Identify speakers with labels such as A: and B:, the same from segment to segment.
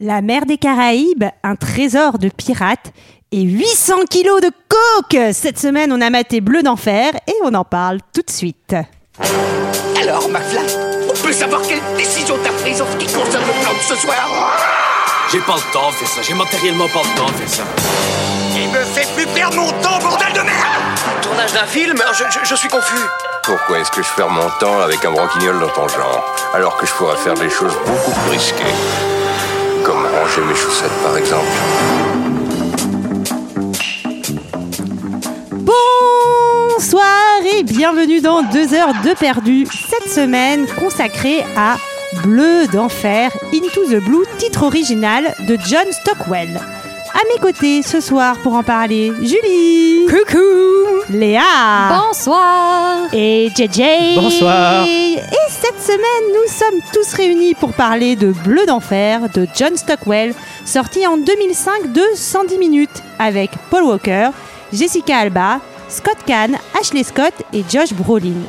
A: La mer des Caraïbes, un trésor de pirates et 800 kilos de coke Cette semaine, on a maté Bleu d'Enfer et on en parle tout de suite.
B: Alors, McFly, on peut savoir quelle décision t'as prise en ce qui concerne le plan de ce soir
C: J'ai pas le temps de faire ça, j'ai matériellement pas le temps de faire ça.
B: Il me fait plus perdre mon temps, bordel de merde
D: Tournage d'un film hein, je, je- je suis confus.
E: Pourquoi est-ce que je perds mon temps avec un branquignol dans ton genre Alors que je pourrais faire des choses beaucoup plus risquées. Comme ranger mes chaussettes par exemple.
A: Bonsoir et bienvenue dans 2 heures de perdu, cette semaine consacrée à Bleu d'enfer, Into the Blue, titre original de John Stockwell. À mes côtés ce soir pour en parler, Julie,
F: Coucou
A: Léa
F: Bonsoir
A: et JJ.
G: Bonsoir.
A: Et cette semaine, nous sommes tous réunis pour parler de Bleu d'enfer de John Stockwell, sorti en 2005 de 110 minutes avec Paul Walker, Jessica Alba, Scott Kahn, Ashley Scott et Josh Brolin.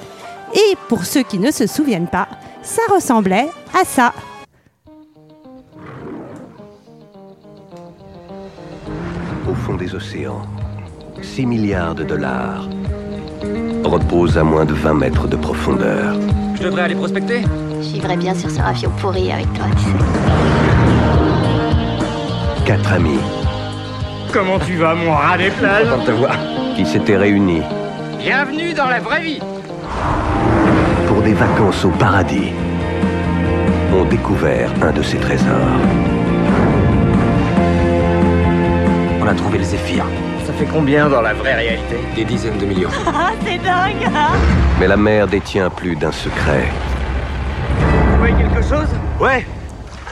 A: Et pour ceux qui ne se souviennent pas, ça ressemblait à ça.
E: Au fond des océans, 6 milliards de dollars reposent à moins de 20 mètres de profondeur.
D: Je devrais aller prospecter
H: Je vivrais bien sur Serafio pourri avec toi, tu sais.
E: Quatre amis
I: Comment tu vas, mon rat des plages
E: qui s'étaient réunis
I: Bienvenue dans la vraie vie
E: pour des vacances au paradis ont découvert un de ces trésors.
D: On a trouvé le zéphyr.
I: Ça fait combien dans la vraie réalité
C: Des dizaines de millions.
E: Mais la mer détient plus d'un secret.
I: Vous voyez quelque chose
D: Ouais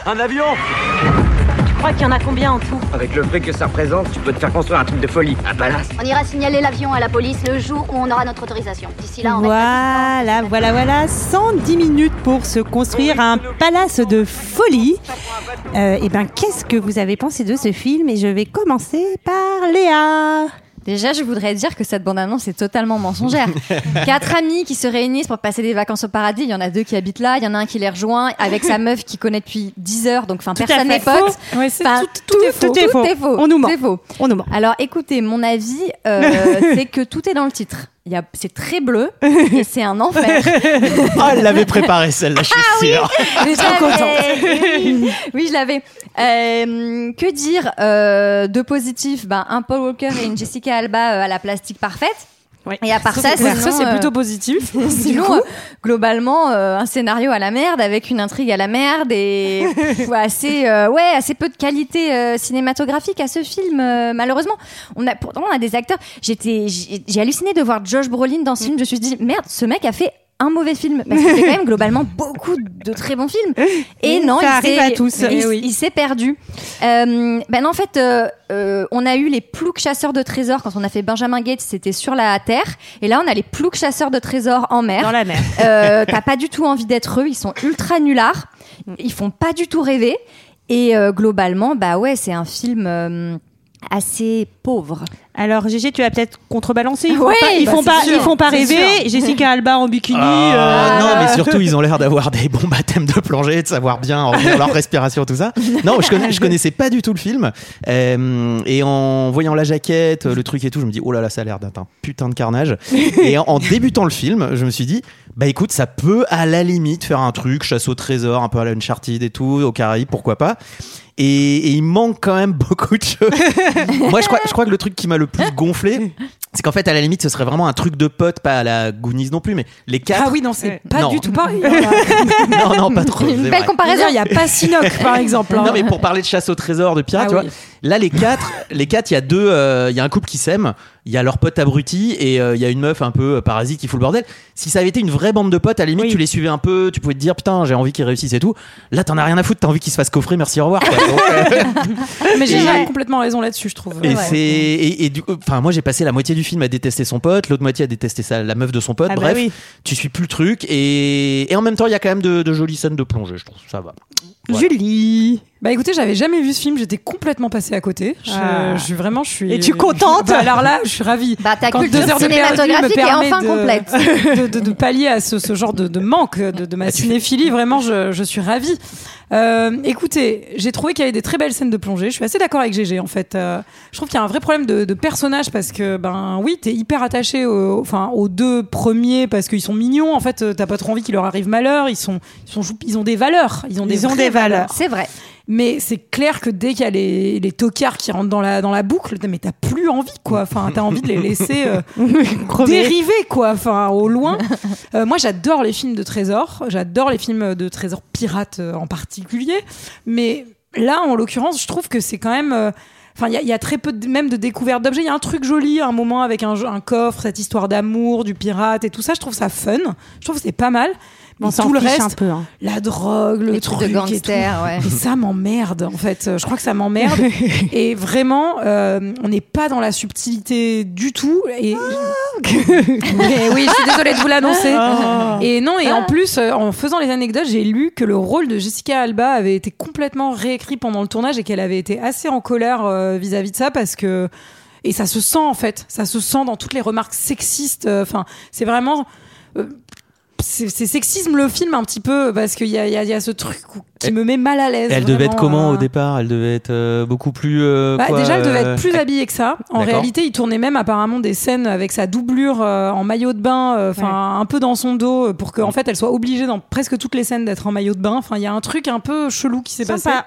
D: Un avion
F: Je crois qu'il y en a combien en tout
I: Avec le prix que ça représente, tu peux te faire construire un truc de folie. Un palace
H: On ira signaler l'avion à la police le jour où on aura notre autorisation. D'ici là, on reste
A: Voilà, voilà, voilà, 110 minutes pour se construire un palace de folie. Euh, eh ben, qu'est-ce que vous avez pensé de ce film Et je vais commencer par Léa.
F: Déjà, je voudrais dire que cette bande-annonce est totalement mensongère. Quatre amis qui se réunissent pour passer des vacances au paradis. Il y en a deux qui habitent là, il y en a un qui les rejoint avec sa meuf qui connaît depuis 10 heures. Donc, enfin, personne n'est pote. Enfin, tout,
A: tout est faux. On nous ment.
F: Tout est faux.
A: On nous ment.
F: Alors écoutez, mon avis, euh, c'est que tout est dans le titre. Il y a- C'est très bleu et c'est un enfer.
G: Oh, elle l'avait préparée celle-là, je suis sûr.
F: Je l'avais. Oui, oui, je l'avais. Euh, que dire euh, de positif ben, Un Paul Walker et une Jessica Alba euh, à la plastique parfaite. Et à part ça, sinon, euh,
A: positif.
F: sinon, euh, globalement, euh, un scénario à la merde avec une intrigue à la merde et ouais, assez, euh, ouais, assez peu de qualité euh, cinématographique à ce film, euh, malheureusement. On a, pourtant, on a des acteurs. J'étais, j'ai j'ai halluciné de voir Josh Brolin dans ce film. Je me suis dit, merde, ce mec a fait un mauvais film parce qu'il fait quand même globalement beaucoup de très bons films et
A: Ça
F: non il
A: arrive
F: s'est-
A: à tous.
F: il,
A: Eh oui.
F: il s'est perdu Euh, ben en fait euh, euh, on a eu les ploucs chasseurs de trésors quand on a fait Benjamin Gates c'était sur la terre et là on a les ploucs chasseurs de trésors en mer
A: Dans la mer.
F: euh, t'as pas du tout envie d'être eux, ils sont ultra nullards, ils font pas du tout rêver. Et euh, globalement, bah ouais, c'est un film euh, assez pauvre.
A: Alors Gégé, tu vas peut-être contrebalancer. Ils font
F: Oui,
A: pas, ils
F: bah,
A: font
F: c'est
A: pas,
F: sûr,
A: ils font pas
F: c'est
A: rêver. Jessica Alba en bikini.
G: Ah,
A: euh,
G: non, mais surtout, ils ont l'air d'avoir des bons baptêmes de plongée, de savoir bien en retenir leur respiration, tout ça. Non, je, connais, je connaissais pas du tout le film. Euh, et en voyant la jaquette, le truc et tout, je me dis, oh là là, ça a l'air d'être un putain de carnage. Et en, en débutant le film, je me suis dit, bah écoute, ça peut à la limite faire un truc, chasse au trésor, un peu à la Uncharted et tout, au Caraïbes, pourquoi pas. Et, et il manque quand même beaucoup de choses. Moi, je crois, je crois que le truc qui m'a le plus gonflé, c'est qu'en fait, à la limite, ce serait vraiment un truc de pote, pas à la Goonies non plus, mais les quatre.
J: Ah oui, non, c'est
A: Ouais.
J: pas
G: Non.
J: du tout pareil.
G: non, non, pas trop.
F: Une
G: c'est
F: belle
G: vrai.
F: comparaison.
J: Il n'y a pas Sinoc, par exemple. hein.
G: Non mais pour parler de chasse au trésor de pirates,
J: Ah
G: tu
J: oui.
G: vois, là les quatre, les quatre, il y a deux, euh, il y a un couple qui s'aime, il y a leur pote abruti et euh, il y a une meuf un peu euh, parasite qui fout le bordel. Si ça avait été une vraie bande de potes, à la limite tu les suivais un peu, tu pouvais te dire putain j'ai envie qu'ils réussissent et tout. Là t'en as rien à foutre, t'as envie qu'ils se fassent coffrer, merci au revoir. quoi. Donc, euh,
J: Mais j'ai
A: Ouais.
J: complètement raison là-dessus, je trouve.
G: et
F: Ouais.
G: c'est et, et du enfin moi j'ai passé la moitié du film à détester son pote, l'autre moitié à détester sa- la meuf de son pote.
A: Ah bah
G: Bref,
A: oui.
G: tu suis plus le truc et, et en même temps il y a quand même de, de jolies scènes de plongée, je trouve ça va. Voilà.
A: Julie.
J: Bah écoutez, j'avais jamais vu ce film, j'étais complètement passée à côté. Je,
A: Ah.
J: je suis vraiment, je suis.
A: Et tu es contente
J: Bah, Alors là, je suis ravie.
F: Bah, ta
J: Quand
F: culture
J: deux heures de perdu
F: cinématographique
J: me
F: est
J: permet
F: enfin
J: de-
F: complète.
J: de, de- de pallier à ce, ce genre de, de manque de, de
A: Ah,
J: ma cinéphilie. Vraiment, je, je suis ravie. Euh, écoutez, j'ai trouvé qu'il y avait des très belles scènes de plongée. Je suis assez d'accord avec GG en fait. Euh, je trouve qu'il y a un vrai problème de, de personnage parce que ben oui, t'es hyper attaché au- enfin aux deux premiers parce qu'ils sont mignons. En fait, euh, t'as pas trop envie qu'il leur arrive malheur. Ils sont ils sont chou- ils ont des valeurs. Ils ont des
A: Ils ont
J: vraies
A: des valeurs.
F: C'est vrai.
J: mais c'est clair que dès qu'il y a les, les tocards qui rentrent dans la, dans la boucle, mais t'as plus envie, quoi. Enfin, t'as envie de les laisser euh, dériver, quoi. Enfin, au loin. Euh, moi, j'adore les films de trésors. J'adore les films de trésors pirates euh, en particulier. Mais là, en l'occurrence, je trouve que c'est quand même. euh, Enfin, il y a- il y, a très peu de- même de découvertes d'objets. Il y a un truc joli, un moment avec un, un coffre, cette histoire d'amour, du pirate et tout ça. Je trouve ça fun. Je trouve que c'est pas mal. Mais
A: On s'en
J: tout le
A: fiche
J: reste,
A: un peu. hein.
J: la drogue, le
F: Les
J: truc
F: trucs de
J: et tout.
F: gangsters, ouais.
J: Et ça m'emmerde en fait. Euh, Je crois que ça m'emmerde. et vraiment, euh, on n'est pas dans la subtilité du tout. Et Mais oui, je suis désolée de vous l'annoncer. Et non, et en plus, euh, en faisant les anecdotes, j'ai lu que le rôle de Jessica Alba avait été complètement réécrit pendant le tournage et qu'elle avait été assez en colère euh, vis-à-vis de ça parce que. Et ça se sent en fait, ça se sent dans toutes les remarques sexistes. Euh, Enfin, c'est vraiment. euh, c'est c'est sexisme le film un petit peu parce qu'il y a, il y a- il y a ce truc où- qui
G: Elle-
J: me met mal à l'aise.
G: Elle devait
J: vraiment,
G: être comment
J: euh.
G: au départ Elle devait être euh, beaucoup plus. euh,
J: Bah,
G: quoi,
J: déjà, elle devait être
G: euh,
J: plus habillée que ça. En
G: D'accord.
J: réalité, il tournait même apparemment des scènes avec sa doublure euh, en maillot de bain, enfin un peu dans son dos, euh, pour qu'en fait elle soit obligée dans presque toutes les scènes d'être en maillot de bain. Enfin, il y a un truc un peu chelou qui s'est passé.
A: Sympa.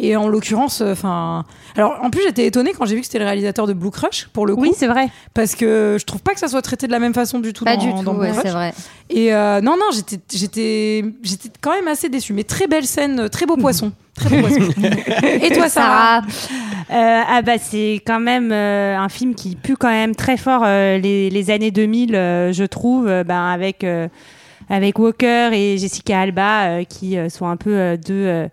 J: Et en l'occurrence, euh, enfin, alors en plus j'étais étonnée quand j'ai vu que c'était le réalisateur de Blue Crush pour le coup,
A: Oui, c'est vrai.
J: parce que Euh, je trouve pas que ça soit traité de la même façon du tout.
F: Pas
J: dans,
F: du
J: dans
F: tout,
J: Blue
F: ouais,
J: Crush.
F: c'est vrai.
J: Et euh, non, non, j'étais, j'étais, j'étais quand même assez déçue. Mais très belle scène, très beau poisson. Très beau poisson. Et toi, Sarah
F: Sarah,
A: Euh, ah bah c'est quand même euh, un film qui pue quand même très fort euh, les, les années 2000, euh, je trouve, euh, ben, avec euh, avec Walker et Jessica Alba euh, qui euh, sont un peu euh, deux euh,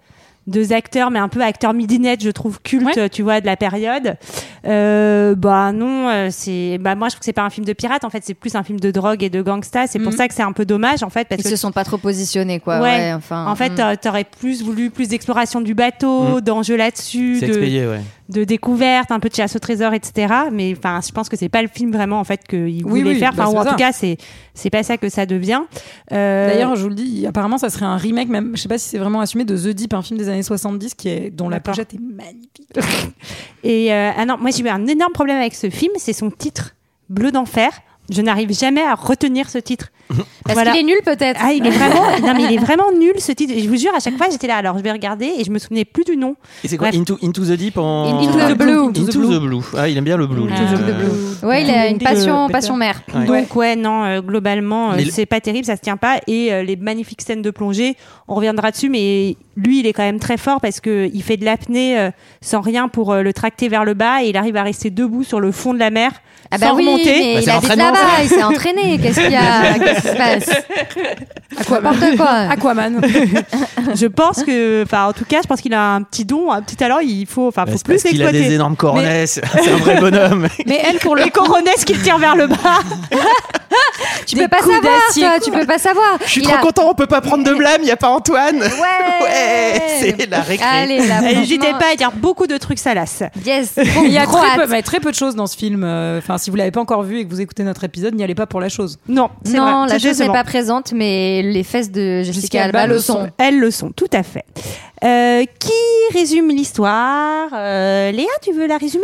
A: deux acteurs, mais un peu acteurs midinettes, je trouve culte, tu vois, de la période. Euh, bah non, euh, c'est bah moi je trouve que c'est pas un film de pirate, en fait c'est plus un film de drogue et de gangsta. C'est pour
J: Mhm.
A: ça que c'est un peu dommage, en fait, parce
F: ils
A: que
F: se sont pas trop positionnés, quoi.
A: Ouais.
F: ouais, enfin,
A: en fait
G: Mm.
F: hmm.
A: t'a- t'aurais plus voulu plus d'exploration du bateau, d'enjeux là-dessus,
G: C'est
A: de,
G: expédié, ouais.
A: de découverte, un peu de chasse au trésor, etc. Mais enfin, je pense que c'est pas le film vraiment en fait qu'il voulait
J: oui,
A: faire.
J: bah,
A: Enfin,
J: c'est
A: ou en
J: ça.
A: tout cas, c'est c'est pas ça que ça devient. Euh,
J: D'ailleurs, je vous le dis, apparemment, ça serait un remake, même, je sais pas si c'est vraiment assumé, de The Deep, un film des années 70 qui est, dont la
A: D'accord.
J: pochette est magnifique.
A: et euh, ah non, moi j'ai eu un énorme problème avec ce film, c'est son titre, Bleu d'enfer. Je n'arrive jamais à retenir ce titre.
F: Parce
A: voilà.
F: qu'il est nul, peut-être.
A: Ah, il est vraiment, non mais il est vraiment nul ce titre. Et je vous jure, à chaque fois j'étais là, alors je vais regarder et je me souvenais plus du nom.
G: Et c'est quoi
A: Bref.
G: Into, Into the Deep en.
F: Into the Blue.
G: Into the Blue. Ah, il aime bien le blue.
A: Into the
G: Euh,
F: Ouais, il a une
J: Euh,
F: passion,
J: Peter.
F: passion mère.
G: Ouais.
A: Donc ouais, non, euh, globalement, euh,
G: Mais le-
A: c'est pas terrible, ça se tient pas. Et euh, les magnifiques scènes de plongée, on reviendra dessus, mais lui, il est quand même très fort parce que il fait de l'apnée euh, sans rien pour euh, le tracter vers le bas et il arrive à rester debout sur le fond de la mer
F: Ah bah
A: sans
F: oui,
A: remonter.
F: mais
G: Bah,
F: il
G: c'est
F: habite
G: l'entraînement,
F: là-bas, il s'est entraîné. Qu'est-ce qu'il y a Qu'est-ce qui se passe N'importe quoi.
J: Aquaman.
A: Je pense que, enfin, en tout cas, je pense qu'il a un petit don, un petit talent. Il faut, enfin,
J: Ah,
G: bah,
A: faut
G: c'est parce
A: plus
G: qu'il a des
A: l'exploiter.
G: énormes cornets, c'est c'est un vrai bonhomme.
J: Mais elle, pour le
A: Les coronets qui le tirent vers le bas.
F: Tu peux pas savoir, toi, tu peux pas savoir.
G: Je suis trop content, on peut pas prendre de blâme, il y a pas Antoine.
F: Ouais,
G: Ouais, c'est la récré.
F: Allez, là,
A: N'hésitez
F: franchement.
A: pas à dire beaucoup de trucs salaces.
F: Yes,
J: Il y a
F: trop
J: très peu,
F: hâte.
J: mais très peu de choses dans ce film. Euh, Enfin, si vous l'avez pas encore vu et que vous écoutez notre épisode, n'y allez pas pour la chose.
A: Non, c'est
F: Non,
A: vrai,
F: la
A: c'est
F: chose n'est
A: décevant.
F: pas présente, mais les fesses de Jessica
J: Jessica
F: Alba
J: Alba
F: le
J: le
F: sont.
J: sont.
A: Elles le sont, tout à fait. Euh, qui résume l'histoire Euh, Léa, tu veux la résumer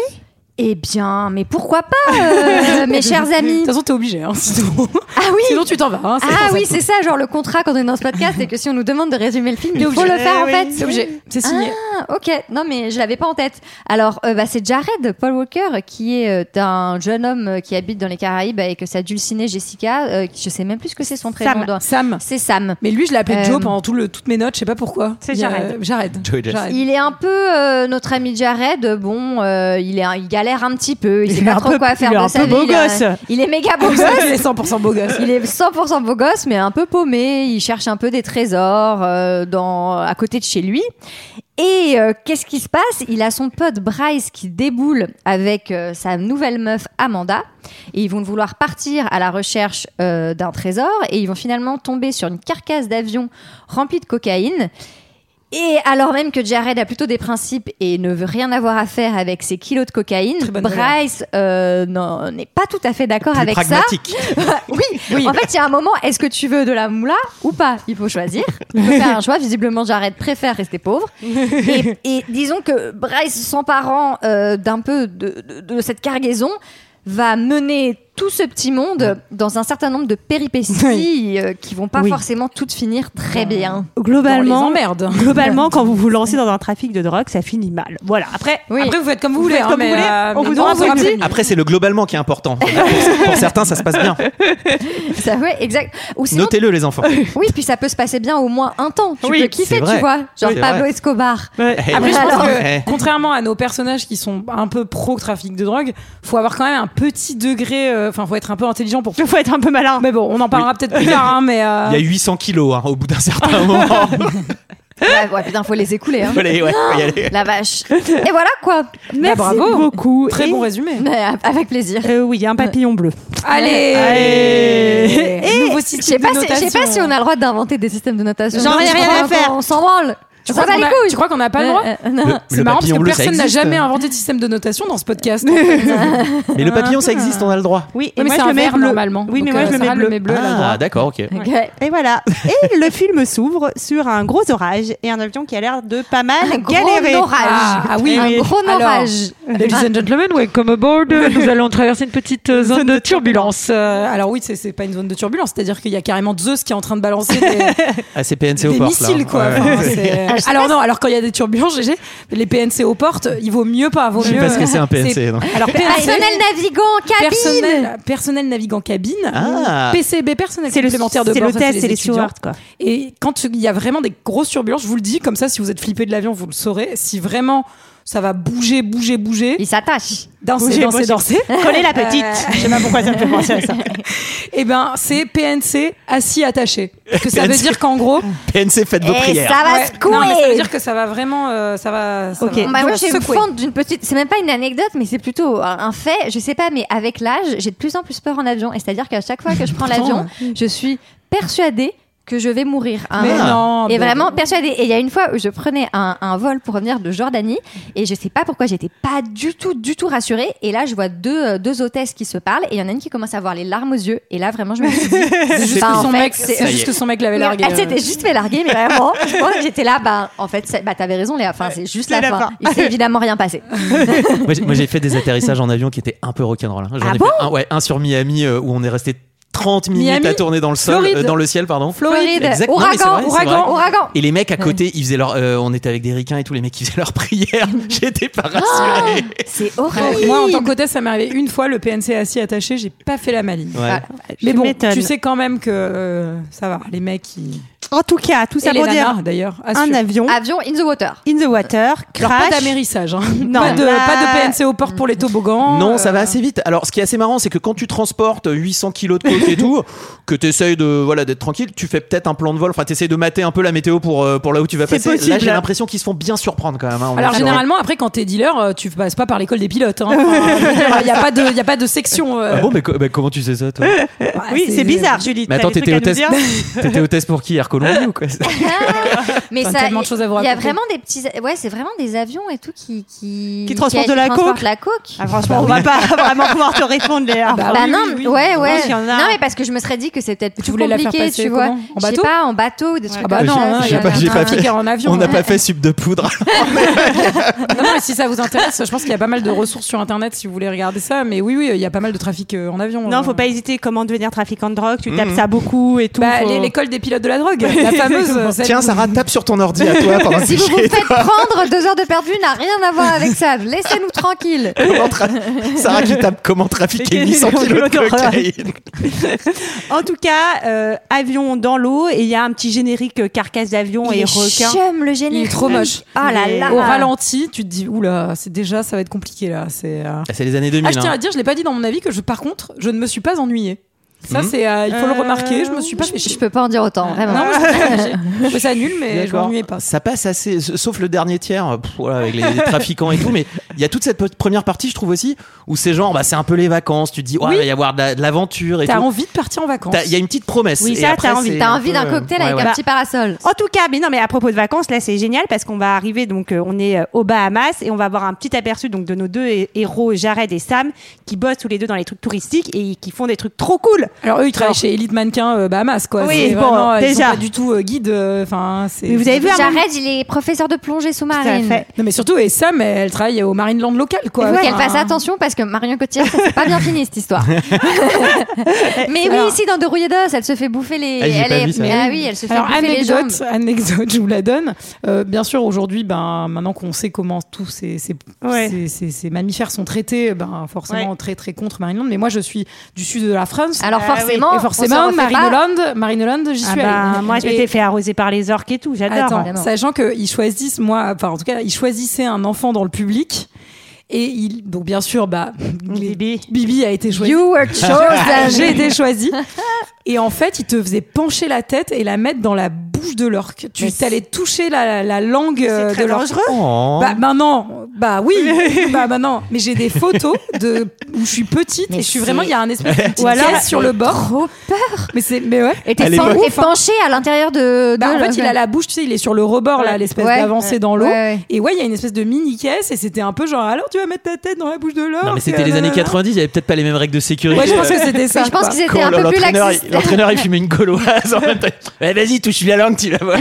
F: Eh bien, mais pourquoi pas, euh, mes chers
J: De
F: amis
J: toute façon, t'es obligé, hein, sinon,
F: Ah oui
J: sinon tu t'en vas. hein, c'est
F: Ah
J: pour
F: oui,
J: ça.
F: c'est ça, genre le contrat quand on est dans ce podcast, c'est que si on nous demande de résumer le film, il faut le faire en fait.
J: Eh C'est obligé, c'est signé.
F: Ah, ok, non mais je l'avais pas en tête. Alors euh, bah, c'est Jared Paul Walker qui est euh, un jeune homme euh, qui habite dans les Caraïbes avec sa dulcinée Jessica. euh, qui- je sais même plus ce que c'est son prénom.
A: Sam.
F: dans-
J: Sam.
F: C'est Sam.
J: Mais lui, je l'ai appelé
F: Euh,
J: Joe pendant tout le, toutes mes notes, je sais pas pourquoi.
A: C'est
J: Il y a-
A: Jared.
J: Jared.
G: Joe et Jess.
J: Jared.
F: Il est un peu euh, notre ami Jared. Bon, euh, il est, un- il galère un petit peu. Il,
A: Il
F: sait
A: est
F: pas
A: un
F: trop
A: peu-
F: quoi faire
A: il est
F: de
A: un
F: sa
A: peu beau
F: vie, là.
A: gosse.
F: Il est méga beau gosse.
J: Il est 100% beau gosse.
F: Il est 100% beau gosse, mais un peu paumé. Il cherche un peu des trésors euh, dans, à côté de chez lui. Et euh, qu'est-ce qui se passe Il a son pote Bryce qui déboule avec euh, sa nouvelle meuf Amanda. Et ils vont vouloir partir à la recherche euh, d'un trésor. Et ils vont finalement tomber sur une carcasse d'avion remplie de cocaïne. Et alors même que Jared a plutôt des principes et ne veut rien avoir à faire avec ses kilos de cocaïne, Bryce euh, n'en- n'est pas tout à fait d'accord
G: Plus
F: avec
G: pragmatique.
F: ça. oui, en fait, il y a un moment, est-ce que tu veux de la moula ou pas Il faut choisir. Il faut faire un choix. Visiblement, Jared préfère rester pauvre. Et, et disons que Bryce, s'emparant euh, d'un peu de, de- de cette cargaison, va mener tout ce petit monde dans un certain nombre de péripéties euh, qui vont pas
A: Oui.
F: forcément toutes finir très bien.
J: Dans les
A: Globalement,
J: emmerdes.
A: globalement, quand vous vous lancez dans un trafic de drogue, ça finit mal. Voilà. Après,
F: Oui.
J: Après, vous faites comme vous,
A: Vous
J: voulez.
A: faites
J: hein,
A: comme vous
J: mais,
A: voulez,
J: euh,
A: on vous
J: maintenant,
A: donne un
J: sera
A: petit-
J: fini.
G: Après, c'est le globalement qui est important. pour, pour certains, ça se passe bien.
F: Ça, ouais, exact. Ou sinon,
G: Notez-le, les enfants.
F: Oui, puis ça peut se passer bien au moins un temps. Tu
A: Oui,
F: peux kiffer,
G: c'est
F: tu
G: vrai.
F: vois. Genre
G: Oui, c'est
F: Pablo
G: vrai.
F: Escobar.
G: Eh,
J: Après, je pense
F: Alors,
J: que,
G: eh.
J: contrairement à nos personnages qui sont un peu pro trafic de drogue, faut avoir quand même un petit degré. euh, Enfin, faut être un peu intelligent pour.
A: il faut être un peu malin.
J: Mais bon, on en parlera peut-être plus tard. hein, mais euh,
G: Il y a 800 kilos hein, au bout d'un certain moment.
F: Ouais, ouais, putain, faut les écouler. Hein.
G: Faut aller- ouais, faut y aller.
F: La vache. Et voilà quoi.
A: Merci
J: bravo.
A: beaucoup.
J: très
A: Et-
J: bon résumé.
F: Mais Avec plaisir.
A: Euh, oui, il y a un papillon bleu.
J: Allez,
A: Allez.
J: nouveau
F: Je sais
J: système
F: pas,
J: de
F: si- je sais
J: notation.
F: pas si on a le droit d'inventer des systèmes de notation.
A: J'en ai
F: Je
A: rien
F: crois
A: à faire.
F: qu'on- On s'en branle.
J: Tu
F: Ça
J: crois
F: va
J: qu'on
F: les
J: a-
F: couilles.
J: Tu crois qu'on n'a pas le droit
F: Euh, euh, non.
G: Le,
J: C'est
G: le
J: marrant parce que
G: papillon bleu, ça
J: personne n'a
G: existe.
J: jamais inventé de système de notation dans ce podcast.
G: Mais
J: Ah.
G: le papillon, ça existe, on a le droit.
A: Oui,
J: mais c'est un verre, normalement.
A: Oui, mais
J: Donc,
A: moi
J: euh,
A: je le mets
J: Sarah
A: bleu.
J: bleu, elle a le droit.
G: Ah, d'accord, ok.
F: Ok.
A: Et voilà. Et le film s'ouvre sur un gros orage et un avion qui a l'air de pas mal
F: Un gros
A: galérer.
F: orage.
J: Ah, ah oui.
F: Un gros
J: Alors,
F: orage.
K: Ladies and gentlemen, welcome aboard. Nous allons traverser une petite euh, zone de turbulence.
J: Euh, alors oui, c'est- c'est pas une zone de turbulence, c'est-à-dire qu'il y a carrément Zeus qui est en train de balancer des,
G: Ah, c'est PNC
J: des
G: aux portes. là.
J: missiles, quoi.
G: Ouais,
J: Enfin,
G: ouais.
J: c'est-
F: Ah, je sais
J: alors non, alors quand il y a des turbulences, GG, les PNC aux portes, il vaut mieux pas. Vaut
G: Je sais
J: mieux.
G: pas ce que c'est un
J: c'est-
G: PNC. non.
J: Alors PNC,
F: Personnel navigant, cabine.
J: personnel, personnel navigant cabine,
G: Ah.
J: PCB, personnel
A: C'est le
J: complémentaire de
A: c'est
J: bord, ça,
A: l'hôtesse, c'est les
J: étudiants.
A: stewards quoi.
J: Et quand il y a vraiment des grosses turbulences, je vous le dis, comme ça, si vous êtes flippé de l'avion, vous le saurez. Si vraiment ça va bouger, bouger, bouger,
F: Il s'attache.
J: danser,
A: Bouger,
J: danser,
A: bouger.
J: danser,
A: Coller la petite. Je sais pas pourquoi ça me fait penser à ça.
J: eh ben c'est PNC assis attaché. Parce que ça veut
G: PNC.
J: dire qu'en gros,
G: PNC, faites vos
F: Et
G: prières.
F: Eh, ça va
J: Ouais.
F: se
J: Non, mais ça veut
F: couer.
J: dire que ça va vraiment. euh, ça va. ça
A: Ok.
J: va-
F: Bah
J: ça
F: moi
J: va
F: j'ai une
J: secouer.
F: fente d'une petite c'est même pas une anecdote mais c'est plutôt un, un fait je sais pas mais avec l'âge j'ai de plus en plus peur en avion et c'est à dire qu'à chaque fois que je prends l'avion je suis persuadée que je vais mourir à un
J: Mais
F: moment.
J: non.
F: et
J: mais-
F: vraiment persuadée et il y a une fois où je prenais un, un vol pour revenir de Jordanie et je sais pas pourquoi j'étais pas du tout du tout rassurée et là je vois deux, euh, deux hôtesses qui se parlent et il y en a une qui commence à avoir les larmes aux yeux et là vraiment je me suis dit
J: C'est juste,
F: bah,
J: que
F: en
J: son
F: fait,
J: mec,
F: c'est-
J: c'est juste que son mec l'avait largué. euh.
F: elle s'était juste fait larguer, mais vraiment, moi j'étais là, bah en fait, c'est- bah t'avais raison, Léa, enfin, c'est juste
A: c'est
F: la,
A: la
F: fin.
A: fin.
F: Il s'est évidemment rien passé.
G: Moi, j'ai- Moi, j'ai fait des atterrissages en avion qui étaient un peu rock'n'roll. hein. J'en
F: Ah
G: ai
F: bon
G: fait un, ouais, un sur Miami euh, où on est resté 30 minutes
J: Miami,
G: à tourner dans le sol,
J: Floride.
G: euh, dans le ciel, pardon.
F: Floride,
G: Exact. Non, mais c'est
F: ouragan,
G: vrai, c'est
F: ouragan,
G: vrai.
F: ouragan.
G: Et les mecs à côté, ils faisaient leur, euh, on était avec des ricains et tous les mecs qui faisaient leurs prières. J'étais pas rassuré.
F: C'est
J: Ouais,
F: horrible.
J: Moi, en tant qu'hôtesse, ça m'est arrivé une fois le PNC assis attaché, j'ai pas fait la maligne.
G: Ouais.
J: Mais
A: Tu
J: bon,
A: m'étonnes.
J: tu sais quand même que euh, ça va, les mecs ils...
A: En tout cas, tout ça
J: et les
A: pour
J: nanas,
A: dire
J: d'ailleurs.
A: un
J: assurent.
A: avion
F: Avion in the water.
A: in the water
J: Alors, pas
A: crash.
J: d'amérissage, hein.
A: Non,
J: pas, de,
A: là-
J: pas de PNC aux portes pour les toboggans.
G: Non, ça
J: euh,
G: va assez vite. Alors, ce qui est assez marrant, c'est que quand tu transportes 800 kilos de coke et tout, que tu essayes de, voilà, d'être tranquille, tu fais peut-être un plan de vol. Enfin, tu essayes de mater un peu la météo pour, euh, pour là où tu vas
A: C'est
G: passer.
A: possible.
G: Là, j'ai l'impression qu'ils se font bien surprendre quand même. hein. On
J: Alors
G: est sur-
J: généralement après quand t'es dealer euh, tu passes pas par l'école des pilotes. hein. Il n'y a pas de il y a pas de section. euh,
G: Ah bon, mais co- bah, comment tu sais ça, toi
J: bah,
A: Oui, c'est bizarre, Julie.
G: Mais
A: t'as
G: attends,
A: des
G: t'étais
A: trucs à nous
G: hôtesse,
A: dire
G: t'étais hôtesse pour qui Air Colombie ou quoi
F: Mais
J: T'as
F: ça,
J: tellement de choses à vous
F: il y a
J: raconter.
F: vraiment des petits, ouais, c'est vraiment des avions et tout qui qui,
A: Qui transportent de la
F: transportent
A: coke.
F: la coke.
A: Ah, franchement, on va pas vraiment pouvoir te répondre, Léa.
J: Bah,
F: Bah
J: oui,
F: non,
J: oui, oui.
F: ouais,
A: Oui,
F: ouais.
A: il y en a.
F: Non, mais parce que je me serais dit que c'est peut-être plus
J: voulais la faire
F: compliqué,
J: passer
F: tu vois.
J: comment En
F: Je sais
J: bateau
F: pas, en bateau ou des trucs
J: Ah bah
F: comme
J: non,
F: ça.
J: hein,
F: tu
J: j'ai
F: vois.
G: pas- j'ai pas
J: un truc en avion.
G: On n'a
J: hein.
G: pas fait sup de poudre.
J: Non, mais si ça vous intéresse, je pense qu'il y a pas mal de ressources sur internet si vous voulez regarder ça. Mais oui, oui, il y a pas mal de trafic euh, en avion.
A: Non, faut
J: Euh.
A: pas hésiter. Comment devenir trafiquant de drogue
G: Mmh.
A: Tu tapes ça beaucoup et tout.
J: Bah,
A: faut-
J: les- L'école des pilotes de la drogue, la fameuse. euh, celle
G: Tiens,
J: où-
G: Sarah, tape sur ton ordi à toi pendant que
F: Si vous vous
G: chez
F: faites prendre deux heures de perdu, n'a rien à voir avec ça. Laissez-nous tranquilles.
G: Comment tra- Sarah qui tape comment trafiquer 800 kilos de cocaïne.
A: En tout cas, euh, avion dans l'eau et il y a un petit générique euh, carcasse d'avion
F: Il
A: et
F: est
A: requin.
F: chum, le
J: Il
F: générique.
J: est trop moche.
F: Oh là
A: Mais
F: là.
J: Au ralenti, tu te dis, oula, c'est déjà, ça va être compliqué là. C'est. euh.
G: C'est les années hein. 2000.
J: Ah, je tiens à dire, je l'ai pas dit dans mon avis que je, par contre, je ne me suis pas ennuyée. Ça,
G: Mhm.
J: c'est, euh, il faut le remarquer. Je me suis pas fait
F: Je peux pas en dire autant, vraiment.
J: Non, je trouve ça nul, mais je
G: D'accord.
J: m'ennuyais pas.
G: Ça passe assez, sauf le dernier tiers, euh, pff, voilà, avec les trafiquants et tout, mais il y a toute cette pe- première partie, je trouve aussi, où c'est genre, bah, c'est un peu les vacances, tu te dis, ouais,
J: Oui.
G: il va y avoir de la- de l'aventure et
J: T'as
G: tout.
J: envie de partir en vacances.
G: T'as- Il y a une petite promesse.
A: Oui,
G: et
A: ça,
G: après,
A: t'as envie.
G: c'est
A: T'as
G: un
A: envie
G: peu,
A: d'un
J: euh,
A: cocktail
G: ouais,
A: avec
G: ouais.
A: un
F: Petit parasol.
J: Oh,
A: En tout cas, mais non, mais à propos de vacances, là, c'est génial parce qu'on va arriver, donc, euh, on est euh, aux Bahamas et on va avoir un petit aperçu donc de nos deux hé- héros, Jared et Sam, qui bossent tous les deux dans les trucs touristiques et qui font des trucs trop cool.
J: Alors eux, ils travaillent chez Elite Mannequin euh, Bahamas, quoi.
A: Oui,
J: C'est
A: bon,
J: vraiment, Ils sont
A: déjà.
J: pas du tout euh, guide. euh, Enfin, c'est.
A: Mais vous avez vu un moment-
F: Jared, il est professeur de plongée sous-marine.
A: Tout à fait.
J: Non, mais surtout, et Sam, elle travaille au Marineland local, quoi.
F: Faut qu'elle
J: Enfin,
F: fasse attention parce que Marion Cotillard, ça c'est pas bien fini cette histoire. mais oui,
J: Alors-
F: ici dans De Rouillé d'Os, elle se fait bouffer les.
G: Ah, j'ai
F: elle
G: pas vu ça.
F: mais ah oui, elle se fait
J: Alors
F: bouffer les jambes.
J: anecdote, anecdote, je vous la donne. Euh, bien sûr, aujourd'hui, ben maintenant qu'on sait comment tous ces, ces,
A: Ouais.
J: ces- ces- ces mammifères sont traités, ben forcément
A: Ouais.
J: très très contre Marineland. Mais moi, je suis du sud de la France.
F: Alors
A: Ah
F: forcément,
J: et forcément,
F: on s'en refait pas.
J: Marineland, Marineland, j'y
A: Ah
J: suis
A: bah,
J: allée.
A: moi, je
J: Et-
A: m'étais fait arroser par les orques et tout, j'adore. hein.
J: Attends,
F: Évidemment.
J: sachant qu'ils choisissent, moi, enfin en tout cas, ils choisissaient un enfant dans le public. Et il, donc bien sûr, bah, les-
A: Bibi.
J: Bibi a été choisi.
F: You were chosen.
J: Ah, J'ai été choisi. Et en fait, ils te faisaient pencher la tête et la mettre dans la bouche de l'orque. Tu allais toucher la, la langue euh,
A: C'est très
J: de l'orque.
A: dangereux.
G: Oh.
J: Bah maintenant, bah oui, bah maintenant. Mais j'ai des photos de où je suis petite et je suis vraiment il y a un espèce de petite
A: Ou alors-
J: caisse sur le bord. Mais c'est mais ouais.
F: Et t'es
G: Elle est
F: pen-
G: pas-
F: et penché à l'intérieur de.
J: Bah,
F: de
J: en
F: le-
J: fait, il a la bouche, tu sais, il est sur le rebord là, l'espèce
F: Ouais.
J: d'avancée dans l'eau.
F: Ouais, ouais.
J: Et ouais, il y a une espèce de mini caisse et c'était un peu genre alors tu vas mettre ta tête dans la bouche de l'or.
G: Non, mais c'était les années 90, il y avait peut-être pas les mêmes règles de sécurité.
J: Ouais, je pense que c'était
F: Mais
J: ça.
F: je pense
J: quoi.
F: qu'ils étaient
G: Quand
F: un peu plus
G: l'entraîneur, il-
F: laxistes.
G: l'entraîneur, il fumait une gauloise en même temps. Eh, vas-y, touche la langue, tu vas voir.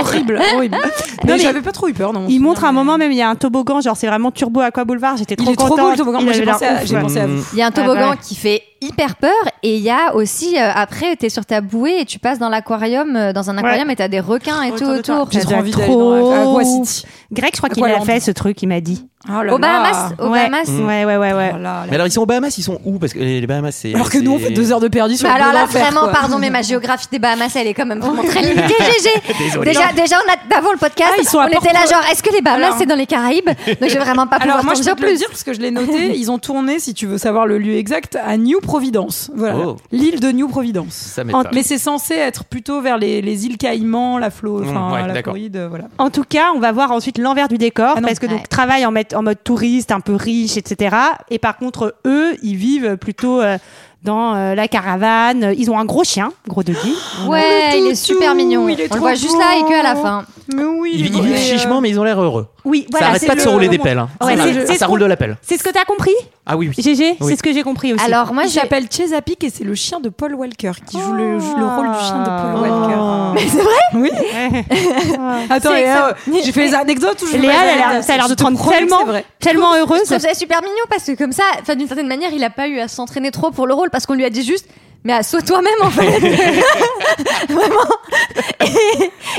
J: horrible, horrible. Mais,
A: mais-
J: j'avais pas trop eu peur non.
A: Il montre un moment même, il y a un toboggan, genre c'est vraiment Turbo Aqua Boulevard, j'étais
J: Il
A: trop
J: est trop
A: contente.
J: beau le toboggan.
A: Il
J: Moi, J'ai
A: avait l'air
J: pensé, à-
A: ouf,
J: j'ai
A: ouais.
J: pensé
G: Mm.
J: à vous.
F: Il y a un toboggan
A: bah ouais.
F: qui fait hyper peur et il y a aussi euh, après t'es sur ta bouée et tu passes dans l'aquarium euh, dans un aquarium et t'as des requins et tout
A: Autour de toi.
F: autour.
J: J'ai
A: Ça
J: trop
A: doit
J: envie
A: être
J: d'aller dans la- à
A: trop
J: Aqua
A: ouf.
J: City.
A: Greg, je crois qu'il
J: Aqualand.
A: a fait ce truc, il m'a dit.
J: Oh là
F: Au Bahamas,
J: là.
F: au
A: Ouais.
F: Bahamas.
A: Ouais, ouais, ouais, ouais.
J: Oh là là.
G: Mais alors, ils sont aux Bahamas, ils sont où Parce que les les Bahamas, c'est.
J: Alors que nous on fait deux heures de perdu sur
F: Mais
J: le
F: Bah alors
J: plan
F: là,
J: d'enfer,
F: vraiment,
J: quoi.
F: pardon, mais ma géographie des Bahamas, elle est quand même vraiment très limitée. GG Déjà, déjà on a, avant le podcast,
J: Ah, ils sont à
F: on était là,
J: Porto.
F: genre, est-ce que les Bahamas,
J: Alors.
F: c'est dans les Caraïbes Donc, je vais vraiment pas pouvoir
J: Alors moi
F: t'en
J: je
F: dire
J: peux te le
F: plus.
J: dire parce que je l'ai noté, ils ont tourné si tu veux savoir le lieu exact à New Providence. Voilà.
G: Oh.
J: L'île de New Providence.
G: Ça m'étonne.
J: Mais c'est censé être plutôt vers les, les îles Caïmans, la Flo,
G: Mm,
J: enfin
G: ouais,
J: la
G: d'accord.
J: Floride, euh, voilà.
A: En tout cas, on va voir ensuite l'envers du décor
J: Ah non.
A: parce que
F: Ouais.
A: donc travail en, met- en mode touriste, un peu riche, etc. Et par contre, eux, ils vivent plutôt euh, dans euh, la caravane. Ils ont un gros chien, gros de Guy.
J: Oh, le
F: Ouais, il est
J: toutou,
F: super mignon.
J: il est
F: on le
J: trop
F: voit juste là et que à la
J: beau.
F: fin.
J: Mais oui,
G: Ils, ils vivent chichement, mais ils ont l'air heureux.
A: Oui, voilà.
G: ça arrête
A: c'est
G: pas de
A: le-
G: se rouler des
A: le-
G: pelles. hein.
A: Ouais,
G: Ça
A: c'est-
G: marche.
A: c'est
G: ça
A: ce
G: roule
A: qu'on-
G: de la pelle.
A: C'est ce que t'as compris,
G: Ah oui, oui.
A: GG
G: Oui.
A: C'est ce que j'ai compris aussi.
F: Alors,
J: Moi,
F: moi, j'ai.
J: j'appelle Chesapeake et c'est le chien de Paul Walker qui joue le, joue le rôle du chien de Paul Walker.
F: C'est vrai
J: Oui. Attends,
F: C'est
J: et,
F: excellent.
J: euh, j'ai fait les anecdotes ou je fais
A: Léa,
J: pas les
A: elle a l'air-
J: anecdotes
A: ça a l'air
J: Je
A: de
J: te
A: te rendre
J: promets que
A: tellement,
J: c'est vrai.
A: tellement heureuse.
F: Je trouve ça super mignon parce que comme ça, enfin, d'une certaine manière, il a pas eu à s'entraîner trop pour le rôle parce qu'on lui a dit juste. Mais assois toi-même en fait.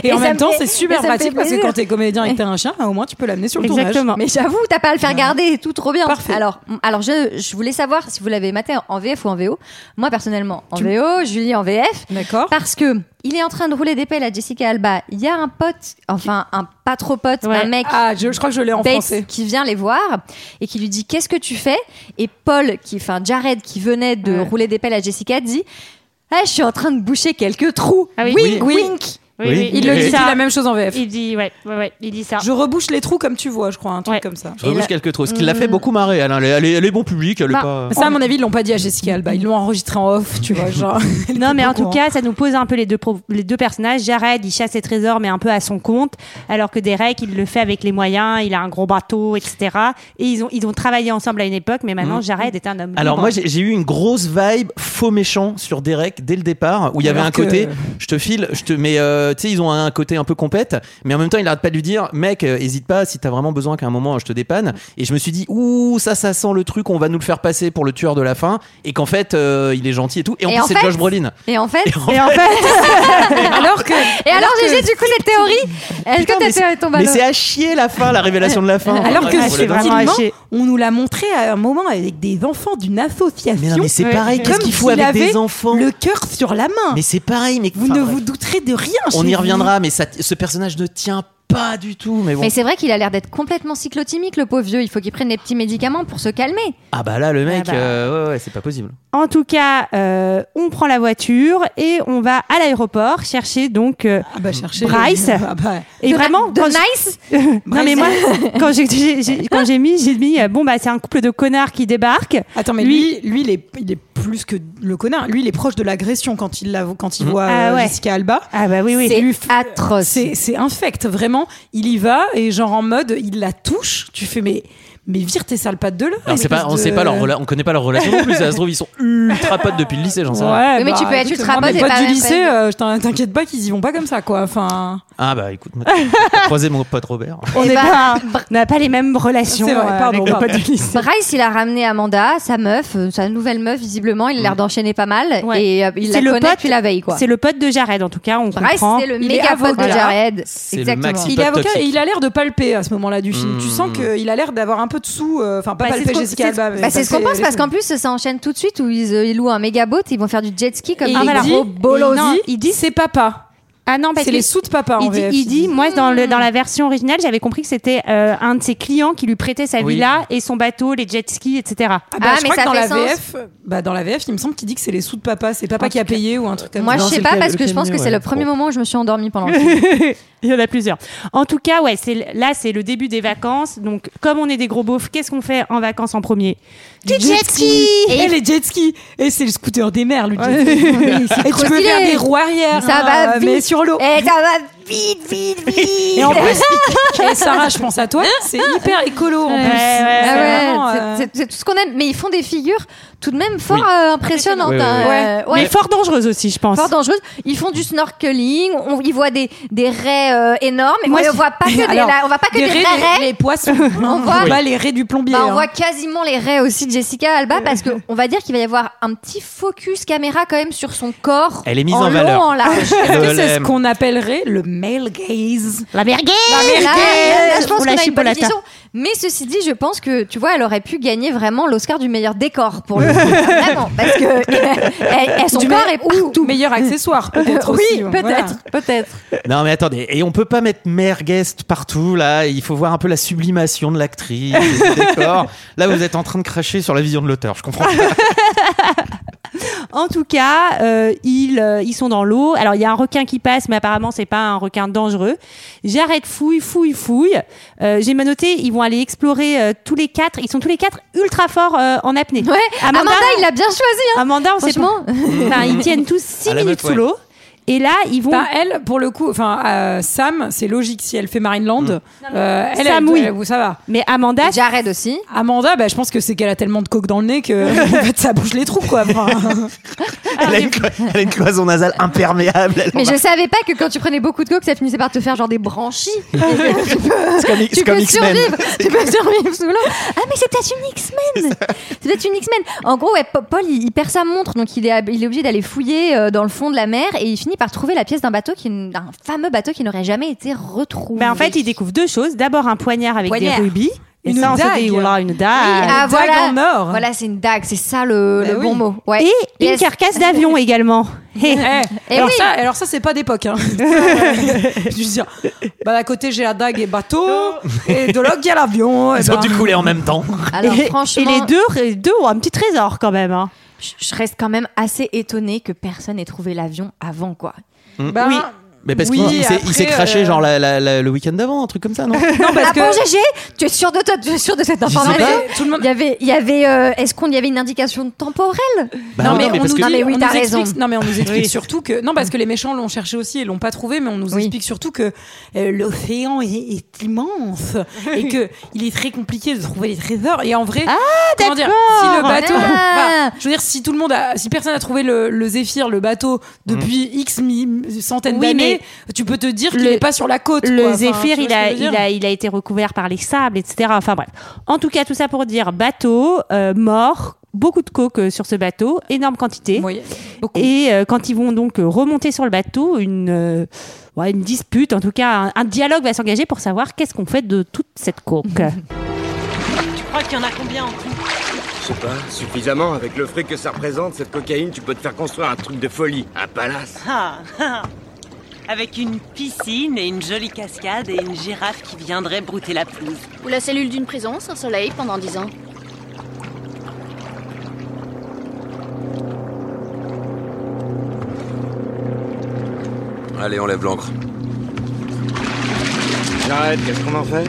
J: Et,
F: Et
J: en
F: ça
J: même
F: me
J: temps,
F: fait-
J: c'est
F: et
J: super
F: ça me
J: pratique
F: fait
J: parce que
F: plaisir.
J: quand t'es comédien et que t'as un chien, bah, au moins tu peux l'amener sur le tournage.
A: Exactement.
F: Mais j'avoue, t'as pas à le faire garder et tout, trop bien.
J: Parfait.
F: Alors, alors je, je voulais savoir si vous l'avez maté en VF ou en VO. Moi, personnellement, en VO, Julie en VF.
J: D'accord.
F: Parce que il est en train de rouler des pelles à Jessica Alba. Il y a un pote, enfin un pas trop pote,
A: Ouais.
F: un mec.
J: Ah, je, je crois que je l'ai en
F: Bates,
J: français.
F: qui vient les voir et qui lui dit qu'est-ce que tu fais et Paul qui enfin Jared qui venait de
A: Ouais.
F: rouler des pelles à Jessica dit ah, je suis en train de boucher quelques trous
A: Ah oui.
F: wink
J: Oui.
F: wink
A: Oui,
G: Oui.
A: oui,
J: Il le
A: dit
J: dit,
A: ça.
J: la même chose en VF.
A: Il dit, ouais, ouais, ouais, il dit ça.
J: Je rebouche les trous comme tu vois, je crois, un truc
A: Ouais.
J: comme ça.
G: Je rebouche
F: là-
G: quelques trous. Ce qui l'a fait beaucoup marrer, Alain. Elle est, elle est- elle est bon public, elle est
A: Bah,
G: pas. euh.
J: Ça, à mon avis, ils l'ont pas dit à Jessica Alba. Ils l'ont enregistré en off, tu vois. Genre, elle
A: Non,
J: était
A: mais
J: pas
A: en
J: au
A: tout
J: courant.
A: cas, ça nous pose un peu les deux, pro- les deux personnages. Jared, il chasse ses trésors, mais un peu à son compte, alors que Derek, il le fait avec les moyens, il a un gros bateau, etc. Et ils ont, ils ont travaillé ensemble à une époque, mais maintenant, Jared est un homme.
G: Alors
A: libre.
G: moi j'ai j'ai eu une grosse vibe faux méchant sur Derek dès le départ où il y avait
J: Alors
G: un
J: que-
G: côté je te file je te mais euh, tu sais ils ont un côté un peu compète mais en même temps il arrête pas de lui dire mec euh, hésite pas si t'as vraiment besoin qu'à un moment je te dépanne et je me suis dit ouh ça ça sent le truc on va nous le faire passer pour le tueur de la fin et qu'en fait euh, il est gentil et tout et en
F: Et
G: plus
F: en
G: c'est
F: fait-
G: Josh Brolin
F: et en fait
G: Et en
A: Et en fait,
J: Alors que.
F: et alors,
J: que-
F: GG du coup les théories est-ce que
G: Putain, mais
F: t'as
G: c'est-
F: fait bah, ton
G: mais
F: ballon
G: c'est à chier la fin la révélation de la fin
J: Alors que
A: Ah, c'est vraiment
J: subtilement,
A: haché.
J: on nous l'a montré à un moment avec des enfants d'une association.
G: mais non mais c'est
A: Ouais.
G: pareil qu'est-ce
J: Comme
G: qu'il faut
J: s'il
G: avec
J: avait
G: des enfants
J: Le cœur sur la main.
G: mais c'est pareil mais
J: vous
G: enfin,
J: ne
G: bref.
J: vous douterez de rien.
G: on
J: chez
G: y
J: vous.
G: reviendra, mais ça- ce personnage ne tient pas du tout, mais bon.
F: Mais c'est vrai qu'il a l'air d'être complètement cyclotimique, le pauvre vieux. Il faut qu'il prenne des petits médicaments pour se calmer.
G: Ah bah là, le mec,
F: Ah bah.
G: euh, ouais, ouais, c'est pas possible.
A: En tout cas, euh, on prend la voiture et on va à l'aéroport chercher donc euh, Bryce.
J: bah, Ah bah.
A: Et
J: De
A: vraiment,
J: na- de
A: quand je-
J: nice
A: non mais moi, quand j'ai- j'ai j'ai- quand j'ai mis, j'ai mis euh, bon bah c'est un couple de connards qui débarquent.
J: Attends, mais lui, lui, il, est, il est plus que le connard. Lui, il est proche de l'agression quand il, la, quand il voit
A: Ah
J: euh,
A: ouais.
J: Jessica Alba.
A: Ah bah oui, oui.
F: C'est atroce.
J: C'est, c'est infect, vraiment. Il y va et genre en mode, il la touche. Tu fais, mais, mais vire tes sales pattes de là.
G: Alors, c'est pas, on sait pas leur rela- on connaît pas leur relation non plus. Ça se trouve, ils sont ultra potes depuis le lycée, j'en sais rien.
J: Ouais, bah,
F: Oui, mais tu peux être
J: écoute,
F: ultra
J: moi,
F: pote
J: mes
F: et
J: potes
F: pas-
J: du
F: pas-
J: lycée, euh, je t'in- t'inquiète pas qu'ils y vont pas comme ça, quoi. Enfin,
G: Ah bah écoute, moi, croisez mon pote Robert.
A: On
F: Eh
A: n'est
F: bah,
A: pas- on n'a pas les mêmes relations.
J: C'est vrai,
A: euh,
J: pardon,
A: avec nos
J: pardon.
A: potes du lycée.
F: Bryce, il a ramené Amanda, sa meuf, euh, sa nouvelle meuf, visiblement. Il a l'air d'enchaîner pas mal.
A: Ouais.
F: Et euh, il la
A: C'est le
F: connaît
A: pote-
F: depuis la veille, quoi.
A: C'est le pote de Jared en tout cas, on
F: Bryce,
A: comprend.
F: c'est le
J: Il est
F: méga pote de
J: avocat.
F: Jared.
G: le
F: Exactement.
G: maxi.
J: il
G: Pas
J: est avocat
G: toxique. Hmm.
J: et il a l'air de palper à ce moment-là du film. Tu sens qu'il a l'air d'avoir un peu de sous. euh, Enfin, pas
A: Bah, c'est
J: palper
A: ce qu'on-
J: Jessica
A: c'est-
J: Alba. mais
F: Bah, c'est ce qu'on
J: palper
F: pense
J: les
F: parce
J: couilles.
F: qu'en plus ça enchaîne tout de suite où ils, euh, ils louent un méga boat, ils vont faire du jet ski comme
J: Et
F: des
J: il
F: gros
J: dit-
F: bolosy.
J: non, il dit c'est papa.
A: Ah non, parce
J: C'est
A: que-
J: les sous de papa en
A: il dit,
J: VF.
A: il dit, moi dans,
J: Hmm.
A: le, dans la version originale, j'avais compris que c'était euh, un de ses clients qui lui prêtait sa
G: Oui.
A: villa et son bateau, les jet skis, etc.
J: Ah,
F: Ah,
J: bah, je
F: mais
J: crois
F: ça
J: que dans
F: fait
J: la
F: sens.
J: VF, bah, dans la VF, il me semble qu'il dit que c'est les sous de papa. C'est papa qui a payé ou un truc comme
F: Moi
J: ça.
F: je
G: c'est
F: sais
G: le
F: pas
G: cas-
F: parce
G: le
F: que je
G: cas
F: pense
G: mieux,
F: que c'est
G: ouais.
F: le premier
G: Bon.
F: moment où je me suis endormie pendant le film.
A: Il y en a plusieurs. En tout cas, ouais, c'est là c'est le début des vacances. Donc comme on est des gros beaufs, qu'est-ce qu'on fait en vacances en premier Du jet ski.
J: Et, les jet skis Et c'est le scooter des mers, le jet ski. Et
F: trop
J: tu peux
F: stylé.
J: faire des roues arrière.
F: Ça
J: hein,
F: va
J: Mais
F: vite.
J: sur l'eau.
F: Eh, ça va vite, vite, vite
J: Et en plus, eh, Sarah, je pense à toi, c'est hyper écolo en plus.
A: ouais, ouais,
J: C'est
F: Ah ouais,
J: vraiment,
F: c'est-
J: euh,
F: c'est- c'est tout ce qu'on aime, mais ils font des figures tout de même fort
G: Oui.
F: euh, impressionnantes.
G: Oui, oui,
F: hein,
G: oui.
F: euh, ouais,
A: Mais fort dangereuse aussi, je pense.
F: fort dangereuses. Ils font du snorkeling, on, ils voient des, des raies euh, énormes, mais
A: Moi,
F: on ne voit pas que des,
J: Alors,
F: la- on voit pas que
J: les
F: des
J: raies,
F: vraies
J: les-
F: raies.
J: les poissons.
F: On voit-
J: pas les raies du plombier.
F: Bah, on
J: hein.
F: voit quasiment les raies aussi de Jessica Alba parce que on va dire qu'il va y avoir un petit focus caméra quand même sur son corps.
G: Elle est mise
F: en,
G: en
F: long,
G: valeur.
F: En large.
J: Est-ce que
G: Le-
J: c'est ce
G: le-
J: qu'on appellerait le male gaze
A: La merguez.
F: Là, là, je pense
A: On
F: qu'on
A: la
F: a une bonne
A: chipolata.
F: définition. Mais ceci dit, je pense que tu vois, elle aurait pu gagner vraiment l'Oscar du meilleur décor pour le coup. Vraiment, parce que elle, elle- son
J: Du
F: corps
J: me-
F: est partout.
J: ou meilleur accessoire peut-être
F: Mmh. Euh, oui,
A: hein,
J: aussi,
F: peut-être,
J: voilà.
F: peut-être.
G: Non mais attendez, et on peut pas mettre merguez partout là, il faut voir un peu la sublimation de l'actrice, et du décor. Là vous êtes en train de cracher sur la vision de l'auteur, je comprends pas.
A: En tout cas, euh, ils, euh, ils sont dans l'eau. Alors, il y a un requin qui passe, mais apparemment, c'est pas un requin dangereux. J'arrête, fouille, fouille, fouille. Euh, J'ai noté, ils vont aller explorer euh, tous les quatre. Ils sont tous les quatre ultra forts euh, en apnée.
F: Ouais. Amanda, il l'a bien choisi. Hein.
A: Amanda, on sait pas.
F: Franchement,
A: Enfin, ils tiennent tous six
G: Mmh. À la
A: minutes
G: meuf,
A: sous
G: ouais.
A: l'eau. Et là, ils vont.
J: Bah, elle, pour le coup, enfin euh, Sam, c'est logique si elle fait Marineland. euh, elle,
A: Sam,
J: elle-
A: oui.
J: elle- ça va.
A: Mais Amanda,
F: Jared aussi.
G: Ah,
J: Amanda, bah, je pense que c'est qu'elle a tellement de coke dans le nez que en fait, ça bouge les trous quoi. Enfin,
G: Elle a une, clo- elle a une cloison nasale imperméable. elle en
F: Mais
G: a-
F: je savais pas que quand tu prenais beaucoup de coke, ça finissait par te faire genre des branchies. tu
G: c'est comme, c'est
F: peux
G: comme X-Men.
F: survivre, tu peux survivre sous l'eau. Ah mais c'est peut-être une X-Men. C'est peut-être une X-Men. En gros, ouais, Pa- Paul il, il perd sa montre, donc il est, hab- il est obligé d'aller fouiller euh, dans le fond de la mer et il finit par trouver la pièce d'un bateau qui, n- d'un fameux bateau qui n'aurait jamais été retrouvé.
A: bah, en fait, ils découvrent deux choses. D'abord, un poignard avec
F: Poignard.
A: des rubis. Et
J: Une
A: ça, on se
J: dague.
A: dit, oula, une dague.
F: ah,
J: dague
F: voilà,
J: en or.
F: Voilà, c'est une dague, c'est ça le,
J: Bah
F: le
J: oui.
F: bon mot. Ouais.
A: Et une
F: Yes.
A: carcasse d'avion également. Hé.
J: eh,
F: Eh
J: alors,
F: oui.
J: ça, alors ça, c'est pas d'époque. Hein. je veux dire, bah, d'un côté j'ai la dague et bateau, et de l'autre il y a l'avion. et
G: Ils ont
J: bah,
G: dû couler en même temps.
F: Alors
A: et,
F: franchement,
A: et les deux, les deux ont un petit trésor quand même. hein.
F: je je reste quand même assez étonnée que personne ait trouvé l'avion avant quoi.
J: bah,
A: Oui.
G: Hmm. Mais parce
J: Oui,
G: qu'il il s'est-
J: après,
G: il s'est craché
J: euh,
G: genre la- la- la- le week-end d'avant, un truc comme ça, non Bah,
J: Non, parce
F: ah
J: que
F: bon, GG Tu es sûr de toi Tu es sûr de cette
G: sais
F: information
G: pas.
J: Tout le monde-
F: Il y avait, il y avait euh, est-ce qu'on y avait une indication temporelle
G: Bah
J: non, mais on
G: parce
J: nous
G: que-
J: dit,
F: Non, mais oui,
J: on
F: t'as
J: nous
F: raison.
J: explique- non, mais on nous explique
A: Oui.
J: surtout que. Non, parce que les méchants l'ont cherché aussi et l'ont pas trouvé, mais on nous
F: Oui.
J: explique surtout que euh, l'océan est, est immense et que il est très compliqué de trouver les trésors. Et en vrai,
A: Ah,
J: comment dire, si le bateau.
F: Ah.
J: enfin, je veux dire, si tout le monde a. Si personne a trouvé le, le Zéphyr, le bateau, depuis
I: Mm.
J: X mi- centaines
A: Oui,
J: d'années, tu peux te dire qu'il
A: Le-
J: n'est pas sur la côte.
A: Le
J: quoi. Enfin, tu
A: zéphyr,
J: vois
A: il
J: ce que
A: a,
J: je veux dire
A: il, a, il a été recouvert par les sables, etc. Enfin bref. En tout cas, tout ça pour dire bateau, euh, mort, beaucoup de coke euh, sur ce bateau, énorme quantité.
J: Oui, beaucoup.
A: Et euh, quand ils vont donc euh, remonter sur le bateau, une, euh, ouais, une dispute, en tout cas, un, un dialogue va s'engager pour savoir qu'est-ce qu'on fait de toute cette coke.
K: Je crois qu'il y en a combien en tout
I: Je sais pas, suffisamment. Avec le fric que ça représente, cette cocaïne, tu peux te faire construire un truc de folie, un palace.
K: Ah, ah.
L: Avec une piscine et une jolie cascade et une girafe qui viendrait brouter la pelouse.
H: Ou la cellule d'une prison sans soleil pendant 10 ans.
E: Allez, on lève l'encre.
I: J'arrête, qu'est-ce qu'on en fait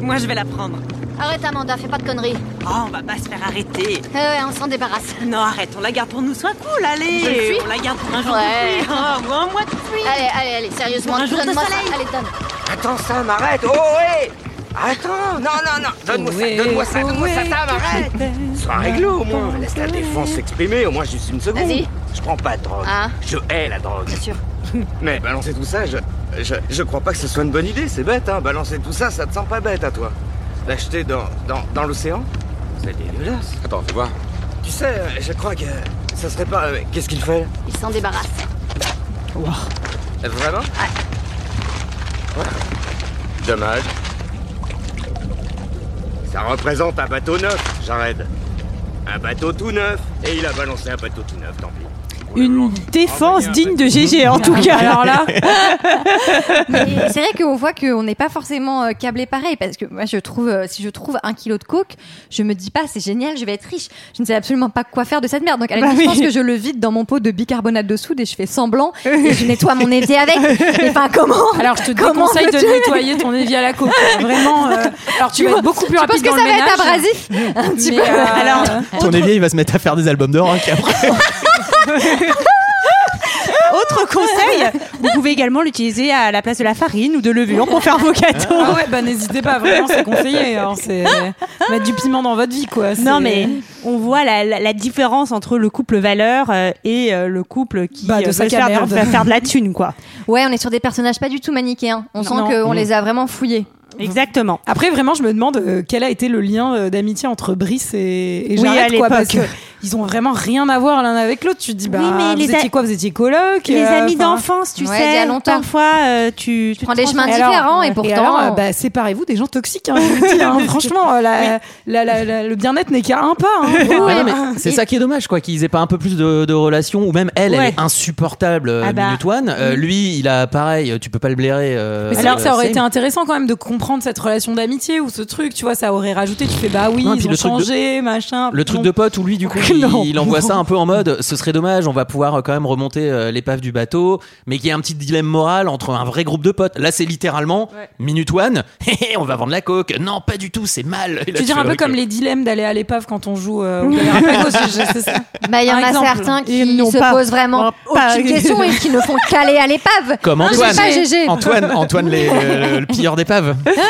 L: Moi, je vais la prendre.
H: Arrête Amanda, fais pas de conneries. Eh
L: Oh, on va pas se faire arrêter.
H: Ouais, ouais, on s'en débarrasse.
L: Non, arrête, on la garde pour nous, sois cool, allez.
H: Je le suis.
L: on la garde pour un jour
H: Ouais.
L: de pluie. Oh, ou un mois de pluie.
H: Allez, allez, allez, sérieusement,
L: Pour un jour de
H: donne-moi ça.
L: soleil.
H: Allez, donne.
I: Attends, Sam, arrête Oh, hé Attends, non, non, non Donne-moi ça, donne-moi ça, donne-moi ça, Sam, arrête Sois réglo, au moins Laisse la défense s'exprimer, au moins juste une seconde
H: Vas-y.
I: Je prends pas de drogue.
H: Ah.
I: Je hais la drogue.
H: Bien sûr.
I: Mais balancer tout ça, je, je, je crois pas que ce soit une bonne idée, c'est bête, hein Balancer tout ça, ça te sent pas bête à toi. L'acheter dans, dans, dans l'océan C'est dégueulasse.
E: Attends, fais voir.
I: Tu sais, euh, je crois que ça serait pas... euh, Qu'est-ce qu'il fait
H: Il s'en débarrasse.
I: Euh, Vraiment Ouais. Dommage. Ça représente un bateau neuf, Jared. Un bateau tout neuf. Et il a balancé un bateau tout neuf, tant pis.
A: Une défense digne de GG en tout cas.
I: Alors là.
F: Mais c'est vrai qu'on voit qu'on n'est pas forcément euh, câblé pareil parce que moi je trouve euh, si je trouve un kilo de coke je me dis pas c'est génial je vais être riche je ne sais absolument pas quoi faire de cette merde donc à la
A: Bah
F: limite, je
A: oui.
F: pense que je le vide dans mon pot de bicarbonate de soude et je fais semblant et je nettoie mon évier avec mais enfin comment
J: Alors, je te
F: Comment
J: déconseille de
F: veux-tu
J: nettoyer ton évier à la coke. Vraiment. euh, alors, tu vas être beaucoup plus
F: Je pense
J: rapide
F: que
J: dans
F: ça
J: le
F: va
J: ménage.
F: être abrasif un petit
J: Mais,
F: peu
J: euh,
F: alors
G: Ton évier, il va se mettre à faire des albums de rock après.
A: Autre conseil, vous pouvez également l'utiliser à la place de la farine ou de levure pour faire vos gâteaux.
J: Ah ouais, bah n'hésitez pas, vraiment, c'est conseillé. hein, c'est mettre du piment dans votre vie, quoi. c'est-
A: Non mais on voit la, la- la différence entre le couple valeur euh, et euh, le couple qui
J: Bah, de
A: euh, veut
J: sac à
A: faire, de-
J: merde.
A: faire- faire de la thune quoi.
F: ouais on est sur des personnages pas du tout manichéens on sent
J: Non.
F: qu'on les a vraiment fouillés
A: Exactement.
J: Après, vraiment, je me demande euh, quel a été le lien euh, d'amitié entre Brice et, et
A: Oui, à
J: Jared,
A: l'époque.
J: quoi, parce que ils ont vraiment rien à voir l'un avec l'autre. Tu te dis, bah,
A: Oui, mais
J: vous
A: les a-
J: étiez quoi Vous étiez coloc
A: les
J: euh,
A: amis
J: enfin,
A: d'enfance, tu
F: Ouais,
A: sais,
F: il y a longtemps.
A: parfois euh, tu, tu
F: prends des
A: te
F: chemins
A: transformes.
J: alors,
F: différents et
J: ouais,
F: pourtant
J: alors, euh, bah, séparez-vous des gens toxiques. hein, je vous le dis, hein. Franchement, euh, la- la- la- la- le bien-être n'est qu'à un pas. hein.
G: Ah non, mais c'est ça qui est dommage, quoi, qu'ils aient pas un peu plus de, de relations, ou même elle, elle
A: Ouais.
G: est insupportable, euh,
A: Ah bah.
G: Minutoine. Euh, lui, il a pareil, tu peux pas le blairer. euh,
J: Mais c'est vrai
G: euh,
J: que ça aurait
G: same.
J: été intéressant quand même de comprendre cette relation d'amitié ou ce truc, tu vois, ça aurait rajouté, tu fais bah oui,
G: Non, et puis
J: ils ont
G: le truc de-
J: changé, machin.
G: Le truc
J: Bon.
G: de pote où lui, du coup, il,
J: Non.
G: il envoie ça un peu en mode ce serait dommage, on va pouvoir euh, quand même remonter euh, l'épave du bateau, mais qu'il y a un petit dilemme moral entre un vrai groupe de potes. Là, c'est littéralement Minute One, hé, hé, on va vendre la coke. Non, pas du tout, c'est mal. Et là,
J: Tu veux dire un
G: fais,
J: peu
G: ok.
J: comme les dilemmes d'aller à l'épave quand on joue euh, au Galapagos, je- je- c'est ça.
F: Bah, il y en
J: Par
F: a
J: exemple,
F: certains qui
A: ils n'ont
F: se
A: pas-
F: posent vraiment
A: n'ont pas-
F: aucune question et qui ne font qu'aller à l'épave.
G: Comme
F: Non, j'ai
G: Antoine.
F: pas GG.
G: Antoine, Antoine les, euh, le pilleur d'épave.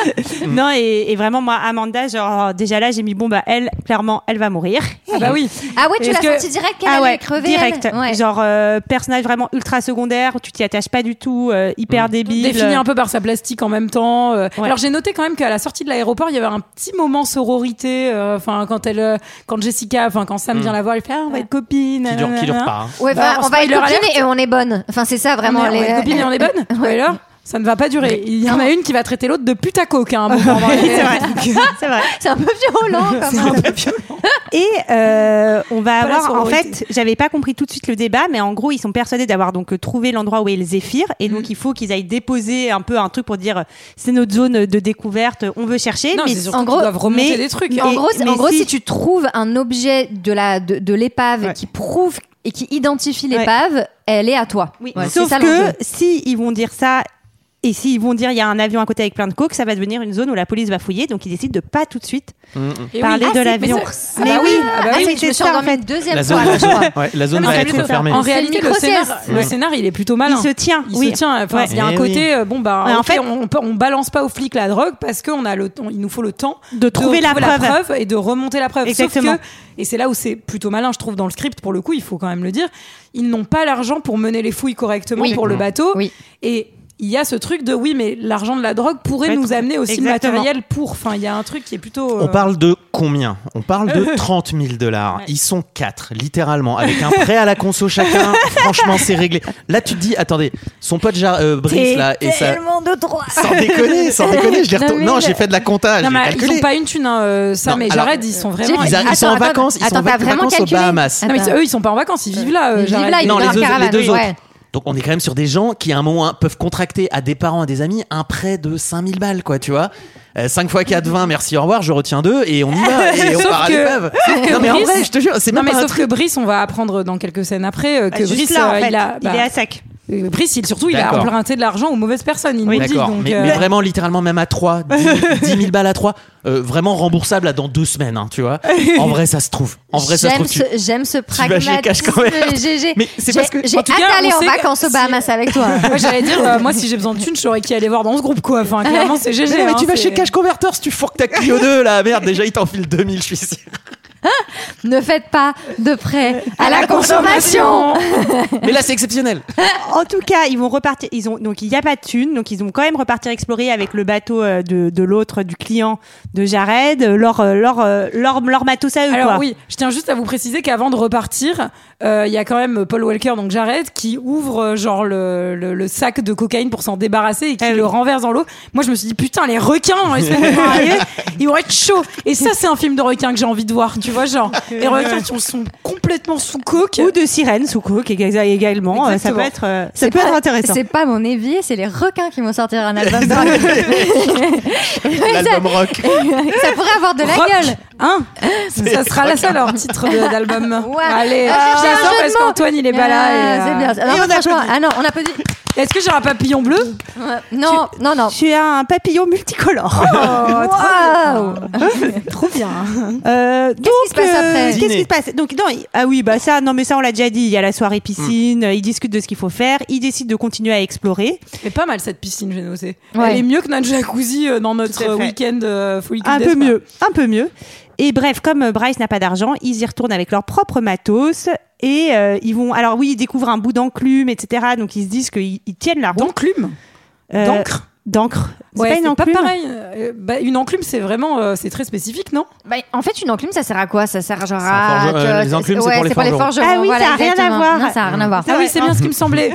A: Non et, et vraiment moi Amanda genre déjà là j'ai mis bon bah elle clairement elle va mourir.
J: Ah bah oui.
F: Ah ouais, tu l'as
A: Parce que-
F: senti direct qu'elle
A: ah
F: allait
A: ouais,
F: crever.
A: direct.
F: elle Ouais.
A: Genre euh, personnage vraiment ultra secondaire, tu t'y attaches pas du tout, euh, hyper débile.
J: Défini un peu par sa plastique en même temps. euh.
A: Ouais.
J: Alors j'ai noté quand même qu'à la sortie de l'aéroport, il y avait un petit moment sororité. euh, Enfin quand elle, euh, quand Jessica, enfin quand Sam
G: Mm.
J: vient la voir, elle fait ah, on va être copines.
G: Qui dure, qui dure
J: nanana.
G: pas. hein.
F: Ouais,
J: Bah,
F: enfin, on va être
J: spoiler
F: copines
J: alert.
F: et on est bonnes. Enfin, c'est ça vraiment.
J: On est- on
F: les-
J: est copines et on est bonnes. Spoiler, ça ne va pas durer. Il y en a une qui va traiter l'autre de pute à coke. hein, à un moment.
A: c'est vrai. C'est vrai.
F: C'est un peu violent quand même.
A: Et euh, on va
J: Pas la
A: avoir, en
J: sororité.
A: fait, j'avais pas compris tout de suite le débat, mais en gros, ils sont persuadés d'avoir donc euh, trouvé l'endroit où est le zéphyr, et donc
J: Mm.
A: il faut qu'ils aillent déposer un peu un truc pour dire euh, c'est notre zone de découverte, on veut chercher.
J: Non,
A: mais
J: c'est surtout
F: en
J: qu'ils
F: gros-
J: doivent remonter
A: mais-
J: des
G: Mm,
J: trucs.
A: mais-
J: hein.
F: En gros, c'est- en
A: mais
F: gros, si...
A: si-
F: tu trouves un objet de la de, de l'épave qui prouve et qui identifie
A: Ouais.
F: l'épave, elle est à toi.
A: Oui.
F: Ouais, c'est
A: Sauf
F: ça
A: que
F: l'enjeu.
A: si ils vont dire ça. Et s'ils vont dire il y a un avion à côté avec plein de coke, ça va devenir une zone où la police va fouiller. Donc ils décident de pas tout de suite
G: mm.
J: Et oui.
A: parler
J: Ah,
A: de
J: c'est-
A: l'avion.
J: mais ça-
A: Mais
J: ah bah
A: oui,
J: ah bah
F: Ah,
J: oui,
F: c'est
A: oui,
F: que je
A: c'est
F: me suis
A: ça, en
F: endormie
A: fait.
F: une deuxième
G: La
F: fois.
G: zone,
F: je crois.
G: ouais, la zone
J: Non, mais
G: va
J: ça
G: être
J: fait-
G: fermée.
J: En
F: C'est
J: réalité,
F: le
J: le scénar,
F: micro-sieste.
J: le
G: Mm.
J: scénar, il est plutôt malin.
A: Il se tient.
J: Il
A: oui.
J: se tient. Enfin,
A: Ouais.
J: il y a un
G: Eh
J: côté, euh, bon, bah,
A: Ouais, en
J: ok,
A: fait-
J: on, peut- on balance pas aux flics la drogue parce qu'on a le temps, il nous faut le temps
A: De trouver la
J: retrouver
A: preuve.
J: et de remonter la preuve. Sauf
A: Exactement.
J: que- et c'est là où c'est plutôt malin, je trouve, dans le script, pour le coup, il faut quand même le dire. Ils n'ont pas l'argent pour mener les fouilles correctement
F: Oui.
J: pour le bateau.
F: Oui.
J: Et il y a ce truc de oui, mais l'argent de la drogue pourrait nous amener aussi le
G: Exactement.
J: matériel pour. Enfin, il y a un truc qui est plutôt. euh,
G: On parle de combien On parle de 30 000 dollars. Ils sont quatre, littéralement, avec un prêt à la conso chacun. Franchement, c'est réglé. Là, tu te dis, attendez, son pote Jar- euh, Brice,
J: T'es
G: là, et ça.
F: tellement de droit.
G: Sans déconner, sans déconner, je l'ai
J: Non,
G: retourné.
J: mais
G: Non,
J: le-
G: j'ai fait de la compta,
J: Non,
G: j'ai
J: mais
G: calculé.
J: ils ont pas une thune, hein, euh, ça,
G: Non,
J: mais
G: alors,
J: Jared, ils sont
G: Ils-
J: vraiment.
G: ils sont en vacances, ils sont en vacances aux Bahamas.
J: Non, mais eux, ils sont pas en vacances, ils vivent là. euh,
F: Ils vivent
J: Jared.
F: là, ils
G: non, les
F: leur
G: deux,
F: caravane,
G: les deux autres.
F: ouais.
G: Donc on est quand même sur des gens qui à un moment hein, peuvent contracter à des parents, à des amis un prêt de 5000 balles quoi, tu vois. Euh, 5 x 4, 20, merci, au revoir, je retiens deux et on y va et on
J: Sauf
G: part à
J: que-
G: l'épave.
J: sauf que
G: Non mais en
J: Brice-
G: vrai, je te jure, c'est
J: Non,
G: même
J: mais
G: pas un
J: sauf
G: truc.
J: que Brice, on va apprendre dans quelques scènes après euh,
A: Bah,
J: que
A: juste
J: Brice,
A: là, en
J: euh,
A: fait.
J: il a.
A: Il est à sec.
J: Euh, Brice, il, surtout, il a
G: D'accord.
J: emprunté de l'argent aux mauvaises personnes. Il nous dit,
G: D'accord,
J: donc,
G: mais,
J: euh,
G: mais vraiment littéralement même à 3, 10, 10 000 balles à 3, vraiment remboursable à dans deux semaines, hein, tu vois. En vrai, ça se trouve. En vrai, ça se
F: J'aime
G: trouve. tu-
F: ce, j'aime ce
G: vas chez
F: pragmatisme
G: Cash quand même.
F: de GG.
G: Mais c'est
F: J'ai-
G: parce que-
F: j'ai
G: En
F: hâte
G: tout cas,
F: d'aller
G: on
F: en
G: sait-
F: vacances aux Bahamas avec toi.
J: Moi, j'allais dire, euh, moi, si j'ai besoin de thunes, je saurais qui aller voir dans ce groupe, quoi. Enfin, clairement, c'est GG.
G: Mais, non, Eh, mais
J: hein,
G: tu vas
J: c'est-
G: chez Cash Converters, tu fourques ta Clio 2 là, merde, déjà il t'enfile 2000, je suis sûr.
F: Ne faites pas de prêt à, la consommation.
G: Mais là c'est exceptionnel.
A: En tout cas, ils vont repartir. Ils ont donc il n'y a pas de thune, donc ils vont quand même repartir explorer avec le bateau euh, de, de l'autre du client de Jared, euh, leur euh, leur euh, leur, leur matos à eux
J: Alors
A: quoi.
J: oui, je tiens juste à vous préciser qu'avant de repartir, euh, il y a quand même Paul Walker, donc Jared, qui ouvre euh, genre le, le- le sac de cocaïne pour s'en débarrasser et qui le renverse dans l'eau. Moi, je me suis dit putain, les requins, dans les semaines qui vont arriver, ils vont être chauds. Et ça, c'est un film de requins que j'ai envie de voir, tu vois, genre les requins qui sont complètement sous coke.
A: Ou de sirènes sous coke ég- également. euh, Ça
J: Exactement.
A: peut être euh, ça
F: C'est
A: peut
F: pas-
A: être intéressant.
F: C'est pas mon évier, c'est les requins qui vont sortir un album de rock. Ouais, ça,
G: L'album rock.
F: ça pourrait avoir de la
J: Rock,
F: gueule.
J: hein Ça sera là,
F: hein.
J: ça leur titre de- d'album. Allez,
F: Ah,
J: je
F: c'est un
J: l'attends
F: jeu de
J: parce
F: mots.
J: qu'Antoine il est pas là. et,
F: Ah, C'est
J: euh,
F: bien.
A: Et
F: Non,
A: on
F: franchement,
A: applaudit.
F: Ah non, on applaudit.
J: Est-ce que j'aurai un papillon bleu
F: Ouais, Non, non, non.
A: Tu as un papillon multicolore.
F: Oh, Waouh.
J: Trop bien.
A: Euh, donc,
F: se passe après
A: euh,
G: Dîner.
A: qu'est-ce qui se passe Donc, non, il- ah oui, bah ça, non, mais ça, on l'a déjà dit. Il y a la soirée piscine. euh, Ils discutent de ce qu'il faut faire. Ils décident de continuer à explorer.
J: Mais pas mal cette piscine, j'ai noté.
F: Ouais.
J: Elle est mieux que notre jacuzzi euh, dans notre
A: Tout à
J: euh,
A: fait.
J: week-end euh, folie
A: un
J: Kids,
A: peu
J: quoi.
A: mieux, un peu mieux. Et bref, comme euh, Bryce n'a pas d'argent, ils y retournent avec leur propre matos et euh, ils vont. Alors oui, ils découvrent un bout d'enclume, etc. Donc ils se disent qu'ils ils tiennent la route.
J: D'enclume
A: Euh,
J: D'encre
A: D'encre. C'est
J: Ouais,
A: pas une enclume.
J: pareil. Euh, bah, une enclume, c'est vraiment euh, c'est très spécifique, non
F: Bah, en fait, une enclume, ça sert à quoi Ça sert genre
G: un
F: à.
G: forgeron. Euh, les enclumes, c'est
F: ouais,
G: pour les forgerons.
A: Ah oui,
F: voilà,
A: ça a rien à
F: exactement.
A: voir.
F: Non, ça a rien à voir.
A: Ah
J: Ah
A: ouais,
J: oui, c'est bien ce qui me semblait.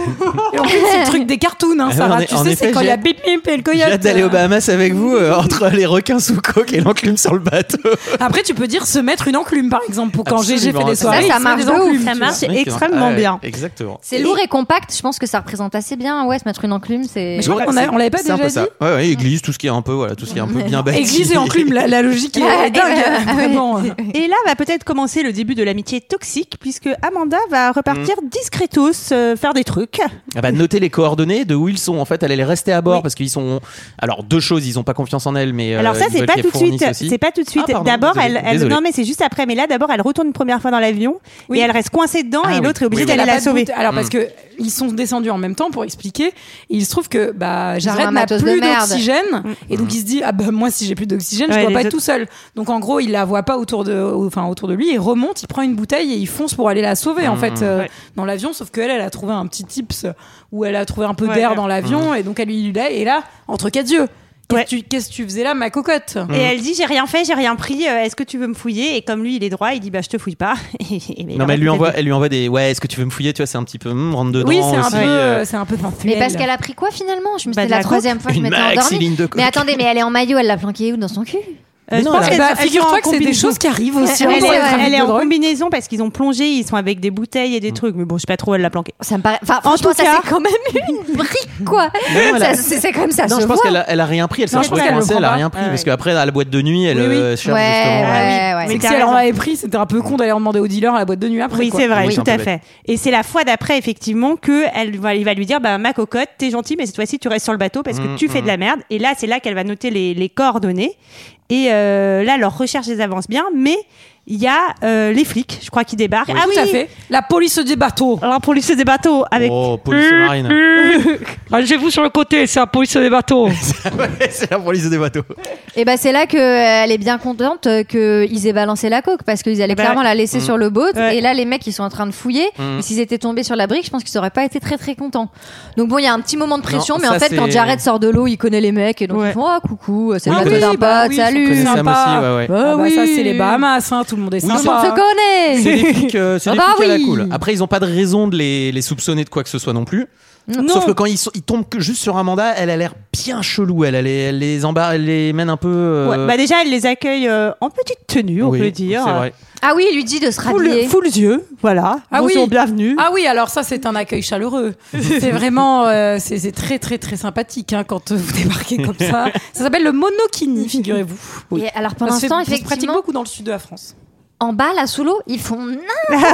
J: Et en plus, c'est le truc des cartoons, hein,
G: Ah ouais,
J: Sarah.
G: en est-
J: tu
G: en
J: sais,
G: effet,
J: c'est quand il y a
G: j'ai-
J: bip bip et le
G: J'ai
J: coyote.
G: hâte d'aller aux Bahamas avec vous euh, entre les requins sous coque et l'enclume sur le bateau.
J: Après, tu peux dire se mettre une enclume, par exemple, pour quand
G: Absolument.
J: GG fait des
G: Ça,
J: soirées.
F: ça
J: il se met
F: marche
J: des
F: de ouf.
J: enclumes,
A: Ça
J: tu
A: marche.
J: vois.
A: C'est extrêmement
G: Ouais,
A: bien.
G: Exactement.
F: C'est lourd et compact. Je pense que ça représente assez bien. Ouais, se mettre une enclume, c'est.
J: Mais je crois qu'on a- on l'avait pas
G: C'est un
J: déjà
G: peu ça.
J: dit.
G: Ouais, ouais, église, tout ce qui est un peu, voilà, tout ce qui est un peu bien
I: Bah,
G: bâti.
J: Église et enclume, la, la logique est
F: Ouais,
J: dingue.
F: et ben,
J: vraiment.
A: Et là va peut-être commencer le début de l'amitié toxique puisque Amanda va repartir
G: Mm.
A: discretos euh, faire des trucs.
G: Ah bah, notez les coordonnées de où ils sont. En fait, elle est restée à bord parce qu'ils sont. Alors, deux choses, ils ont pas confiance en elle, mais. euh,
A: Alors ça
G: ils
A: c'est
G: veulent
A: pas
G: qu'elle
A: tout de suite,
G: fournisse aussi.
A: c'est pas tout de suite.
G: Ah, pardon,
A: D'abord
G: désolé,
A: elle, elle-
G: désolé.
A: non mais c'est juste après. Mais là d'abord elle retourne une première fois dans l'avion
J: Oui.
A: et elle reste coincée dedans
G: Ah
A: et
G: oui.
A: l'autre est obligé
G: Oui,
J: Elle
A: d'aller
J: a
A: la
J: pas de
A: sauver.
J: bout- Alors parce que ils sont descendus en même temps pour expliquer. Et il se trouve que bah
F: ont un
J: Jared n'a
F: matos de
J: plus
F: merde.
J: d'oxygène et donc il se dit ah bah moi si j'ai plus d'oxygène
A: Ouais,
J: je dois
A: les
J: pas être
A: autres-
J: tout seul. Donc en gros il la voit pas autour de enfin autour de lui et remonte il prend une bouteille et il fonce pour aller la sauver en fait euh,
A: Ouais.
J: dans l'avion sauf qu'elle elle a trouvé un petit tips où elle a trouvé un peu
A: Ouais,
J: d'air
A: ouais.
J: dans l'avion et donc elle lui là et là entre quatre yeux qu'est-ce
A: Ouais.
J: que tu- qu'est-ce que tu faisais là ma cocotte
G: Mm.
A: Et elle dit j'ai rien fait, j'ai rien pris. euh, Est-ce que tu veux me fouiller Et comme lui il est droit, il dit bah je te fouille pas. Et- et- il
G: Non, mais elle lui,
A: reste
G: envoie,
A: peut-être-
G: elle lui envoie des. Ouais, est-ce que tu veux me fouiller Tu vois, c'est un petit peu. hum, rentre dedans.
J: oui c'est un
G: aussi,
J: peu
G: euh,
J: c'est un peu
F: Mais
J: sensuel.
F: parce qu'elle a pris quoi finalement Je me
A: Bah,
F: c'était
A: de
F: la,
A: la coke.
F: troisième fois que je
G: Une
F: m'étais
G: maxi
F: endormie.
G: ligne de coke.
F: Mais attendez, mais elle est en maillot, elle l'a planquée où dans son cul
A: Euh,
G: Mais
A: je
G: non,
A: pense
G: elle a-
A: qu'elle-
J: Bah,
A: elle-
J: figure-toi
A: elle
J: que c'est des
A: combinaison.
J: choses qui arrivent
A: Elle,
J: aussi. hein,
A: est-
J: pour
F: ouais,
J: les
F: ouais.
A: elle
J: trafics
A: est
J: de
A: en
J: drogue.
A: combinaison parce qu'ils ont plongé, ils sont avec des bouteilles et
G: Mm.
A: des trucs. Mais bon, je sais pas trop où elle l'a planqué.
F: Ça me paraît. Enfin,
A: En
F: franchement,
A: tout
F: ça
A: cas-
F: c'est quand même une brique, quoi.
G: elle a-
F: Ça, C'est c'est comme ça.
G: Non,
F: se
G: je pense
F: voit.
G: qu'elle a, elle a rien pris. Elle s'est
J: Non, je pense
G: retrouvée
J: qu'elle le
G: coincée, elle a
J: prend
G: rien
J: pas.
G: pris.
J: Ah,
G: Parce
J: ouais.
G: qu'après, à la boîte de nuit, elle
J: Oui, oui.
G: euh, cherche
F: Ouais,
G: justement.
A: Ah
F: ouais,
A: oui.
F: ouais.
A: Mais
J: C'est que
A: t'as
J: si elle en
A: raison.
J: avait pris, c'était un peu con d'aller demander au dealer à la boîte de nuit après.
A: Oui,
J: quoi.
A: c'est vrai,
G: Oui,
A: tout
G: c'est un
A: à
G: peu
A: fait. Et c'est la fois d'après, effectivement, que elle va, il va lui dire, bah, ma cocotte, t'es gentille, mais cette fois-ci, tu restes sur le bateau parce que
G: Mm,
A: tu fais de la merde. Et là, c'est là qu'elle va noter les, les coordonnées. Et euh, là, leur recherche les avance bien, mais il y a euh, les flics, je crois, qui débarquent.
J: Ah Oui, tout à fait.
A: La police des
J: bah,
A: bateaux. La police des bateaux avec.
G: Oh, police marine.
K: Rangez-vous sur le côté, c'est la police des bateaux.
G: c'est la police des bateaux.
F: Et bah c'est là que euh, elle est bien contente euh, qu'ils aient balancé la coke parce qu'ils allaient
A: Bah,
F: clairement la laisser
A: mm.
F: sur le boat
A: Ouais.
F: et là les mecs ils sont en train de fouiller
A: Mm.
F: et s'ils étaient tombés sur la brique je pense qu'ils auraient pas été très très contents. Donc bon il y a un petit moment de pression
A: Non,
F: mais en
A: ça,
F: fait quand
A: c'est-
F: Jared sort de l'eau il connaît les mecs et donc ils font ah coucou c'est le
J: Ah
F: bateau
J: oui,
F: d'un pote
J: bah oui, ils sont
F: salut.
J: connus, sympa.
G: aussi, ouais, ouais.
J: Ah
F: Ah
J: bah
F: oui.
J: ça c'est les Bahamas, hein, tout le monde est
F: Tout le
J: sympa.
F: monde se connaît.
G: C'est des flics, euh, c'est
F: Ah
G: des
F: bah
G: flics à la
F: oui.
G: cool. Après, ils n'ont pas de raison de les, les soupçonner de quoi que ce soit non plus.
F: Non.
G: Sauf que quand ils, sont- ils tombent que juste sur un mandat, elle a l'air bien chelou. Elle, elle, les- elle les embarre, elle les mène un peu. euh,
A: Ouais, bah déjà, elle les accueille euh, en petite tenue, on
G: Oui,
A: peut le dire.
G: c'est vrai.
F: Ah oui, il lui dit de se
A: Full,
J: rhabiller.
A: full yeux, voilà.
J: Ah oui.
A: Bonjour, bienvenue.
J: Ah oui, alors ça c'est un accueil chaleureux. c'est vraiment, euh, c'est c'est très très très sympathique hein, quand euh, vous débarquez comme ça. Ça s'appelle le monokini, figurez-vous.
F: Et alors pendant
J: Ça se
F: ce
J: fait-
F: temps
J: ça se pratique
F: effectivement
J: beaucoup dans le sud de la France.
F: en bas là sous l'eau ils font n'importe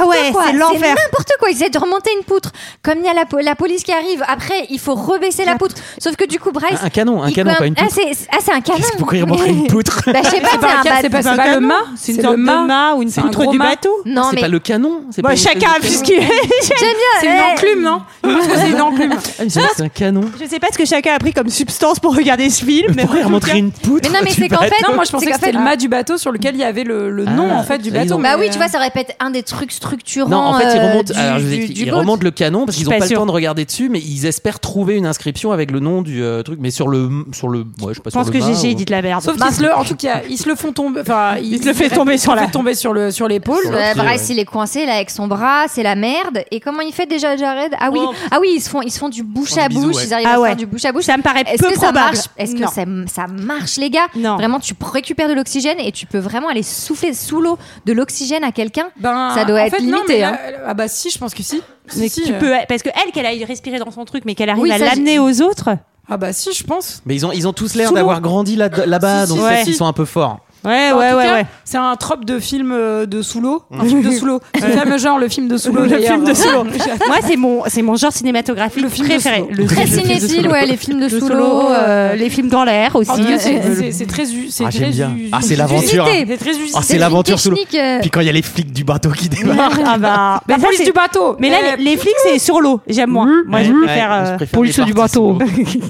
A: Ah ouais,
F: quoi
A: c'est l'enfer.
F: n'importe quoi ils essaient de remonter une poutre comme il y a la, po- la police qui arrive après il faut rebaisser la poutre sauf que du coup Bryce
G: Un- un canon, un
F: Ah, il
G: canon,
F: coin-
G: pas une poutre.
F: ah c'est ah, c'est un canon
G: Pourquoi ils remonteraient une poutre
F: bah, je sais pas,
J: C'est pas un
F: c'est
J: canon,
F: un
J: c'est pas-
F: bateau.
J: c'est pas le mât,
A: C'est une
J: c'est
A: sorte
J: le
A: de
J: mât.
A: mât ou une
J: C'est un
A: poutre
J: gros
A: du
J: mât.
A: bateau.
F: Non,
G: C'est pas le canon. c'est
A: Bah,
G: pas une-
A: chacun a vu ce qu'il
F: J'aime bien,
J: C'est une
F: eh.
J: enclume, non Je pense que c'est une enclume.
G: Ah, mais c'est c'est un canon.
A: Je sais pas ce que chacun a pris comme substance pour regarder ce film, mais
G: Pourquoi
A: en
G: ils
A: tout
G: remonteraient
A: cas-
G: une poutre
F: Mais non, mais
G: du
F: c'est qu'en fait,
G: bateau
J: Non, moi je pensais
F: C'est
J: que
F: qu'en
J: c'était
F: fait- euh,
J: le mât du bateau sur lequel il y avait le, le nom
G: Ah,
J: en fait du
G: ils ont-
J: bateau.
F: bah
J: mais,
F: oui tu
J: euh,
F: vois ça aurait pu être un des trucs structurants
G: Non, en fait, ils
F: euh,
G: remontent,
F: du-
G: alors, je vous
F: du-
G: explique,
F: du
G: ils
F: boat.
G: remontent le canon parce
A: suis
G: qu'ils n'ont
A: pas
G: pas le
A: sûre.
G: temps de regarder dessus, mais ils espèrent trouver une inscription avec le nom du euh, truc. Mais sur le. Sur le ouais, je, sais pas,
A: Je pense
G: sur
A: que
G: le mât
A: GG
G: ou-
A: dit de la merde.
J: Sauf qu'ils se le, en tout cas, ils se le font tomber. Enfin, ils,
A: te le fait tomber sur
J: ils le
A: la-
J: fait tomber sur le sur l'épaule.
G: Sur
F: Ouais,
G: Sorti,
F: Bryce,
G: ouais.
F: il est coincé là avec son bras, c'est la merde. Et comment il fait déjà Jared Ah oui,
A: Oh.
F: ah oui, ils se font, ils se font du bouche
G: font
F: à
G: des bisous,
F: bouche.
G: ouais.
F: Ils arrivent
A: Ah
F: à
A: ouais.
F: faire du bouche à bouche.
A: Ça me paraît
F: Est-ce
A: peu
F: que ça
A: probable.
F: marche Est-ce que
A: Non.
F: ça, ça marche, les gars
A: Non.
F: Vraiment, tu récupères de l'oxygène et tu peux vraiment aller souffler sous l'eau de l'oxygène à quelqu'un.
J: Ben,
F: Ça doit
J: en
F: être
J: fait, non,
F: limité,
J: mais là-
F: hein.
J: Ah bah si, je pense que si.
A: Mais
J: Si,
A: tu
J: euh,
A: peux, parce que elle, qu'elle aille respirer dans son truc, mais qu'elle arrive
F: Oui,
A: à
F: ça,
A: l'amener
F: j'ai-
A: aux autres.
J: Ah bah si, je pense.
G: Mais ils ont, ils ont tous l'air
A: Sous l'eau.
G: d'avoir grandi là- là-bas,
J: Si, si,
G: donc
A: si,
G: peut-être
A: si.
G: ils sont un peu forts.
A: Ouais,
J: En
A: ouais,
J: tout
A: ouais,
J: cas,
A: ouais.
J: C'est un trope de film euh, de sous l'eau, un film de sous l'eau. C'est le fameux genre le film de sous l'eau.
A: Le
J: d'ailleurs.
A: film de solo. Moi, c'est mon, c'est mon genre cinématographique
J: film de
A: préféré.
J: solo.
G: euh,
A: Le
G: Ah,
F: Très
A: le film de
F: cinéphile,
A: solo.
F: ouais, les films de Oh,
A: Le
F: sous
A: solo,
F: l'eau.
A: euh, les films dans l'air aussi.
J: En tout cas, c'est-
A: Euh,
J: c'est- c'est très u- c'est
G: Ah, j'aime
J: très
G: bien.
J: u-
G: Ah, c'est
J: usité.
G: l'aventure.
J: C'est très usité.
G: Ah, c'est l'aventure sous l'eau.
F: technique, euh,
G: Puis quand il y a les flics du bateau qui débarquent.
A: ah bah,
J: La
A: mais ça,
J: police
A: c'est-
J: du bateau.
A: Mais là,
J: Euh,
A: les, les flics, c'est sur l'eau. J'aime moins. Moi, je
G: Ouais,
A: préfère.
G: ouais,
A: euh,
G: je préfère
K: Police
G: les
K: du
G: parties
K: bateau.
G: sous l'eau.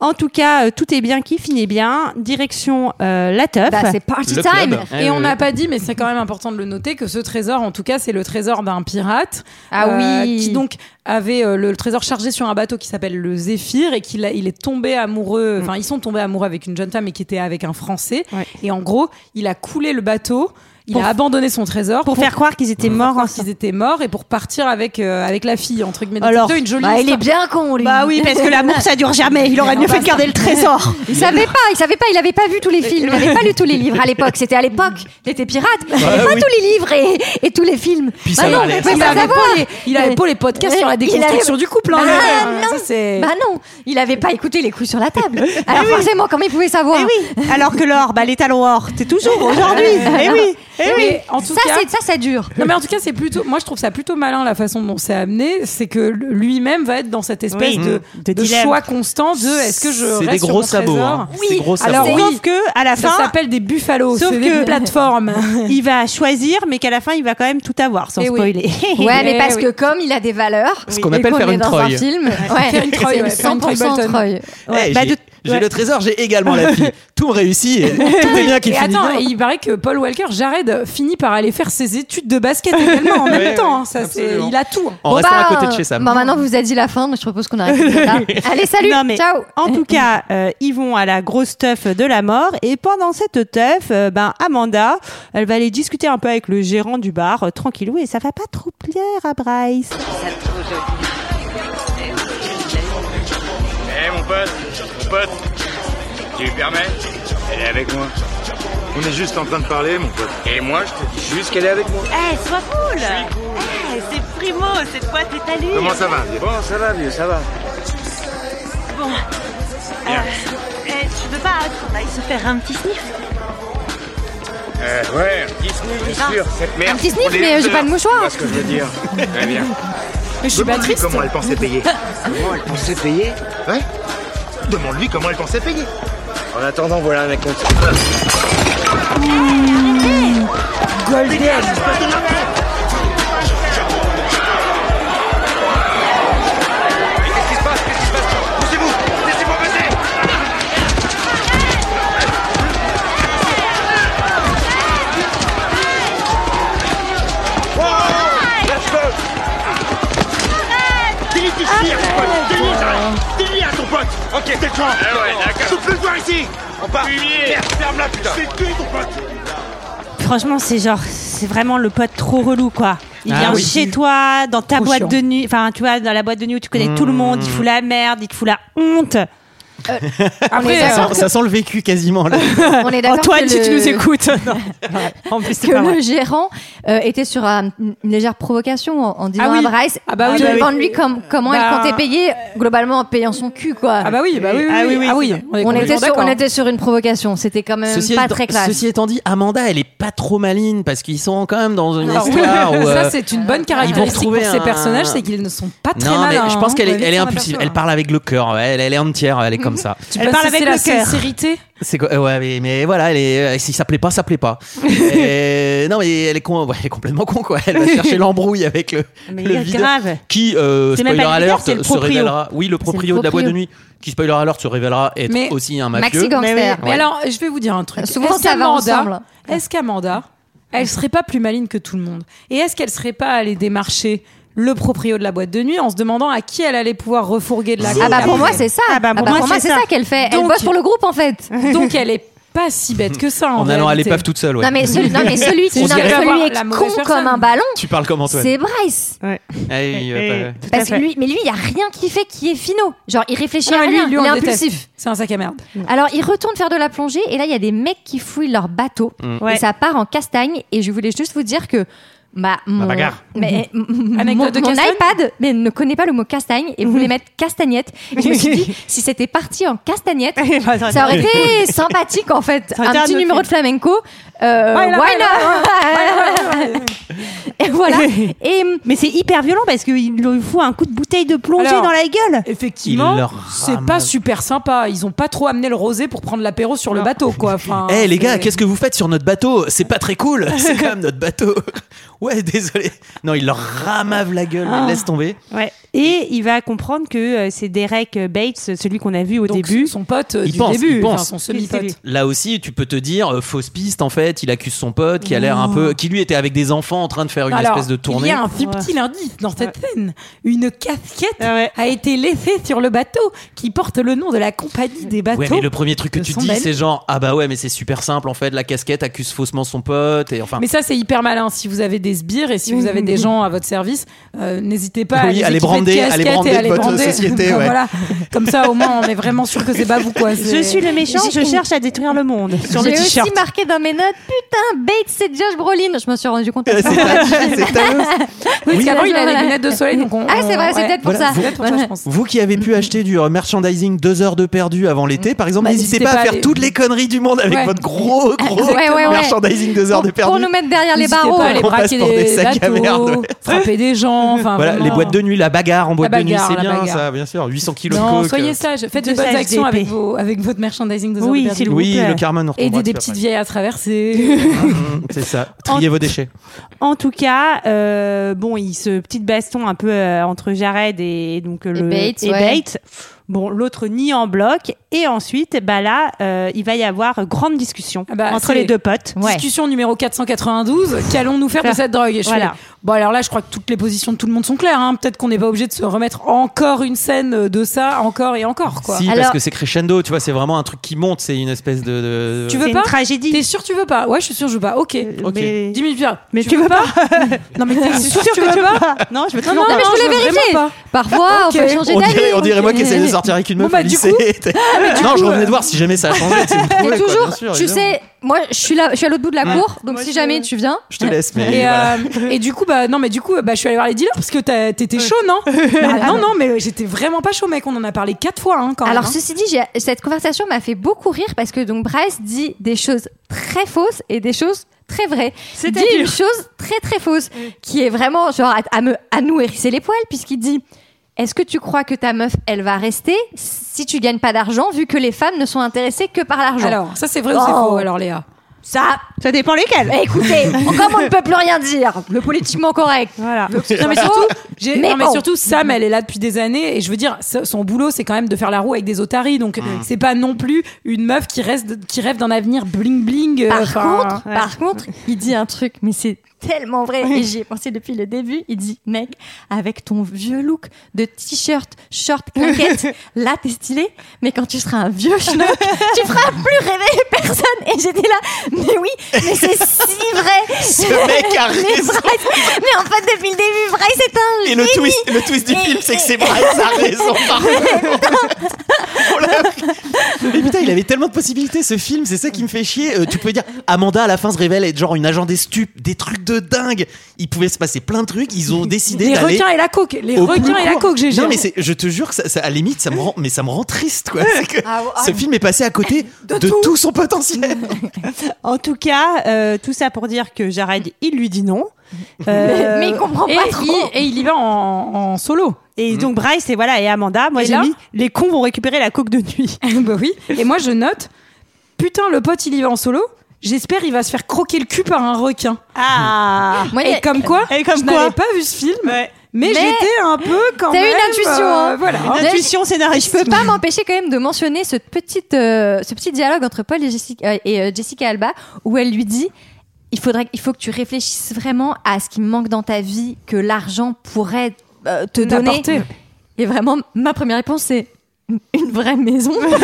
A: En tout cas, euh, tout est bien qui finit bien. Direction euh, la teuf.
F: bah, c'est party
G: Le
F: time.
G: club.
J: Et
G: Eh
J: on
G: oui.
J: n'a pas dit, mais c'est quand même important de le noter, que ce trésor, en tout cas, c'est le trésor d'un pirate.
F: Ah
A: Euh,
F: oui.
J: Qui donc avait euh, le, le trésor chargé sur un bateau qui s'appelle le Zéphyr et qu'il a- il est tombé amoureux, enfin, ils sont tombés amoureux avec une jeune femme et qui était avec un Français.
A: Ouais.
J: Et en gros, il a coulé le bateau, il
A: Pour-
J: a abandonné son trésor
A: Pour faire croire qu'ils étaient morts.
J: croire qu'ils étaient morts et pour partir avec, euh, avec la fille, entre guillemets. Donc,
A: Alors,
J: c'est une jolie
F: Bah, il
J: histoire.
F: est bien con, lui.
A: Bah oui, parce que l'amour, ça dure jamais. Il aurait mieux fait de garder le trésor.
F: Il savait pas, il savait pas, il avait pas vu tous les films, il avait pas lu tous les livres à l'époque. C'était à l'époque, il était pirate, il avait pas
G: oui.
F: tous les livres et, et tous les films.
G: Puis
F: Bah
G: ça
F: non,
G: va aller,
F: mais
G: ça
F: faut
J: Il
F: pas
J: avait, pas
F: savoir.
J: les, il avait pas les podcasts sur la
F: Il avait-
J: déconstruction du couple. hein,
F: Bah
J: mais, euh,
G: Ah,
F: non.
J: ça, c'est- Eh
F: Bah non, il avait pas écouté les coups sur la table. Alors forcément, comment il pouvait savoir
A: Eh oui. Alors que l'or, bah, les talons or, t'es toujours aujourd'hui. Eh oui. Eh oui.
J: Mais en tout
F: Ça,
J: cas,
F: c'est ça, ça dure.
J: Non mais en tout cas c'est plutôt moi je trouve ça plutôt malin la façon dont c'est amené c'est que lui-même va être dans cette espèce
A: Oui,
J: de,
A: de
J: de
A: dilemme.
J: choix constant de est-ce que je
G: Mmh. C'est
J: reste
G: des
J: sur
G: gros
J: mon
G: sabots,
J: trésor
G: hein. C'est des gros sabots.
J: alors
A: Sauf
J: oui
A: que, à la
J: ça
A: fin,
J: s'appelle des buffalos
A: Sauf
J: c'est
A: que-
J: des plateformes
A: il va choisir, mais qu'à la fin, il va quand même tout avoir, sans
J: Eh oui.
A: spoiler.
F: Ouais, mais
J: Eh
F: parce
J: oui.
F: que comme il a des valeurs,
G: Ce qu'on appelle
F: et
G: faire
F: est
G: une
F: dans
G: Troy.
F: un film, ouais,
J: Faire une Troy,
F: c'est
J: ouais, faire une Troy
F: 100%
J: Bolton.
F: Troy.
A: Ouais,
G: Eh,
A: bah,
G: j'ai
A: de-
G: j'ai
A: ouais.
G: le trésor, j'ai également la fille. Tout me réussit et tout est bien qui
J: et
G: finit
J: attends
G: bien.
J: et il paraît que Paul Walker Jared finit par aller faire ses études de basket également en même
G: Ouais,
J: temps
G: ouais,
J: hein. ça c'est
G: absolument.
J: il a tout hein.
G: En
F: Bon,
G: restant
F: bah,
G: à côté de chez Sam.
F: Bon, maintenant, vous a dit la fin, mais je propose qu'on arrête. plus tard. Allez, salut,
A: Non, mais
F: ciao.
A: En tout cas, euh, ils vont à la grosse teuf de la mort et pendant cette teuf, euh, ben Amanda, elle va aller discuter un peu avec le gérant du bar euh, tranquillou et ça va pas trop plaire à Bryce.
I: Eh mon pote, mon pote, tu lui permets Elle est avec moi. On est juste en train de parler, mon pote. Et moi, je te dis juste qu'elle est avec moi.
L: Eh, sois cool Eh, c'est primo, cette fois t'es à lui
I: Comment ça va vieux Bon, ça va, vieux, ça va.
L: Bon. Euh, eh, tu veux pas qu'on aille se faire un petit sniff
I: Euh, ouais, un petit sniff, bien sûr, cette merde.
F: Un petit sniff,
I: on est
F: mais, euh, j'ai
I: loser,
F: pas de mouchoir.
I: tu vois ce que je veux dire. Très bien.
J: mais je suis
A: Bah,
J: pas
I: Demande-lui
J: triste
I: comment elle pensait payer. comment elle pensait payer Ouais. Demande-lui comment elle pensait payer. En attendant, voilà un compte.
L: Eh,
J: Golden.
I: Denis, tu chires, pote Denis, arrête Denis, à ton pote Ok, t'es con
B: Ah ouais, d'accord.
I: Je peux plus le voir ici On part Merde, ferme-la, putain Je vais tuer ton pote
A: Franchement, c'est genre, c'est vraiment le pote trop relou, quoi. Il
K: Ah
A: vient
K: oui.
A: chez toi, dans ta
K: Trop
A: boîte
K: chiant.
A: de nuit, enfin, tu vois, dans la boîte de nuit où tu connais tout le monde, il fout la merde, il te fout la honte.
F: on est
G: ça, sent,
F: d'accord
G: ça sent le vécu quasiment. là.
F: On est d'accord
A: Antoine,
F: que
A: si tu
F: le-
A: nous écoutes. Non. En plus, c'est
F: que
A: pas
F: le
A: vrai.
F: gérant euh, était sur euh, une légère provocation en, en disant
A: Ah oui.
F: à Bryce
A: Ah bah oui,
F: de
A: bah oui.
F: vendre lui comme, comment
A: Bah-
F: il comptait payer globalement en payant son cul quoi.
J: Ah bah oui, bah oui, oui, Ah oui, oui, ah oui, c'est ça. on est
F: on, était
J: complètement
F: sur, on
J: d'accord.
F: était sur une provocation, c'était quand même
G: Ceci,
F: Euh, pas
G: étant,
F: très classe.
G: ceci étant dit, Amanda, elle est pas trop maligne parce qu'ils sont quand même dans une
A: Ah
J: Alors,
G: histoire où. euh,
J: ça, c'est une bonne caractéristique pour
G: retrouver
J: ces
G: un-
J: personnages, c'est qu'ils ne sont pas très
G: non, mais
J: malins.
G: je pense qu'elle
J: hein.
G: est, elle est
J: On
G: impulsive.
J: aperçoit.
G: Elle parle avec le cœur. Elle, elle est entière. Elle est comme ça.
J: Tu
A: Elle
J: penses
A: parle
J: que
A: avec
J: c'est
A: le
J: la
A: cœur.
J: sincérité.
G: C'est quoi euh, Ouais, mais, mais voilà, elle est, euh, si ça plaît pas, ça plaît pas. Et- non, mais elle est, con, ouais, elle est complètement con, quoi. Elle va chercher l'embrouille avec le,
A: Mais
G: le
A: grave.
G: videur qui, euh,
A: C'est même
G: spoiler
A: pas le videur,
G: alert,
A: c'est le
G: se
A: proprio.
G: révélera. Oui, le proprio, de la boîte de nuit, qui, spoiler alert, se révélera être
J: Mais-
G: aussi un mafieux.
J: Mais, oui,
G: Ouais.
J: mais alors, je vais vous dire un truc.
F: Souvent,
J: Est-ce
F: ça va
J: qu'Amanda-
F: ensemble.
J: Est-ce qu'Amanda, elle serait pas plus maligne que tout le monde Et est-ce qu'elle serait pas allée démarcher le proprio de la boîte de nuit en se demandant à qui elle allait pouvoir refourguer de la
F: Ah bah pour moi c'est ça. Ah bah pour moi c'est ça, qu'elle fait. Elle
J: Donc-
F: bosse pour le groupe en fait.
J: Donc elle est pas si bête que ça. En,
G: En allant à
J: réalité.
G: l'épave toute seule, ouais.
F: Non mais celui, non, mais celui qui
G: On
F: non, mais
G: dirait-
F: celui
J: La
F: est con
J: mauvaise personne.
F: comme un ballon,
G: Tu parles comme Antoine.
F: c'est Bryce.
G: Ah oui, euh,
A: Eh.
G: pas-
F: Parce que lui, mais lui, il y a rien qui fait qui est finot. Genre, il réfléchit
J: Ah,
F: à
J: mais lui,
F: rien.
J: lui, on
F: il est
J: le déteste.
F: impulsif.
J: C'est un sac à merde.
F: Mm. Alors, il retourne faire de la plongée et là, il y a des mecs qui fouillent leur bateau
J: Mm.
F: et
J: Ouais.
F: ça part en castagne. Et je voulais juste vous dire que bah, mon,
J: bagarre.
F: mais, mon,
J: Anecdote de
F: mon
J: castagne
F: iPad mais ne connaît pas le mot castagne et voulait mettre castagnette. Et je me suis dit, si c'était parti en castagnette, ça aurait été sympathique en fait.
A: aurait
F: Un
A: été un
F: petit
A: autre
F: numéro de flamenco. Euh,
A: Ouais, là,
F: why
A: ouais,
F: not Et voilà. Et...
A: Mais c'est hyper violent parce qu'il lui fout un coup de bouteille de plongée
J: Alors,
A: dans la gueule.
G: Il
J: Effectivement,
G: leur
J: c'est pas super sympa. Ils ont pas trop amené le rosé pour prendre l'apéro sur le bateau, quoi. Enfin,
G: Eh les gars,
J: hein, c'est-
G: qu'est-ce que vous faites sur notre bateau C'est pas très cool, c'est quand même notre bateau. Ouais, désolé. Non, il leur ramave la gueule, mais
A: Ah.
G: laisse tomber.
A: Ouais. Et il va comprendre que euh, c'est Derek Bates, celui qu'on a vu au début.
J: Son pote
G: Il pense, il pense.
A: semi-pote.
G: Là aussi, tu peux te dire euh, fausse piste en fait. Il accuse son pote qui a l'air un peu, qui lui était avec des enfants en train de faire une
J: Oh. Alors,
G: espèce de tournée.
J: Il y a un subtil indice dans cette scène. Une casquette
A: Ah
J: a été laissée sur le bateau qui porte le nom de la compagnie des bateaux.
G: Ouais, mais le premier truc que
J: de
G: tu
J: son
G: dis,
J: bel.
G: c'est genre ah bah ouais, mais c'est super simple en fait. La casquette accuse faussement son pote et enfin.
J: Mais ça, c'est hyper malin. Si vous avez des sbires et si vous avez des gens à votre service, euh, n'hésitez pas
G: Oui,
J: à
G: à
J: les
G: les
J: équiper
G: brander,
J: de
G: à les
J: casquettes
G: brander
J: et
G: de
J: à les
G: votre
J: brander.
G: société, ouais.
J: Voilà. Comme ça, au moins, on est vraiment sûr que c'est pas vous, quoi.
A: Je suis le méchant, je cherche à détruire le monde. Sur le
F: J'ai aussi
A: t-shirt.
F: marqué dans mes notes, putain, Bates, c'est Josh Brolin. Je me suis rendu compte.
J: Euh, c'est
G: Thanos, c'est Thanos.
J: Oui, parce qu'avant, il a
F: Voilà.
J: les lunettes de soleil. Donc on-
F: Ah, c'est vrai, c'est
J: ouais.
F: peut-être pour
G: Voilà,
F: ça.
G: vous-
J: Voilà. je pense.
G: Vous qui avez pu acheter du euh, merchandising deux heures de perdu avant l'été, par exemple,
J: Bah,
G: n'hésitez pas, à faire
J: les-
G: toutes les conneries du monde avec
J: Ouais.
G: votre gros gros
F: Ouais, ouais, ouais.
G: merchandising deux heures de perdu.
F: Pour nous mettre derrière les
J: N'hésitez
F: barreaux.
J: pas à aller
G: On passe
J: braquer
G: pour
J: des,
G: des sacs à
J: bateaux,
G: merde, ouais.
J: frapper des gens. Enfin,
G: Voilà, les
J: vraiment.
G: boîtes de nuit, la bagarre en boîte
J: La
G: de
J: bagarre,
G: nuit,
J: la
G: c'est bien
J: bagarre.
G: ça, bien sûr. 800 kilos de
J: Non,
G: coke.
J: soyez sage, faites
A: De
J: des bonnes
A: sage
J: actions
A: d'épée.
J: avec, vos, avec votre merchandising de
A: Oui, s'il vous
G: Oui,
A: plaît.
G: le Carmen. on
J: Et
G: retrouvera
J: des, des
G: dessus
J: petites vieilles à traverser.
G: après. Mm, C'est ça. Triez vos déchets.
A: En tout cas, euh, bon, il se petite baston un peu euh, entre Jared et donc euh, le
F: Bates, ouais.
A: Bates. Bon, l'autre nie en bloc et ensuite, bah là, euh, il va y avoir grande discussion
J: bah,
A: entre
J: c'est-
A: les deux potes.
J: Discussion numéro 492. Qu'allons-nous faire de
A: Faire-
J: cette drogue Et je
A: Voilà.
J: fais, Bon, alors là, je crois que toutes les positions de tout le monde sont claires. hein. Peut-être qu'on n'est pas obligé de se remettre encore une scène euh, de ça, encore et encore. Quoi.
G: Si, parce que c'est crescendo, tu vois, c'est vraiment un truc qui monte, c'est une espèce de. de-
J: Tu veux pas tragédie. T'es sûr tu veux pas Ouais, je suis sûr je veux pas. Ok.
G: Ok. mais-
J: 10 minutes plus tard.
A: Euh, Mais tu veux pas
J: Non mais t'es sûr que tu veux pas
A: Non, je veux
J: Non,
A: toujours
J: non,
A: pas.
F: mais je voulais
J: veux
F: vérifier.
J: vraiment pas.
F: Parfois,
J: Ok.
F: on peut changer
G: On
F: d'avis.
G: dirait, on dirait moi
F: Ok.
G: qui essayait de sortir avec une meuf
F: Bon, bah,
G: au
F: du
G: lycée.
J: Ah,
G: non, je
J: euh,
G: revenais de voir si jamais ça a changé. tu sais, vous
F: Et
G: trouvez, quoi,
F: toujours,
G: bien sûr,
F: tu
G: évidemment.
F: sais, moi, je suis là, je suis à l'autre bout de la
G: Mm.
F: cour, donc si jamais tu viens.
G: Je te laisse, mais.
J: Et,
G: voilà.
J: euh, et du coup, bah non, mais du coup, bah je suis allée voir les dealers parce que t'as- t'étais chaud, non Bah, Non, non, mais j'étais vraiment pas chaud, mec. On en a parlé quatre fois, hein, quand
F: Alors
J: même. hein.
F: ceci dit, j'ai- cette conversation m'a fait beaucoup rire parce que donc Bryce dit des choses très fausses et des choses très vraies. Il dit
A: C'est-à-dire
F: une chose très très fausse qui est vraiment genre à, à me à nous hérisser les poils puisqu'il dit est-ce que tu crois que ta meuf elle va rester si tu gagnes pas d'argent vu que les femmes ne sont intéressées que par l'argent
J: Alors, ça c'est vrai ou c'est
F: Oh.
J: faux, alors Léa
F: Ça.
A: Ça dépend lesquels.
J: Eh,
F: Mais Bah, écoutez, comme on ne peut plus rien dire, le politiquement correct.
A: Voilà.
J: Non, mais surtout, j'ai- non, mais
F: bon.
J: surtout, Sam, elle est là depuis des années. Et je veux dire, ce- son boulot, c'est quand même de faire la roue avec des otaries. Donc,
G: Mm.
J: c'est pas non plus une meuf qui, reste, qui rêve d'un avenir bling-bling.
F: Par contre, par contre, il dit un truc, mais c'est tellement vrai. Et j'y ai pensé depuis le début. Il dit, mec, avec ton vieux look de t-shirt, short, claquette, là, t'es stylé. Mais quand tu seras un vieux schnock, tu feras plus rêver personne. Et j'étais là, mais oui, mais c'est si vrai.
G: Ce mec a
F: Mais
G: raison.
F: Bryce- mais en fait, depuis le début, Bryce est un
G: Et le
F: génie.
G: twist, le twist du
F: Et-
G: film, c'est que c'est
F: et-
G: Bryce a raison. pardon. On l'a appris. Mais putain, il avait tellement de possibilités ce film, c'est ça qui me fait chier. Euh, tu peux dire, Amanda à la fin se révèle être genre une agent des stupes, des trucs de dingue. Il pouvait se passer plein de trucs, ils ont décidé
J: Les
G: d'aller.
J: requins et la coke. Les
G: au
J: requins
G: plus
J: et la
G: court.
J: coke, GG.
G: Non mais c'est- je te jure que ça, ça- à la limite ça me rend mais ça me rend triste quoi. C'est que
J: Ah,
A: ah,
G: ce film est passé à côté de, tout. son potentiel.
A: en tout cas, euh, tout ça pour dire que Jared, il lui dit non. Euh,
F: Mais il comprend pas
A: et
F: trop.
A: il-
J: et il y va en, en solo.
A: Et donc Bryce et voilà et Amanda, moi
J: Et
A: j'ai
J: là
A: mis les cons vont récupérer la coque de nuit.
J: bah oui. Et moi, je note, putain, le pote, il y va en solo. J'espère il va se faire croquer le cul par un requin.
A: Ah.
F: Moi, il y
J: et
F: a-
J: comme quoi,
A: Et comme
J: je
A: quoi
J: n'avais pas vu ce film, mais,
F: Mais
J: j'étais un peu quand
F: T'as eu
J: même.
F: une intuition,
J: euh,
F: hein.
J: voilà.
A: Une intuition scénariste.
F: Je peux pas m'empêcher quand même de mentionner ce petit, euh, ce petit dialogue entre Paul et Jessica, euh, et, euh, Jessica Alba où elle lui dit il, faudrait, il faut que tu réfléchisses vraiment à ce qui me manque dans ta vie, que l'argent pourrait euh, te donner.
J: T'apporter.
F: Et vraiment, ma première réponse, c'est une vraie maison. Genre,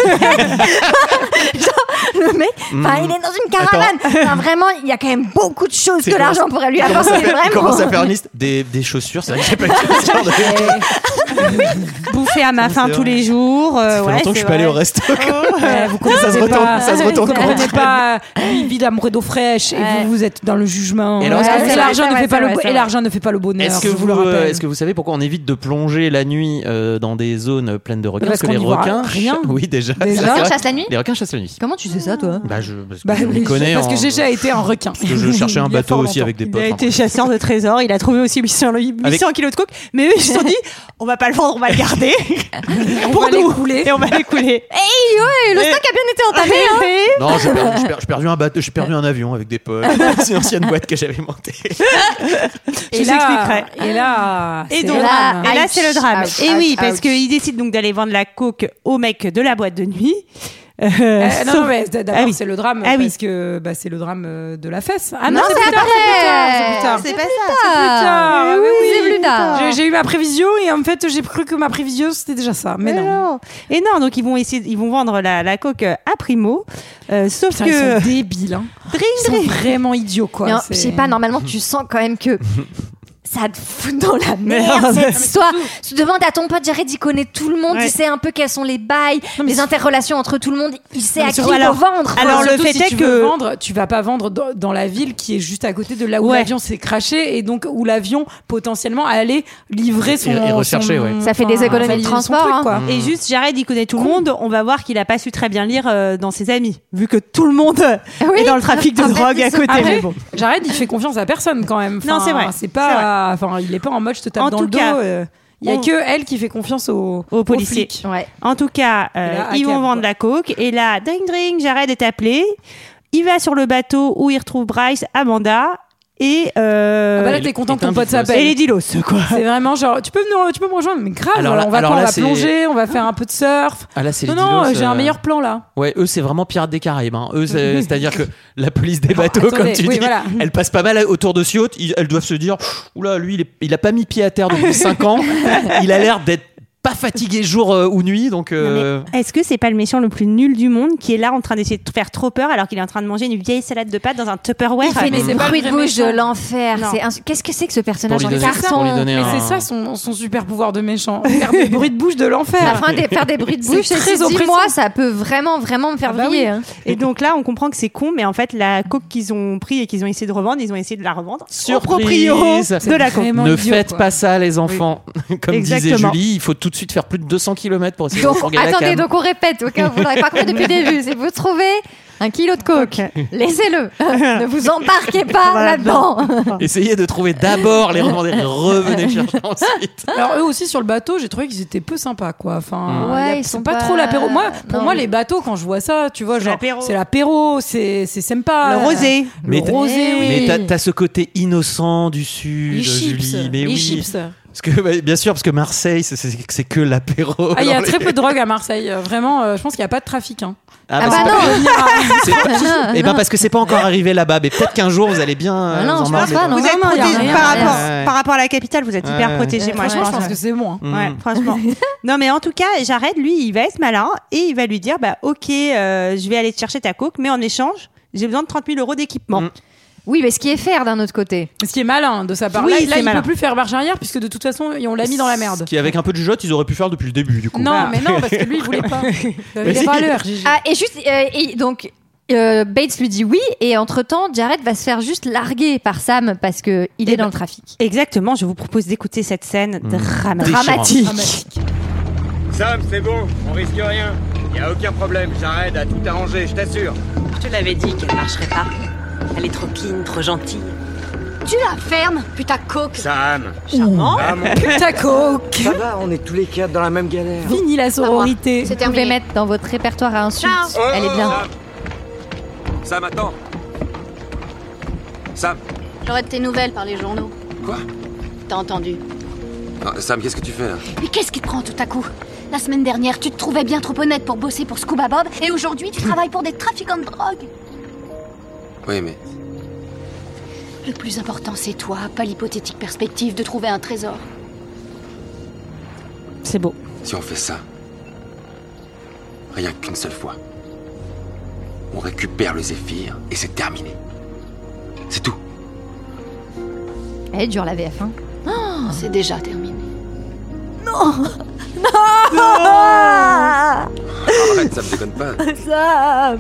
F: le mec, enfin,
G: Mm.
F: il est dans une caravane. Enfin, vraiment, il y a quand même beaucoup de choses Ah, que
G: C'est-
F: l'argent pourrait lui
G: Comment
F: apporter.
G: ça fait-
F: vraiment.
G: Comment ça fait une liste des, des chaussures, c'est vrai que j'ai pas eu ce genre de-
A: Bouffer à ma faim
G: c'est
A: tous
G: vrai.
A: les jours. euh,
G: Ça fait
A: ouais,
G: longtemps que je
A: c'est
G: suis pas allé
A: vrai.
G: au resto.
J: Ouais, vous comprenez
G: Ça se retourne-
J: pas,
A: Ah,
G: ça se retourne
J: vous
G: contre
J: comprenez
G: elle.
J: pas, euh, lui, il vit d'amour et d'eau fraîche, et
F: Ouais.
J: vous, vous êtes dans le
A: Oh,
J: jugement.
G: Et alors, est-ce que vous
J: Et
G: savez-
J: l'argent ne
F: Ouais,
J: fait pas
F: c'est
J: le
F: vrai,
J: bo-
F: c'est
J: et
F: vrai.
J: l'argent ne fait pas le bonheur.
G: Est-ce que,
J: je
G: vous,
J: le
G: euh,
J: rappelle.
G: est-ce que vous savez pourquoi on évite de plonger la nuit euh, dans des zones pleines de
A: Bah,
G: requins
J: Parce
G: que
J: qu'on
G: les
J: y voit
G: requins.
J: rien.
G: Oui,
J: Déjà.
G: déjà. ça,
J: Les
G: c'est
F: requins
G: vrai.
F: chassent la nuit
G: Les requins chassent la nuit.
F: Comment tu sais ça, toi
G: Bah, je, parce que
J: Bah,
G: je
J: oui,
G: m'y connais.
J: parce
G: en-
J: que GG a été un requin.
G: parce que je cherchais un
J: Il y a
G: bateau
J: fort
G: aussi
J: longtemps.
G: avec des
A: Il
G: potes.
A: a
G: enfin,
A: été chasseur de trésors, il a trouvé aussi 800, 800 kilos de coke, mais eux ils se sont dit on va pas le vendre, on va le garder pour
J: va
A: nous
J: l'écouler.
A: et on va l'écouler.
F: Hey, ouais, le
A: Et-
F: stock a bien été entamé. hein.
G: Non, j'ai perdu, j'ai per- j'ai perdu un bateau, j'ai perdu un avion avec des potes. C'est une ancienne boîte que j'avais montée.
A: Je vous
J: là,
A: expliquerai.
J: et là,
A: Et
J: c'est
A: donc,
J: le drame.
A: et là
F: Ouch,
A: c'est le drame.
F: ouch,
A: et
F: ouch,
A: oui, parce
F: ouch.
A: qu'ils décident donc d'aller vendre la coke au mec de la boîte de nuit. Euh,
J: Euh, non,
A: sauf-
J: non, mais d'abord,
A: Ah oui.
J: c'est le drame
A: Ah oui.
J: parce que bah, c'est le drame euh, de la fesse. Ah
F: Non, c'est
J: plus tard,
F: après.
J: c'est plus tard,
A: C'est
J: c'est plus tard.
A: pas ça.
J: Plus tard,
A: Mais
J: oui,
A: oui,
J: oui.
F: c'est plus tard.
J: J'ai- J'ai eu ma prévision et en fait, j'ai cru que ma prévision c'était déjà ça. Mais non.
A: Et non, donc ils vont essayer, ils vont vendre la, la coke à Primo, euh, sauf
J: Putain,
A: que
J: Ils sont débiles. hein.
A: Dring,
J: Ils sont
A: dring.
J: vraiment idiots, quoi.
F: Mais en-
J: C'est-
F: Je sais pas, normalement, tu sens quand même que ça te fout dans la
A: non,
F: merde
A: mais
F: cette histoire. Tu demandes à ton pote Jared, il connaît tout le monde,
A: Ouais.
F: il sait un peu quels sont les bails, les interrelations entre tout le monde, il sait
J: Non, mais
F: à qui il
J: surtout-
F: faut
A: alors-
F: vendre.
A: alors,
J: Surtout
A: le fait
J: si
A: est
J: tu
A: que-
J: veux vendre, tu vas pas vendre dans, dans la ville qui est juste à côté de là où
A: Ouais.
J: l'avion s'est craché et donc où l'avion potentiellement allait livrer son.
G: Et- et rechercher,
J: son-
G: ouais.
F: Ça fait des
J: enfin,
F: économies de
J: son
F: transport,
J: truc,
F: hein.
J: quoi.
A: Et juste, Jared, il connaît tout le monde. On va voir qu'il a pas su très bien lire euh, dans ses amis, vu que tout le monde euh,
F: Ah Oui.
A: est dans le trafic de
F: En fait,
A: drogue
F: ils
A: à
F: sont-
A: côté.
J: Après,
A: mais bon.
J: Jared, il fait confiance à personne quand même.
A: Non,
J: Enfin,
A: c'est vrai.
J: C'est pas, enfin, il est pas en mode je te tape
A: En
J: dans
A: tout
J: le dos.
A: cas,
J: euh, Il y a
A: on-
J: que elle qui fait confiance aux,
A: Aux policiers.
J: flics.
F: Ouais.
A: En tout cas, euh,
J: Et là,
A: ils vont
J: accable,
A: vendre
J: quoi.
A: la coke. Et là, dring dring, Jared est appelé. Il va sur le bateau où il retrouve Bryce, Amanda et euh,
J: Ah bah là,
G: Et
J: t'es content
G: les-
J: que ton
G: les
J: pote
G: Dilos.
J: s'appelle.
A: et les Dilos, quoi.
J: C'est vraiment genre tu peux me tu peux me rejoindre mais grave
G: Alors là-
J: on va
G: alors
J: quoi, on
G: là,
J: va
G: c'est-
J: plonger on va faire un peu de surf
G: Ah là, c'est
J: non
G: les
J: non
G: Dilos,
J: j'ai un
G: euh,
J: meilleur plan là
G: Ouais, eux, c'est vraiment Pirates des Caraïbes. hein. Eux, c'est- c'est-à-dire que la police des bateaux,
J: attendez,
G: comme tu
J: oui,
G: dis,
J: voilà.
G: elle passe pas mal autour de Ciot. Elles doivent se dire Oula, lui, il, est- il a pas mis pied à terre depuis 5 ans. Il a l'air d'être pas fatigué jour euh, ou nuit. Donc, euh,
A: Est-ce que c'est pas le méchant le plus nul du monde qui est là en train d'essayer de faire trop peur alors qu'il est en train de manger une vieille salade de pâtes dans un Tupperware
F: Il fait
J: mais
F: des
J: c'est pas
F: bruits
J: le
F: de
J: vrai
F: bouche de
J: méchant.
F: l'enfer.
A: Non.
F: C'est un- Qu'est-ce que c'est que ce personnage
G: Pour lui
F: en
G: donner- pour lui
F: carton
G: donner
J: mais
G: un-
J: c'est ça son, son super pouvoir de méchant faire des bruits de bouche de
F: À la
J: l'enfer
A: Bah,
F: fin, des- faire des bruits de
J: C'est
F: bouche,
J: très oppressant.
F: moi, ça peut vraiment, vraiment me faire
J: Ah bah oui.
F: briller. hein.
A: Et donc là, on comprend que c'est con, mais en fait, la coke qu'ils ont pris et qu'ils ont essayé de revendre, ils ont essayé de la revendre au
G: Surprise
A: proprio de la coke.
J: vraiment
G: ne
J: idiot,
G: faites
J: quoi.
G: pas ça, les enfants. Comme disait
A: Exactement.
G: Julie, il faut tout de suite faire plus de 200 km pour essayer de
F: Donc,
G: refourguer la
F: attendez,
G: canne.
F: donc on répète, au cas où vous n'avez pas compris depuis le début. Si vous trouvez un kilo de coke, laissez-le. ne vous embarquez pas là-dedans.
J: Ah,
G: Essayez de trouver d'abord les revendications. Revenez chercher.
J: Alors eux aussi sur le bateau, j'ai trouvé qu'ils étaient peu sympas quoi. Enfin,
F: Mm. Ouais,
J: y a-
F: ils
J: ils
F: sont
J: sont pas,
F: pas-
J: trop l'apéro. Moi, pour
F: Non,
J: moi
F: mais-
J: les bateaux quand je vois ça, tu vois genre
F: l'apéro.
J: Bah, c'est l'apéro, c'est c'est sympa.
A: Le rosé.
J: Ah, Le rosé, oui.
G: Mais t'as- t'as ce côté innocent du sud,
J: Les chips.
G: Julie. Mais
J: Les
G: oui.
J: chips.
G: Parce que, bah, bien sûr, parce que Marseille, c'est- c'est c'est que l'apéro.
J: Ah, il y a
G: dans les-
J: très peu de drogue à Marseille. Euh, Vraiment, euh, je pense qu'il n'y a pas de trafic. hein.
G: Ah, bah, c'est pas- C'est pas-
J: Ah, Non,
G: Eh ben
J: non.
G: parce que c'est pas encore arrivé là-bas, mais peut-être qu'un jour vous allez bien.
J: Ah,
G: euh, vous en marrer, quoi.
A: vous êtes
J: non, y a
A: protégé-
J: rien,
A: par,
J: y a
A: rapport,
G: rien.
A: par rapport à la capitale, vous êtes
G: Ouais,
A: hyper
G: ouais.
A: protégé. Moi, je
J: Franchement,
A: pense,
J: je pense que c'est bon. hein.
A: Ouais,
J: Mm.
A: franchement. non, mais en tout cas, Jared, lui, il va être malin et il va lui dire bah, Ok, euh, je vais aller te chercher ta coke, mais en échange, j'ai besoin de 30 000 euros d'équipement.
F: Oui, mais ce qui est faire d'un autre côté.
J: Ce qui est malin de sa part.
A: Oui,
J: là,
A: c'est
J: là, il
A: malin.
J: peut plus faire marche arrière puisque de toute façon, on l'a mis dans la merde.
G: Qui avec un peu de jotte, ils auraient pu faire depuis le début du coup. Ah.
J: Non, mais non, parce que lui, il voulait pas. Il avait
G: Mais
J: des
G: si.
J: valeurs.
F: Ah, et juste, euh, et donc. euh, Bates lui dit oui et entre-temps Jared va se faire juste larguer par Sam parce que il
J: Eh ben,
F: est dans le trafic.
A: Exactement, je vous propose d'écouter cette scène dramatique.
F: Dramatique.
J: Ah,
I: Sam, c'est bon, on risque rien. Y a aucun problème, j'arrête à tout arranger, je t'assure.
L: Je te l'avais dit qu'elle marcherait pas. Elle est trop clean, trop gentille.
H: Tu la fermes, putain coke.
I: Sam.
L: Charmant.
J: Putain, coke.
I: Ça va, on est tous les quatre dans la même galère.
J: Fini la sororité.
F: Vous pouvez mettre dans votre répertoire à insultes.
C: Ciao.
F: Elle est bien.
C: Sam, attends. Sam,
H: J'aurais de tes nouvelles par les journaux.
C: Quoi
H: T'as entendu
C: Ah, Sam, qu'est-ce que tu fais là
H: Mais qu'est-ce qui te prend tout à coup La semaine dernière, tu te trouvais bien trop honnête pour bosser pour Scuba Bob, et aujourd'hui, tu travailles pour des trafiquants de drogue.
C: Oui, mais
H: Le plus important, c'est toi, pas l'hypothétique perspective de trouver un trésor.
A: C'est beau.
C: si on fait ça, rien qu'une seule fois, on récupère le Zéphyr et c'est terminé. C'est tout.
F: Elle est dure la hein. VF1.
H: c'est déjà terminé.
F: Non
C: Arrête, Sam, déconne pas.
F: Sam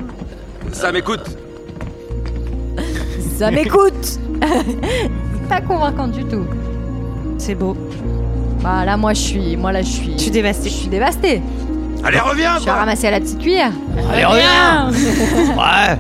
C: Sam, écoute.
F: Sam écoute Pas convaincante du tout.
A: C'est beau.
F: Bah là moi je suis. Moi là je suis. Je suis
A: dévastée.
F: Je suis dévastée.
G: Allez, reviens,
F: Je suis ramassée à la petite cuillère.
G: Allez, reviens Ouais Ah,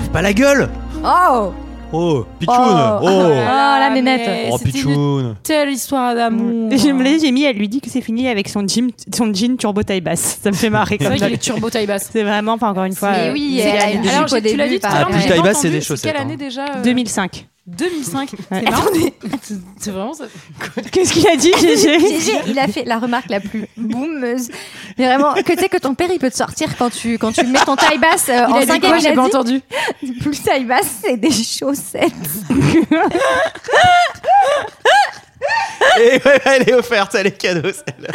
G: fais Pas la gueule
F: Oh
G: Oh, Pichoun
F: Oh.
G: Oh,
F: Ah, la
J: mais
F: nénette
G: Oh,
J: c'était
G: Pichoun
J: Telle histoire d'amour.
A: J'aime les j'ai mis, elle lui dit que c'est fini avec son jean, son jean turbo taille basse. Ça me fait marrer
J: C'est
A: comme
J: vrai
A: ça.
J: qu'il est turbo taille basse.
A: C'est vraiment, enfin, encore une fois.
F: Mais
A: euh,
F: oui,
A: c'est
F: elle
A: la
F: a
A: vie
F: une
A: de
F: jupe
A: Julie.
F: au début, par
A: Ah,
F: exemple.
A: putain,
G: Puis taille basse, c'est
J: entendu,
G: des
J: c'est
G: chaussettes.
J: quelle
G: hein.
J: année déjà euh,
A: 2005.
J: 2005.
A: Ouais.
J: C'est marrant. C'est vraiment ça.
A: Qu'est-ce qu'il a dit,
J: Ah,
A: GG
F: GG, il a fait la remarque la plus boumeuse. Mais vraiment, que tu sais que ton père il peut te sortir quand tu quand tu mets ton taille basse euh,
J: Il
F: en
J: a dit
F: cinquième.
J: quoi,
F: il
J: j'ai
F: a
J: pas
F: dit,
J: entendu.
F: Plus taille basse, c'est des chaussettes.
G: Et Eh ouais, elle est offerte, elle est cadeau celle-là.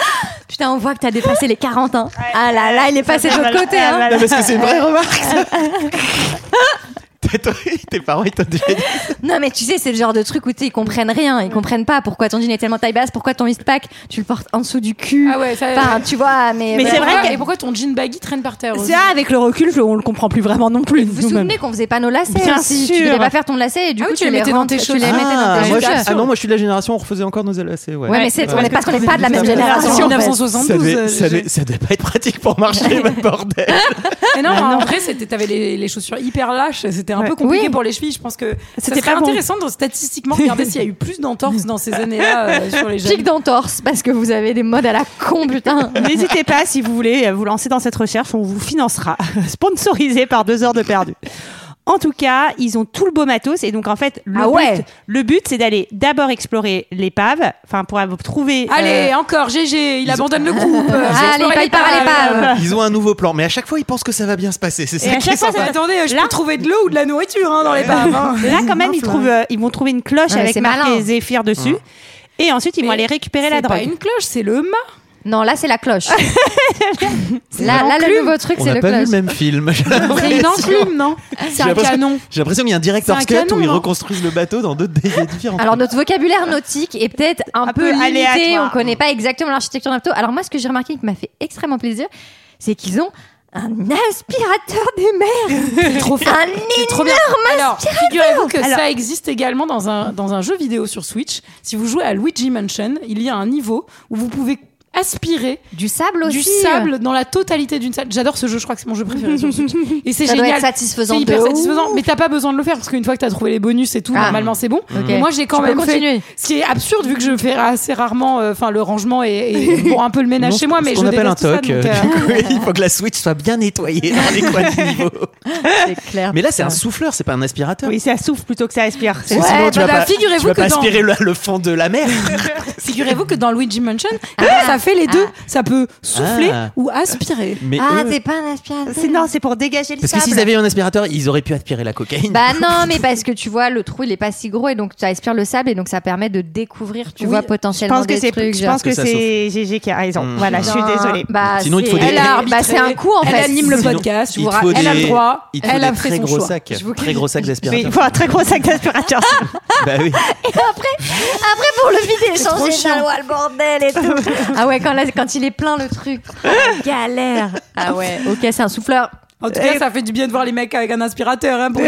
F: Putain, on voit que t'as dépassé les 40 hein. Ah là là, il est passé de
A: va
F: l'autre
A: là,
F: côté.
A: ça va
F: Hein.
A: là.
G: Non, parce que c'est une vraie remarque ça. T'as- toi, Tes parents ils t'ont déjà dit
F: Non mais tu sais, c'est le genre de truc où tu sais, ils comprennent rien, ils comprennent pas pourquoi ton jean est tellement taille basse, pourquoi ton wrist pack, tu le portes en dessous du cul.
J: Ah ouais, ça.
F: Enfin, tu vois, mais,
A: Mais
F: voilà.
A: c'est vrai
J: Pourquoi-
A: qu'elle-
J: Et pourquoi ton jean baggy traîne par terre aussi
A: Ça, avec le recul, je- on le comprend plus vraiment non plus.
F: Vous vous souvenez qu'on faisait pas nos lacets
A: Bien
F: aussi
A: sûr.
F: Tu devais pas faire ton lacet et du
J: Ah
F: coup
J: oui, tu les
F: les
J: mettais dans tes
F: rentres- tu
J: chaussures.
F: les mettais dans tes
G: moi, je-
F: chaussures.
G: ah non, moi je suis de la génération, on refaisait encore nos LAC. Ouais,
F: Ouais, mais c'est- on est parce qu'on n'est
G: est
F: pas de la même génération. en fait.
J: 1972,
G: Ça devait, ça,
J: euh,
G: devait, ça devait pas être pratique pour marcher, le bordel.
J: Mais non, en vrai, c'était- t'avais les, les chaussures hyper lâches, c'était un
A: Ouais.
J: peu compliqué
F: Oui.
J: pour les chevilles. Je pense que
A: C'était
J: c'était serait
A: pas bon.
J: intéressant de statistiquement regarder s'il y a eu plus d'entorses dans ces années-là euh, sur les jeunes.
F: Pique d'entorse parce que vous avez des modes à la con putain.
A: N'hésitez pas si vous voulez euh, vous lancer dans cette recherche, on vous financera, sponsorisé par deux heures de perdu. En tout cas, ils ont tout le beau matos et donc en fait le
F: Ah ouais.
A: but, le but c'est d'aller d'abord explorer l'épave, enfin pour avoir- trouver. euh,
J: Allez, encore, GG, il abandonne le groupe.
F: Allez, pas les parallèles
G: Ils ont un nouveau plan, mais à chaque fois ils pensent que ça va bien se passer. C'est
A: Et
G: ça
A: à
G: qui est
A: chaque fois,
G: sympa.
A: ça-
J: Attendez, je
A: Là-
J: peux trouver de l'eau ou de la nourriture hein, dans les paves. hein.
A: Là quand même ils trouvent, euh, ils vont trouver une cloche
F: Ah, mais
A: avec
F: c'est
A: marqué
F: malin.
A: Zéphyr dessus et ensuite ils vont
J: Mais
A: aller récupérer la
J: C'est pas
A: drogue.
J: une cloche, c'est le mât.
F: Non, là c'est la cloche. là, là le nouveau truc
G: On
F: c'est
G: n'a
F: le
G: pas vu
F: cloche.
G: le même film. J'ai
J: C'est une enclume, non C'est un
G: l'impression-
J: canon.
G: j'ai l'impression qu'il y a un director's
J: C'est un
G: cut où
J: canon,
G: ils
J: hein.
G: reconstruisent le bateau dans d'autres délais différents.
F: Alors notre vocabulaire nautique est peut-être un,
A: Un
F: peu,
A: peu
F: limité,
A: aléatoire.
F: on connaît pas exactement l'architecture d'un bateau. Alors moi ce que j'ai remarqué et qui m'a fait extrêmement plaisir, c'est qu'ils ont un aspirateur des mers.
J: trop fort.
F: Un
J: C'est trop bien. Alors, figurez-vous que ça existe également dans un, dans un jeu vidéo sur Switch. Si vous jouez à Luigi Mansion, il y a un niveau où vous pouvez aspirer
F: du sable
J: du
F: aussi. euh.
J: sable dans la totalité d'une salle. J'adore ce jeu, je crois que c'est mon jeu préféré sur Switch. Et c'est
F: Ça doit
J: génial.
F: être satisfaisant
J: C'est
F: de
J: hyper
F: ouf.
J: satisfaisant, mais t'as pas besoin de le faire parce qu'une fois que t'as trouvé les bonus et tout,
F: Ah.
J: normalement c'est bon.
F: Ok.
J: Mais Moi j'ai quand
F: Tu peux
J: même
F: continuer.
J: fait ce qui est absurde vu que je fais assez rarement euh, enfin le rangement et, et, bon, un peu le ménage
G: Non,
J: chez moi mais
G: ce qu'on
J: je
G: appelle un
J: déteste
G: toc.
J: tout ça, donc,
G: euh,
J: euh,
G: du coup, il faut que la Switch soit bien nettoyée dans les coins du niveau. Mais là, c'est un souffleur, c'est pas un aspirateur.
A: Oui, ça souffle plutôt que ça aspire.
G: Parce que sinon,
J: bah,
G: tu vas pas, tu vas pas aspirer le, le fond de la mer.
J: Figurez-vous que dans Luigi Mansion, eh ben, ça fait les deux. Ça peut souffler
G: Ah.
J: ou aspirer.
G: Mais Ah, eux- c'est
F: pas un aspirateur.
A: Non, c'est pour dégager le
G: Parce que
A: sable.
G: s'ils avaient eu un aspirateur, ils auraient pu aspirer la cocaïne.
F: Bah non, mais parce que tu vois, le trou il est pas si gros et donc tu aspires le sable et donc ça permet de découvrir, tu
A: Oui,
F: vois,
A: Je
F: potentiellement
A: pense que
F: des
A: c'est
F: trucs.
A: je
F: genre.
A: pense que
G: Parce que ça
A: c'est GG qui a raison.
G: Mmh.
A: Voilà, je suis
F: Non,
A: désolée.
F: bah,
G: Sinon, il te
F: c'est-
G: faut des-
F: elle a
J: arbitré,
F: bah, c'est un coup en
J: elle
F: fait.
J: anime le Sinon, podcast,
F: je
G: Il
F: vous
G: te faut
F: rappelle,
G: des-
F: elle a le droit,
G: il te faut
F: elle
G: des
F: a fait
G: très
F: son
G: gros
F: choix.
G: sacs.
F: Je vous-
G: Très gros sacs
A: Oui, il
G: d'aspirateur.
A: faut un très gros sac d'aspirateur.
G: bah oui.
F: Et après, après pour le vider, changer la loi, le bordel et tout. Ah ouais, quand, là, quand il est plein le truc, galère. Ah ouais, ok, c'est un souffleur.
J: En tout cas, ça fait du bien de voir les mecs avec un aspirateur. Hein, pour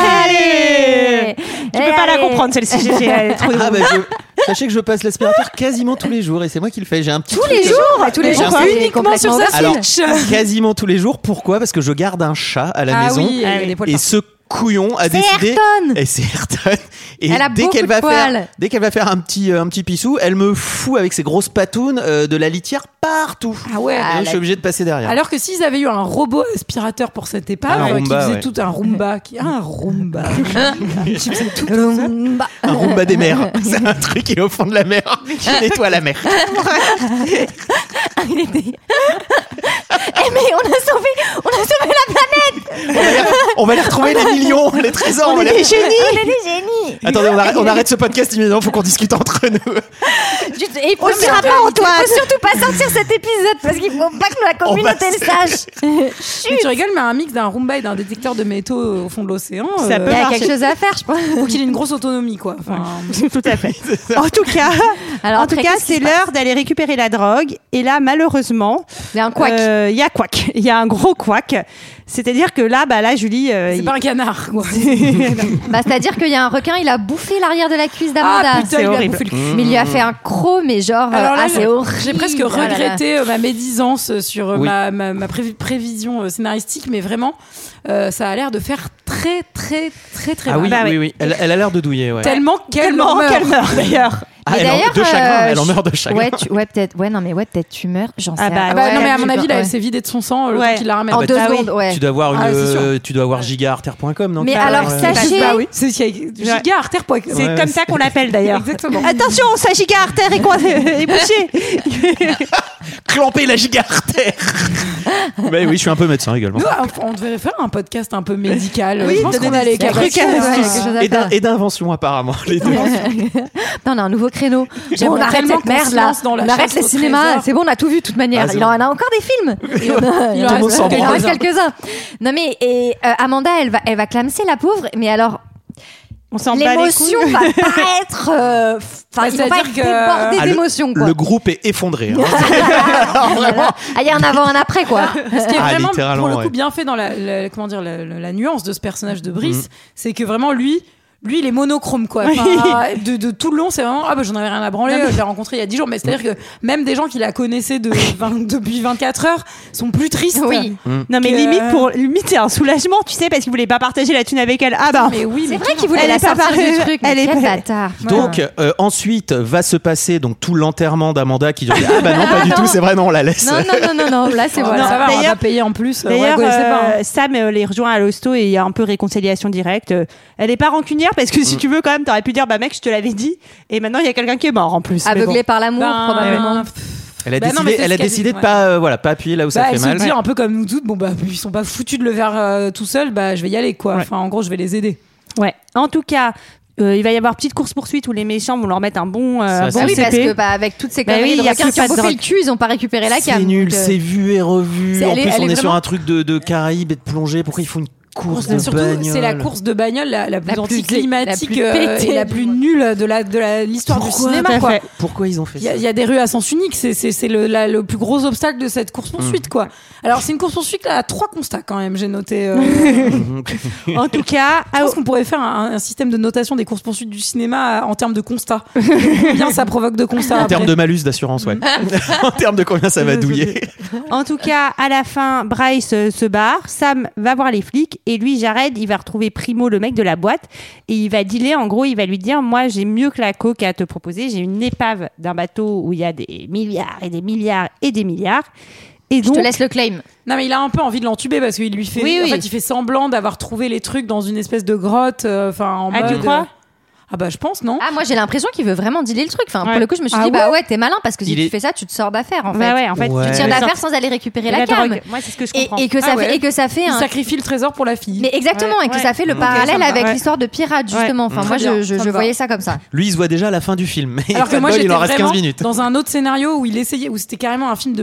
F: Eh.
A: Allez Tu peux pas la comprendre celle-ci, GG. Elle est trop
G: Ah bah, je- Sachez que je passe l'aspirateur quasiment tous les jours et c'est moi qui le fais. J'ai un petit
F: Tous les
G: truc, euh,
F: jours Tous les
G: j'ai un
F: jours,
G: petit-
F: c'est complètement
G: Alors,
F: facile.
G: quasiment tous les jours. Pourquoi Parce que je garde un chat à la
F: Ah
G: maison.
F: oui, elle a des poils
G: et
F: partout.
G: ce couillon a
F: C'est
G: décidé.
F: Ayrton
G: Et c'est Ayrton. Et
F: Elle a
G: dès
F: beaucoup
G: qu'elle
F: de
G: va faire,
F: poils.
G: dès qu'elle va faire un petit euh, un petit pissou, elle me fout avec ses grosses patounes euh, de la litière partout.
J: Ah ouais.
G: Et donc, je suis obligé de passer derrière.
J: Alors que s'ils avaient eu un robot aspirateur pour cette épave,
G: Un
J: euh, qui
G: Roomba,
J: faisait
G: ouais.
J: tout un Roomba, qui un Roomba, qui faisait tout
F: Roomba.
G: un Roomba des mers, c'est un truc qui est au fond de la mer, qui nettoie la mer.
F: Il était- Eh mais on a sauvé, on a sauvé la planète.
G: On va les, on va les retrouver les millions, les trésors.
F: On
G: va
F: est
G: les-
F: des génies. On est des génies.
G: Attendez, on arrête, on arrête ce podcast immédiatement, faut qu'on discute entre nous.
F: Juste- et il faut
A: On se
F: surtout-
A: rappelle, Antoine.
F: il faut surtout pas sortir cet épisode parce qu'il faut pas que la
G: On va
F: communauté le sache.
J: Mais tu rigoles, mais un mix d'un Roomba et d'un détecteur de métaux au fond de l'océan.
A: Ça peut
F: Il y a
A: marcher.
F: quelque chose à faire, je pense.
J: Faut qu'il ait une grosse autonomie, quoi. Enfin,
A: Tout à fait.
J: Oh,
A: En tout cas,
F: Alors
A: en tout
F: après,
A: cas,
F: qu'est-ce qui
A: c'est
F: se
A: l'heure d'aller récupérer la drogue. Et là, malheureusement,
F: Il y a un couac.
A: euh, il y a quack. Il y a un gros quack. C'est-à-dire que là, bah là, Julie, euh,
J: c'est
A: il-
J: pas un canard, quoi.
F: Bah, c'est-à-dire qu'il y a un requin, il a bouffé l'arrière de la cuisse d'Amanda.
J: Ah putain,
A: c'est
J: il lui a
A: horrible.
J: bouffé le cul.
F: mais il lui a fait un croc, mais genre, euh,
J: Mm. Alors là,
F: ah, c'est horrible.
J: j'ai presque
F: Oh là là.
J: regretté euh, ma médisance euh, sur euh,
G: Oui.
J: ma, ma- ma pré- prévision euh, scénaristique, mais vraiment, euh, ça a l'air de faire très, très, très, très
G: Ah
J: mal.
G: oui,
A: Bah
G: oui,
A: ouais.
G: oui. Elle, elle a l'air de douiller, ouais.
J: Tellement qu'elle
A: tellement
J: meurt.
A: qu'elle meurt d'ailleurs.
G: Ah,
F: Mais
G: elle en,
F: d'ailleurs,
G: de chagrin,
F: euh,
G: elle en
F: je-
G: meurt de chagrin.
F: Ouais, tu- ouais, peut-être. Ouais, non, mais ouais, peut-être tu meurs. J'en
A: Ah
F: sais
A: bah,
F: rien.
J: Ah bah,
A: Ouais,
J: non, mais à
A: tu
J: mon avis,
F: ouais.
J: là, elle s'est vidée de son sang le
A: Ouais.
J: temps qu'il la ramène.
F: en
G: bah,
F: deux
G: tu-
F: secondes, ouais.
G: Tu dois avoir une,
J: Ah, c'est sûr.
G: euh, tu dois avoir giga artère.com, non Euh,
F: Mais
G: tu-
F: alors,
G: ouais.
F: sachez-
J: Bah oui, c'est c'est- giga artère. point-
A: C'est
G: Ouais,
A: comme
G: ouais,
A: ça qu'on l'appelle d'ailleurs.
J: Exactement.
A: Attention, sa giga artère est coincée est bouchée.
G: Clamper la giga artère. bah oui, je suis un peu médecin également.
J: Nous, Ah, on on devrait faire un podcast un peu médical. euh,
A: Oui,
J: je pense
A: donner
J: qu'on a
A: des
J: les
A: trucs,
J: capacités.
A: ouais,
J: Ouais.
A: quelque
F: chose à
G: Et d'in-
F: faire.
G: Et d'invention apparemment les deux.
F: Putain, on a un nouveau créneau.
J: J'aimerais
F: on arrête
J: tellement
F: cette
J: qu'on
F: merde
J: se
F: là.
J: lance dans
F: On
J: la
F: arrête
J: chasse
F: les
J: au
F: cinémas.
J: trésor.
F: C'est bon, on a tout vu de toute manière.
G: Ah, c'est
F: il en a encore des films. il en a- il
J: Tout
F: en
J: le
F: reste
J: monde s'en
F: quelques- il en reste
J: branle.
F: quelques-uns. Non mais et euh, Amanda, elle va, elle va clamser la pauvre. Mais alors,
A: On s'en bat les
F: l'émotion
A: couilles.
F: va pas être. euh,
J: Bah,
F: Enfin, ils vont pas
J: c'est-à-dire
F: être
J: que-
F: débordés
G: Ah, le-
F: d'émotions. quoi.
G: Le groupe est effondré. hein.
F: Ah, Il y a un avant, un après, quoi.
J: Ce qui est
G: Ah,
J: vraiment
G: littéralement,
J: pour le coup
G: ouais.
J: bien fait dans la, la- comment dire la, la- la nuance de ce personnage de
G: Mm.
J: Brice, c'est que vraiment lui. Lui, il est monochrome, quoi. Enfin, de, de tout le long, c'est vraiment Ah, bah, j'en avais rien à branler, je l'ai rencontré il y a 10 jours. Mais
G: Mm.
J: c'est-à-dire que même des gens qui la connaissaient de 20 depuis 24 heures sont plus tristes.
F: Oui.
A: Non mais
J: que-
A: limite pour limite c'est un soulagement, tu sais, parce qu'il voulait pas partager la thune avec elle. Ah bah.
J: Mais oui,
F: C'est
J: mais
F: vrai
J: tout
F: qu'il voulait
A: Elle
F: la
A: est pas
F: sortir
A: parue,
F: du truc. mais
A: elle est
F: quel
A: pas-
F: bâtard.
G: Donc euh, ensuite va se passer donc tout l'enterrement d'Amanda qui dit ah bah non pas du tout c'est vrai non on la laisse.
F: Non, non, non, non, non. Là, c'est
J: le monde.
F: voilà.
J: Oh Ça va, on va
A: D'ailleurs-
J: pas payer en plus. euh,
A: D'ailleurs,
J: ouais, ouais, c'est
A: euh,
J: pas, hein.
A: Sam euh, les rejoint à l'hosto et il y a un peu réconciliation directe. Euh, Elle est pas rancunière parce que
G: Mm.
A: si tu veux quand même, t'aurais pu dire bah mec, je te l'avais dit et maintenant il y a quelqu'un qui est mort en plus. Mais
F: Aveuglé
A: bon.
F: par l'amour,
J: Ben,
F: probablement.
J: pff,
G: Elle a
J: Bah non,
G: décidé
J: mais c'est
G: elle a
J: ce qu'elle
G: décidé
J: dit,
G: de
J: ouais.
G: pas euh, voilà pas appuyer là où ça
J: bah,
G: fait
J: elle
G: mal.
J: se dit un peu comme nous toutes, bon bah ils sont pas foutus de le faire euh, tout seul, bah je vais y aller quoi.
A: Ouais.
J: Enfin en gros je vais les aider.
A: Ouais. En tout cas, euh, il va y avoir petite course poursuite où les méchants vont leur mettre un bon, euh,
G: Ça,
A: un
F: Bah
G: c'est-
A: bon
J: Ah
F: oui,
A: CP.
F: parce que bah, avec toutes ces
A: Bah
F: conneries
A: oui,
F: de
A: y a
F: requins
A: plus
F: qui ont
A: pas de
F: bouffé le
A: drogue.
F: cul, ils ont pas récupéré la
G: C'est
F: cam.
G: nul,
F: donc, euh,
G: c'est vu et revu.
J: C'est-
G: en
J: elle est-
G: plus,
J: elle
G: on
J: est
G: est sur
J: vraiment-
G: un truc de, de Caraïbes et de plongée. Pourquoi ils font une course
J: C'est
G: de
J: surtout,
G: bagnole.
J: c'est la course de bagnole la, la plus
F: La plus-
J: anticlimatique
F: la plus
J: euh,
F: pétée
J: et la
F: du
J: plus nulle de la de la- l'histoire du
G: Pourquoi
J: cinéma. quoi.
G: Pourquoi ils ont fait
J: Il y, a-
G: ça
J: il y a des rues à sens unique, c'est- c'est c'est le, la- le plus gros obstacle de cette course poursuite, quoi. Alors c'est une course poursuite à trois constats quand même, j'ai noté. euh.
A: En tout cas,
J: je
G: ah,
J: pense qu'on pourrait faire un, un système de notation des courses poursuites du cinéma euh, en termes de constats. Combien ça provoque de constats
G: En
J: après.
G: termes de malus d'assurance, ouais. en termes de combien ça va douiller.
A: En tout cas, à la fin, Bryce euh, se barre, Sam va voir les flics et lui, Jared, il va retrouver Primo, le mec de la boîte, et il va dealer. En gros, il va lui dire Moi, j'ai mieux que la coke à te proposer. J'ai une épave d'un bateau où il y a des milliards et des milliards et des milliards. Et donc,
F: Je te laisse le claim.
J: Non mais il a un peu envie de l'entuber parce qu'il lui fait,
A: Oui,
J: en
A: oui.
J: fait, il fait semblant d'avoir trouvé les trucs dans une espèce de grotte, euh, enfin en
F: Ah, tu
J: mode,
F: crois
J: euh, Ah bah je pense non.
F: Ah, moi j'ai l'impression qu'il veut vraiment dealer le truc. Enfin,
J: Ouais.
F: Pour le coup, je me suis
J: Ah
F: dit, bah
J: ouais
F: ouais, t'es malin parce que si
J: Il
F: tu
J: est-
F: fais ça, tu te sors d'affaire en fait.
A: Bah ouais, en fait,
F: Tu
A: Ouais.
F: te
A: tu
F: tires
A: te
F: d'affaire
A: sors-
F: sans aller récupérer
A: Et
F: la,
A: la
F: cam.
A: drogue. Moi, c'est ce que je
F: Et-
A: comprends.
F: Et, que ça
A: Ah ouais.
F: fait, et que ça fait
A: Il
F: un.
J: sacrifie le trésor pour la fille.
F: Mais exactement,
A: Ouais,
F: et que
A: ouais.
F: ça fait le
G: Ok, ça
F: parallèle
G: me va.
F: avec
G: Ouais.
F: l'histoire de pirate justement. Enfin,
J: Très
F: moi
J: bien,
F: je,
J: ça
F: je-
J: me
F: je
J: va.
F: voyais ça comme ça.
G: Lui, il se voit déjà à la fin du film. Mais
J: Alors que moi
G: Fatball,
J: j'étais
G: il en reste
J: vraiment
G: 15 minutes.
J: dans un autre scénario où il essayait, où c'était carrément un film de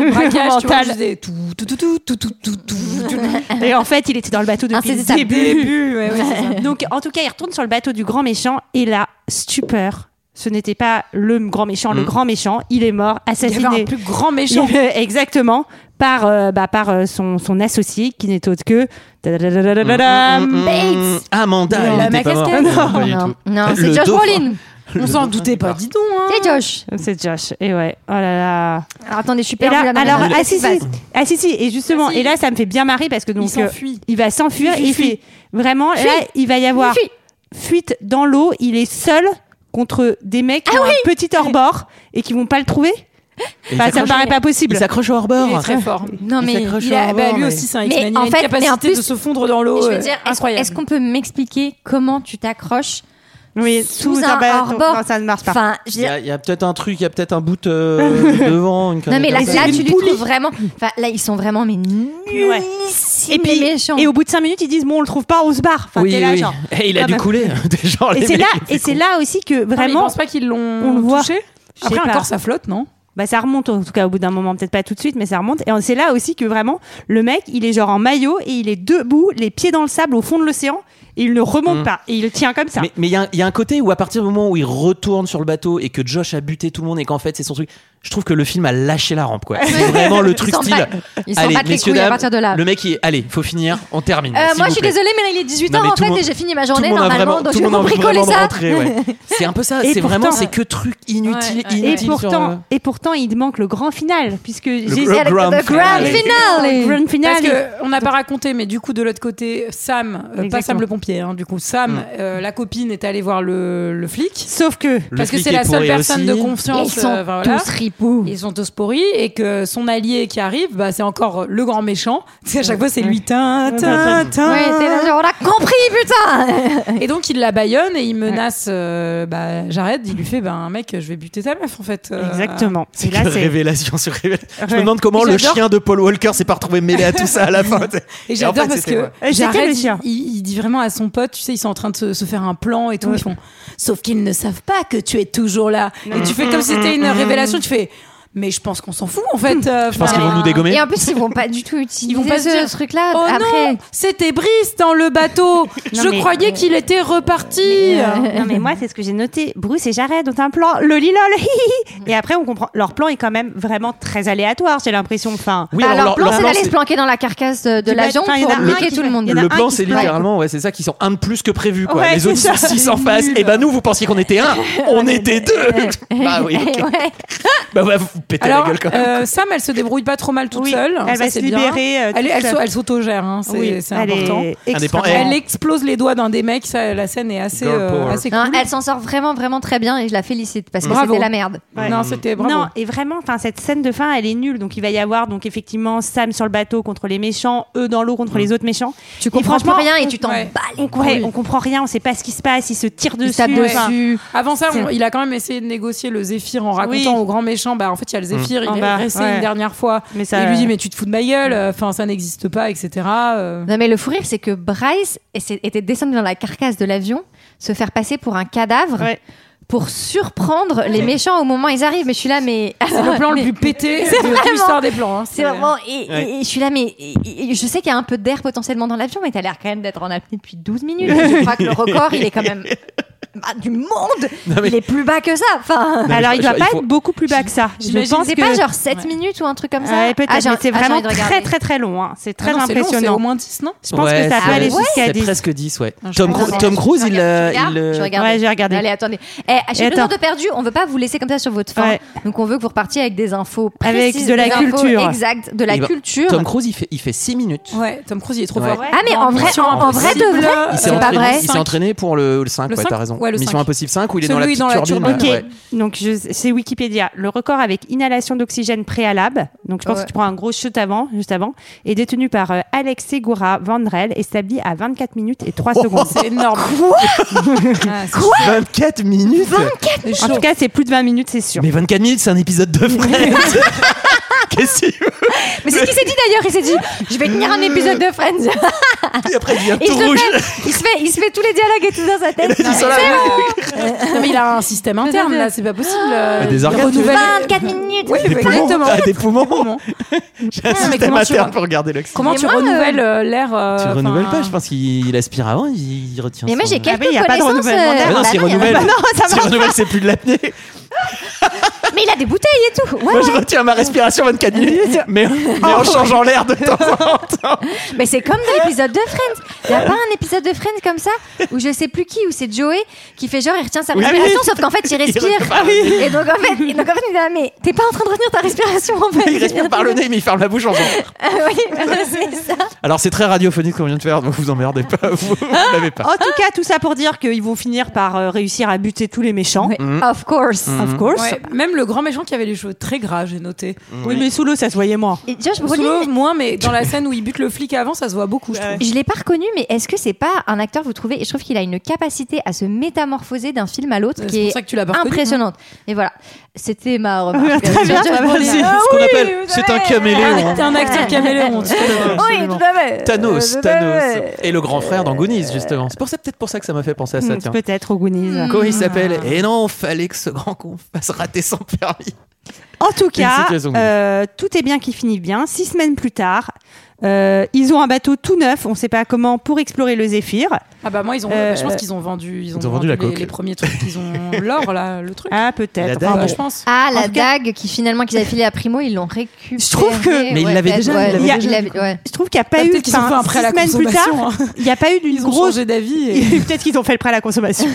J: de braquage, tu vois,
A: Mental.
J: je disais tout, tout, tout, tout, tout, tout, tout, tout, tout. Ah,
A: Et en fait, il était dans le bateau depuis le
J: Insaisissable.
A: début.
J: Début, ouais, ouais, c'est ça.
A: Donc, en tout cas, il retourne sur le bateau du grand méchant et là, stupeur. Ce n'était pas le grand méchant, le
J: Mm.
A: grand méchant, il est mort, assassiné.
J: un plus grand méchant.
A: Il- euh, exactement, par, euh, bah, par euh, son, son associé qui n'est autre que.
G: Mm, mm, mm, mm. Amanda,
A: Non,
G: elle
A: la
G: était pas
A: casquette.
G: morte.
A: Non,
G: pas du
A: non,
G: tout.
A: non, c'est
G: Le
A: Josh
G: dauphin.
A: Brolin.
G: Le
J: On s'en
G: dauphin.
J: doutait pas, dis donc. hein.
F: C'est Josh.
A: C'est Josh. Et ouais. Oh là là.
F: Alors attendez, je suis
A: Et
F: perdue
A: là,
F: là, dans la-
A: alors,
F: dans la
A: ah si, si,
F: base.
A: ah si, si, et justement, et là, ça me fait bien marrer parce que donc euh,
J: s'enfuit.
A: il va s'enfuir,
J: Fuit,
A: il
J: fuit,
A: fait vraiment,
J: Fuit.
A: là, il va y avoir
J: Fuit.
A: fuite dans l'eau, il est seul contre des mecs
J: Ah
A: qui ont un petit hors-bord et qui vont pas le trouver.
G: il
A: Enfin,
J: Bah,
A: ça me
G: s'accroche-
A: paraît pas possible.
G: Il s'accroche au hors-bord.
J: Il est très fort.
F: Non mais
G: s'accroche
J: Il a-
G: au
J: bah,
G: hors-bord,
J: lui
G: mais-
J: aussi, c'est un
F: Mais
J: X-Men. Il
F: en
J: a une
F: fait- mais en
J: capacité
F: plus-
J: de se fondre dans l'eau.
F: Je veux
J: euh,
F: dire, est-ce-
J: incroyable.
F: est-ce qu'on peut m'expliquer comment tu t'accroches
A: Oui,
F: sous
A: sous un
F: un
A: ba- non,
F: hors-bord
A: ah, bah, non, ça ne marche pas.
F: Enfin, je veux
G: Il y
F: dire,
G: a, il y a peut-être un truc, il y a peut-être un bout euh, devant. Une
F: non mais là,
G: connerie comme
F: là,
G: ça.
F: tu lui trouves vraiment. Enfin, là ils sont vraiment mais nullissimes
A: Et puis,
F: les méchants.
A: et au bout de 5 minutes, ils disent Bon, on le trouve pas, on se barre. Enfin,
G: Oui,
A: t'es là,
G: oui.
A: genre.
G: Eh, il a
A: Ah
G: dû
A: bah.
G: couler. Des gens,
A: Et
G: les
A: c'est
G: mecs,
A: là,
G: ils ont fait
A: et c'est
G: couler.
A: là aussi que
J: Non, mais
A: vraiment,
J: Je pense pas qu'ils
A: on le
J: l'ont
A: voit.
J: touché.
A: Je sais
J: Après, un
A: pas.
J: corps, ça flotte, non
A: bah ça remonte en tout cas au bout d'un moment, peut-être pas tout de suite, mais ça remonte. Et c'est là aussi que vraiment le mec, il est genre en maillot et il est debout, les pieds dans le sable au fond de l'océan, et il ne remonte
G: Mm.
A: pas et il le tient comme ça.
G: Mais mais il y, a un- il y a un côté où à partir du moment où il retourne sur le bateau et que Josh a buté tout le monde et qu'en fait c'est son truc, je trouve que le film a lâché la rampe quoi. C'est vraiment le truc
F: s'en
G: style.
F: bat- il s'en
G: Allez,
F: bat les
G: messieurs
F: couilles à
G: dames,
F: partir de là.
G: le mec il est. Allez, faut finir, on termine.
F: Euh, moi,
G: s'il vous
F: je suis
G: plaît.
F: désolée, mais là, il est 18h
G: Non, mais
F: en
G: tout
F: fait
G: le monde-
F: et j'ai fini ma
G: Tout le
F: journée
G: monde a
F: normalement,
G: vraiment-
F: donc
G: tout
F: je
G: le
F: vais
G: monde a
F: vous
G: envie
F: bricoler
G: vraiment de
F: ça.
G: rentrer, ouais. C'est un peu ça.
A: Et
G: C'est vraiment
A: pourtant-
G: c'est que truc inutile,
F: Ouais,
A: Et
F: ouais,
G: inutile. sur,
A: pourtant,
G: euh,
A: et pourtant, il manque le grand final puisque j'ai-
G: le
A: avec-
G: grand
A: le
G: final.
F: finale.
A: Le grand final.
J: Parce que on n'a pas raconté, mais du coup de l'autre côté, Sam, euh, pas
A: Exactement.
J: Sam le pompier, hein, du coup Sam,
G: Mm.
J: euh, la copine est allée voir le, le flic.
A: Sauf que
G: Le
J: parce que
G: flic
J: c'est
G: est
J: la seule
G: pourri
J: personne
G: aussi.
J: de confiance.
F: Ils sont
J: euh, enfin, voilà.
F: tous ripoux.
J: Ils sont tous pourris et que son allié qui arrive, bah, c'est encore le grand méchant. C'est à chaque fois c'est lui. Tin, tin, tin.
F: Ouais, t'es là, genre, on a compris, putain
J: Et donc il la baïonne et il menace euh, bah, Jared. Il lui fait, ben mec, je vais buter ta meuf en fait. Euh,
A: exactement.
G: C'est
A: Et là,
G: que
A: c'est-
G: révélation sur révélation. Je
A: Ouais.
G: me demande comment
J: Et
G: le
J: j'adore-
G: chien de Paul Walker s'est pas retrouvé mêlé à tout ça à la fin.
J: Et j'adore parce
G: c'était
J: que
G: moi.
A: Et c'était
J: Jared,
A: le chien.
J: Il, il dit vraiment à son pote, tu sais, ils sont en train de se, se faire un plan et tout. Ils font, sauf qu'ils ne savent pas que tu es toujours là. Et tu fais comme si c'était une révélation. Tu fais, mais je pense qu'on s'en fout en fait. euh,
G: Je pense qu'ils
J: enfin,
G: vont nous dégommer.
F: Et en plus, ils vont pas du tout utiliser
J: Ils vont pas se
F: ce
J: dire,
F: truc-là
J: Oh
F: après.
J: non, c'était Brice dans le bateau. je
A: mais-
J: croyais qu'il était reparti.
A: non mais euh, moi c'est ce que j'ai noté. Bruce et Jared ont un plan, loli lol. hi, hi, hi. et après on comprend. Leur plan est quand même vraiment très aléatoire. J'ai l'impression. Enfin,
G: Oui,
F: Bah,
G: alors,
F: leur plan, c'est d'aller
G: c'est-
F: se planquer dans la carcasse de, de
A: Du
F: l'avion
A: bateau, enfin, il y en
F: pour
A: a un
F: niquer
A: qui
F: tout le
A: fait-
F: monde.
A: il y en a
G: Le
A: un
G: plan,
A: qui
G: c'est
A: se plaint.
G: littéralement, ouais, c'est ça, qu'ils sont un de plus que prévu, quoi.
A: Ouais,
G: les autres
A: c'est
G: sont
A: ça.
G: six en face. Et bah, nous, vous pensiez qu'on était un, on était deux. bah oui, ok.
F: Ouais.
G: Bah, bah, vous pétez
J: Alors,
G: la gueule quand même.
J: euh, Sam, elle se débrouille pas trop mal toute
A: Oui,
J: seule.
A: elle
J: Ça,
A: va se
J: c'est bien.
A: libérer, euh,
J: Elle,
A: toute
J: elle
A: seule.
J: s'au- elle s'autogère, hein, c'est
A: oui,
J: c'est
A: elle est
J: important.
G: Indépendant.
A: extrêmement-
J: Elle explose les doigts d'un des mecs. Ça, la scène est assez,
G: Girl
J: euh,
G: power.
J: assez
F: Non,
J: cool.
F: Hein, elle s'en sort vraiment, vraiment très bien et je la félicite parce que
J: Bravo.
F: c'était la merde.
A: Ouais.
J: Non, c'était bravo.
A: Non, et vraiment, enfin, cette scène de fin, elle est nulle. Donc, il va y avoir, donc, effectivement, Sam sur le bateau contre les méchants, eux dans l'eau contre les autres méchants.
F: Tu
A: Et
F: comprends plus
A: franchement,
F: rien et tu t'en
J: ouais.
F: bats les
A: on- ouais,
F: couilles.
A: on comprend rien, on sait pas ce qui se passe, ils se tirent
F: Ils
A: dessus.
F: tapent
A: enfin,
F: dessus.
J: Avant ça,
A: C'est-
J: on- il a quand même essayé de négocier le Zéphyr en racontant
A: Oui.
J: au grand méchant, bah en fait il y a le Zéphyr,
A: Ah
J: il
A: bah,
J: est resté
A: ouais.
J: une dernière fois.
A: Mais ça-
J: Et il lui dit mais tu te fous de ma gueule, enfin ça n'existe pas, etc. euh.
G: Mm.
F: Non mais le fou rire, c'est que Bryce essa- était descendu dans la carcasse de l'avion, se faire passer pour un cadavre.
A: Ouais.
F: pour surprendre les méchants au moment où ils arrivent. Mais je suis là, mais.
J: C'est le plan le
F: Mais-
J: plus pété
F: C'est
J: de
F: vraiment-
J: l'histoire des plans. hein.
F: C'est vraiment. Et,
J: Ouais.
F: et- et je suis là, mais et- et- je sais qu'il y a un peu d'air potentiellement dans l'avion, mais t'as l'air quand même d'être en apnée depuis 12 minutes. je crois que le record, il est quand même. bah, du monde Il est plus bas que ça. Enfin,
A: Non, mais Alors, je- il doit je- pas il faut- être beaucoup plus bas que ça. Je
F: J'imagine.
A: pense
F: c'est
A: que-
F: pas genre 7 minutes ou un truc comme ça.
A: Ouais, peut-être,
F: Ah, j'ai
A: mais
F: un-
A: c'est
F: ah, j'ai
A: vraiment
F: envie de regarder.
A: très très très long. hein. C'est très
F: Ah non, c'est long,
A: impressionnant.
F: c'est au
J: moins 10, non
A: Je pense
G: Ouais,
A: que ça
G: c'est-
A: peut aller jusqu'à
G: C'est
A: 10.
G: presque 10, ouais.
F: Non, je
G: Tom,
F: regarde.
G: Cru- Tom Cruise, il. euh,
F: Regarde,
G: il, euh,
F: je regarde.
A: Ouais, j'ai regardé.
F: Allez, attendez. Eh, à
A: Et
F: chez deux heures
A: attends.
F: de perdu, on veut pas vous laisser comme ça sur votre faim. Donc on veut que vous repartiez avec des infos
A: Avec
F: précises,
A: de la
F: des infos
A: culture.
F: exactes, de la
G: eh ben,
F: culture.
G: Tom Cruise, il fait, il fait 6 minutes.
J: Ouais, Tom Cruise, il est trop
G: Ouais.
J: fort.
F: Ah mais en vrai, en, en vrai de vrai,
G: Il s'est
F: c'est pas
G: entraîné-
F: vrai.
G: Il s'est entraîné pour le, le 5,
A: Le
G: ouais,
A: cinq
G: t'as raison.
A: Ouais, le
G: Mission
A: cinq.
G: Impossible 5, où il est dans la petite turbine.
A: Ok,
G: ouais.
A: donc je- c'est Wikipédia. Le record avec inhalation d'oxygène préalable, donc je pense
F: Ouais.
A: que tu prends un gros chute avant, juste avant, est détenu par euh, Alex Segura Vandrel, établi à 24 minutes et 3
G: Oh,
A: secondes.
G: c'est
J: énorme.
A: Quoi
G: 24 minutes
A: En tout cas, c'est plus de 20 minutes, c'est sûr.
G: Mais 24 minutes, c'est un épisode de Friends Qu'est-ce que tu veux
F: Mais c'est ce qu'il s'est dit d'ailleurs, il s'est dit je vais tenir
A: Hmm.
F: un épisode de Friends.
J: Ah.
G: Et après, il devient
F: il,
G: tout
F: se
G: rouge.
F: fait, il se fait il se fait tous les dialogues et tout dans sa tête.
G: Ils sont là,
F: C'est bon.
J: Non, mais il a un système interne, là, c'est pas possible. euh,
G: Ah, Des
J: il
G: organes, tu veux
J: renouvelle-
F: 24 minutes.
J: Oui,
G: Des poumons.
J: exactement.
G: Ah, des poumons.
J: mais
G: J'ai un système
J: comment tu
G: interne
J: vois
G: pour regarder l'oxygène.
J: Comment tu renouvelles euh, l'air euh,
G: Tu
J: enfin,
G: renouvelles pas, je pense qu'il il aspire avant, il il retient.
F: Mais moi,
G: son-
F: j'ai quelques
A: mais il y a pas de
F: connaissances.
A: renouvellement
F: euh,
A: d'air.
G: Ah
F: bah
G: non, s'il
F: non, il y en a
G: renouvelle,
F: pas.
G: s'il renouvelle, c'est plus de l'apnée.
F: Mais il a des bouteilles et tout. Ouais,
G: Moi, je
F: ouais. Oh,
G: retiens ma respiration 24 minutes, mais, mais en changeant l'air de temps en temps.
F: Mais c'est comme dans l'épisode de Friends. Il a pas un épisode de Friends comme ça où je sais plus qui, où c'est Joey qui fait genre il retient sa
G: Oui.
F: respiration,
G: Ah oui.
F: sauf qu'en fait il
G: Il
F: respire.
G: respire pas, oui.
F: Et donc en fait, et donc, en fait, il est là, mais t'es pas en train de retenir ta respiration en fait.
G: Il respire par le nez, mais il ferme la bouche en faisant.
F: Ah oui, c'est ça.
G: Alors, c'est très radiophonique qu'on vient de faire, donc vous emmerdez pas, vous, vous l'avez pas.
J: Ah.
A: En tout cas, tout ça pour dire qu'ils vont finir par euh, réussir à buter tous les méchants.
G: Mm.
F: Of course.
A: Of course.
J: Ouais, même le grand méchant qui avait les cheveux très gras, j'ai noté.
A: Oui, mais sous l'eau, ça se voyait moins.
F: Et Josh
J: Sous l'eau,
F: Brolin,
J: moins, mais dans la scène où il bute le flic avant, ça se voit beaucoup, je trouve.
F: je l'ai pas reconnu, mais est-ce que c'est pas un acteur, vous trouvez Et je trouve qu'il a une capacité à se métamorphoser d'un film à l'autre
J: C'est
F: qui
J: pour
F: est
J: ça que tu l'as pas reconnu, hein.
F: impressionnante. Et voilà, c'était ma remarque.
A: Très bien,
F: Josh
A: bah,
F: Brolin.
A: vas-y.
F: Ah
G: ce qu'on
F: oui,
G: appelle,
F: vous
G: c'est un
F: avez-
G: caméléon.
J: T'es un acteur caméléon, tu sais.
F: Oui, tout à Euh, fait.
G: Thanos,
F: Euh,
G: Thanos.
F: ouais.
G: Et le grand frère dans Goonies, justement. C'est pour ça, peut-être pour ça que ça m'a fait penser à ça,
A: Hmm,
G: tiens.
A: Peut-être au Goonies.
G: Comment il
F: Mm.
G: s'appelle Et non, fallait que ce grand con fasse rater son permis.
A: En tout
G: Une
A: cas,
G: situation
A: euh, tout est bien qui finit bien. Six semaines plus tard, euh, ils ont un bateau tout neuf, on ne sait pas comment, pour explorer le Zéphyr.
J: Ah bah moi, ils ont,
A: Euh,
J: je pense qu'ils ont vendu, ils ont
G: ont vendu la
J: vendu les,
G: coque.
J: les premiers trucs qu'ils ont, l'or là, le truc.
A: Ah,
G: La
A: peut-être.
G: dague.
A: Enfin,
J: Bah,
A: bon.
J: je pense.
F: Ah, la
A: En tout cas-
F: dague qui finalement qu'ils avaient filée à Primo, ils l'ont récupérée. Je
A: trouve que-
G: Mais ils l'avaient déjà, ils l'avaient
A: déjà,
F: ouais.
A: Je trouve qu'il n'y a pas eu.
J: Bah, Peut-être qu'ils ont
A: enfin,
J: fait un prêt à la
A: six semaines plus tard,
J: consommation, hein. Euh,
A: il n'y a pas eu d'une
J: Ils ont
A: grosse.
J: changé d'avis. et-
A: Peut-être qu'ils ont fait le prêt à la consommation.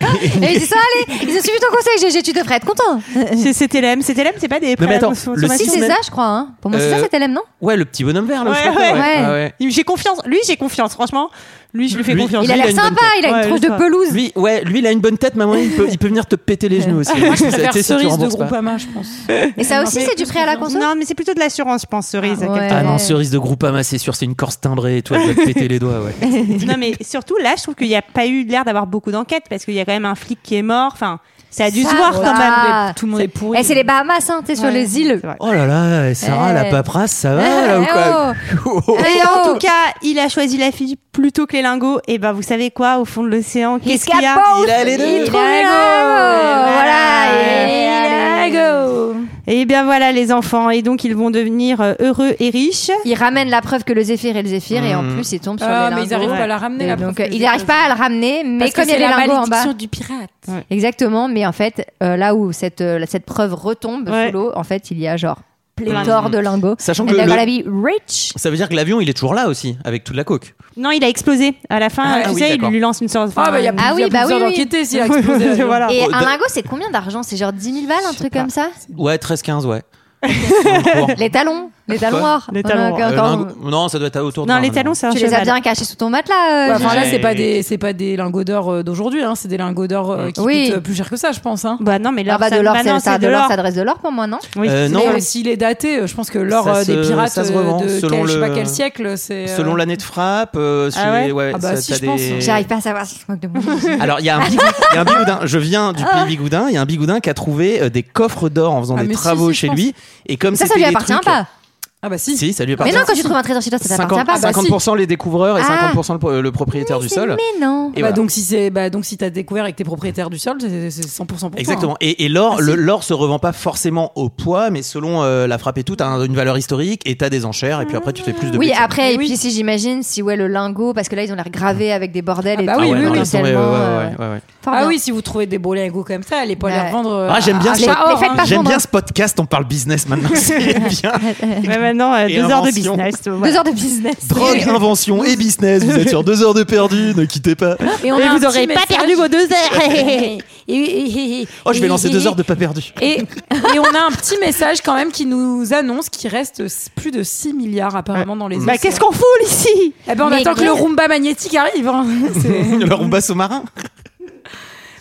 F: Et ils disent ça, allez, ils ont suivi ton conseil, GG, tu devrais être content.
A: C'est- C'était l'EM. C'était l'EM, c'est pas des prêts
G: mais
A: à la
G: attends, le
A: consommation.
F: Si,
G: six
F: c'est
G: semaines-
F: ça, je crois. hein. Pour moi, c'est
G: Euh,
F: ça, c'était l'aime, non
G: Ouais, le petit bonhomme vert, là, je
A: Ouais,
G: crois.
A: ouais.
F: Ouais.
G: Ah ouais.
A: J'ai confiance. Lui, j'ai confiance, franchement. Lui, je lui fais
G: Lui-
A: confiance.
F: Il a
G: il a
F: l'air
G: une
F: sympa,
G: bonne
F: il a
A: Ouais,
F: une tronche
A: je
F: de
A: crois.
F: pelouse.
G: Lui, ouais, lui, il a une bonne tête, maman. Il peut, il peut venir te péter les genoux aussi.
J: Moi, je
G: Tu sais,
J: préfère
G: tu sais, tu
J: cerise de
G: rembourses pas.
J: Groupama, je pense.
F: Et ça aussi,
A: Mais-
F: c'est du prêt à la conso
A: Non, mais c'est plutôt de l'assurance, je pense, cerise.
F: Ah, ouais.
A: quelque
G: Ah non,
F: Ouais.
G: cerise de Groupama, c'est sûr, c'est une corse timbrée et tout, elle doit te péter les doigts, ouais.
A: non mais surtout là je trouve qu'il n'y a pas eu l'air d'avoir beaucoup d'enquêtes parce qu'il y a quand même un flic qui est mort enfin ça a dû
F: Ça
A: se voir
F: va.
A: quand même
F: Ah.
J: Tout le monde est pourri.
F: Eh, c'est les Bahamas, hein, t'es sur
A: Ouais.
F: les îles.
A: C'est vrai.
G: Oh là là, Sarah,
F: Ouais.
G: la paperasse, ça
F: Eh,
G: va là ou quoi
F: oh. Eh,
A: Et en
F: oh.
A: tout cas il a choisi la fille plutôt que les lingots et ben vous savez quoi au fond de l'océan qu'est-ce qu'il y a
F: Escape-out.
G: Il a les deux.
F: Il
A: Il
F: trouve
A: a
F: les
A: go.
F: lingots.
A: Voilà.
F: Voilà,
A: Et
F: il a go.
A: et bien voilà les enfants et donc ils vont devenir euh, heureux et riches
F: Il ramène la preuve que le zéphyr est le zéphyr et en
G: Mhm.
F: plus il tombe sur
J: Ah,
F: les
J: mais ils arrivent
F: lingots.
J: pas à la ramener. la
F: Et donc
J: preuve
F: euh,
J: que
F: il
J: c'est-
F: n'arrive pas à le ramener, mais
J: Parce que
F: comme il y a
J: c'est
F: les
J: la
F: lingots en bas.
J: malédiction du pirate.
F: Exactement, mais en fait, euh, là où cette, euh, cette preuve retombe
A: Ouais.
F: sous l'eau, en fait, il y a genre pléthore de lingots.
G: Sachant
F: And
G: que
F: I
G: le-
F: gotta be rich.
G: Ça veut dire que l'avion, il est toujours là aussi, avec toute la coke.
A: non il a explosé à la fin
G: Ah,
A: tu
G: oui,
A: sais il
G: d'accord.
A: lui lance une sorte
J: Ah bah il y a
F: Ah oui,
J: plus
F: bah oui, oui.
J: d'enquêter s'il a explosé. l'avion.
A: Voilà.
F: Et
G: Oh,
F: un
G: de-
F: lingot, c'est combien d'argent C'est genre 10 000 balles, un truc comme ça
G: Ouais, 13-15, ouais. Dans le cours.
F: Les talons, les talons
G: Quoi
F: noirs.
A: Les
F: On a
A: talons
F: encore-
G: Euh,
F: encore-
G: lingo- Non, ça doit être autour de
A: non
G: vingt,
A: les
G: maintenant.
A: talons c'est un
F: Tu les as
A: cheval
F: bien cachés sous ton matelas. euh,
J: Ouais, enfin là c'est pas
G: J'ai-
J: des c'est pas des lingots d'or euh, d'aujourd'hui hein, c'est des lingots d'or euh, qui
F: Oui.
J: coûtent euh, plus cher que ça je pense hein.
A: bah non mais
F: Ah
A: l'or
F: bah,
A: ça-
F: de l'or,
A: bah
F: c'est-
A: non,
F: ça- de l'or, ça dresse de l'or pour moi, non
A: Oui.
G: Euh, non,
J: Mais, euh,
G: oui.
J: s'il est daté euh, je pense que l'or
G: Ça
J: euh, des
G: se-
J: pirates
G: ça se
J: euh,
G: revend
J: de
G: selon
J: quel- je sais
G: le-
J: pas quel siècle c'est euh,
G: Selon l'année de frappe, euh, sur
A: Ah ouais
G: les-
J: Ah bah
G: ça-
J: si,
G: t'as
J: je pense.
G: des-
F: J'arrive pas à savoir si je moque de moi.
G: Alors, il y, a un bigou- il y a un bigoudin, je viens du pays bigoudin, il y a un bigoudin qui a trouvé euh, des coffres d'or en faisant
J: Ah,
G: des
J: mais si,
G: travaux
J: si, je
G: chez
J: pense.
G: lui. Et comme
F: Ça, ça
G: c'était
F: lui
G: des
F: appartient
G: trucs-
F: pas.
J: Ah bah si.
G: Si, ça lui est
F: Mais non, quand tu trouves un
G: un
F: trésor chez toi, ça t'appartient pas. Bah si.
G: 50% les découvreurs et
F: Ah.
G: 50% le, po- le propriétaire du sol.
F: Mais non.
G: Et
J: bah
G: voilà.
J: donc si c'est bah donc si t'as découvert et que t'es propriétaire du sol, c'est c'est 100% pour toi, hein.
G: Exactement. Et, et l'or,
F: Ah,
G: le- l'or se revend pas forcément au poids, mais selon euh, la frappe et tout, t'as un- une valeur historique et t'as des enchères, et puis après tu fais plus de
F: Oui,
G: blé.
F: après, et puis si j'imagine, si ouais, le lingot, parce que là, ils ont l'air gravés avec des bordels et
J: bah
F: tout.
J: oui,
G: Ah ouais,
J: oui,
G: non,
J: oui,
G: laisse tomber,
F: tellement,
G: ouais, ouais,
F: euh, Bah,
G: ouais, ouais, ouais.
J: Ah oui, si vous trouvez des beaux lingots comme ça, allez pas les revendre. euh,
G: Ah, j'aime bien,
J: à-
G: ce
J: à
G: pod-
J: Shahor, hein.
G: j'aime bien ce podcast, on parle business maintenant. C'est bien.
A: Ouais, maintenant, euh,
G: Et
A: deux heures de
G: invention.
A: business. euh,
F: Deux
A: voilà.
F: heures de business.
G: Drogue, invention et business, vous êtes sur deux heures de perdu, ne quittez pas.
J: on
A: Et
J: a un
A: vous
J: petit
A: aurez pas
J: message.
A: perdu vos deux heures. Bah,
G: Oh, je vais lancer deux heures de pas perdu.
J: Et, et on a un petit message quand même qui nous annonce qu'il reste s- plus de 6 milliards apparemment dans les
A: Bah,
J: océans.
A: qu'est-ce qu'on fout ici
J: Eh ben, on
F: Mais
J: attend que le
F: qu'est-ce-
J: Roomba magnétique arrive. hein. C'est-
G: Le rumba sous-marin.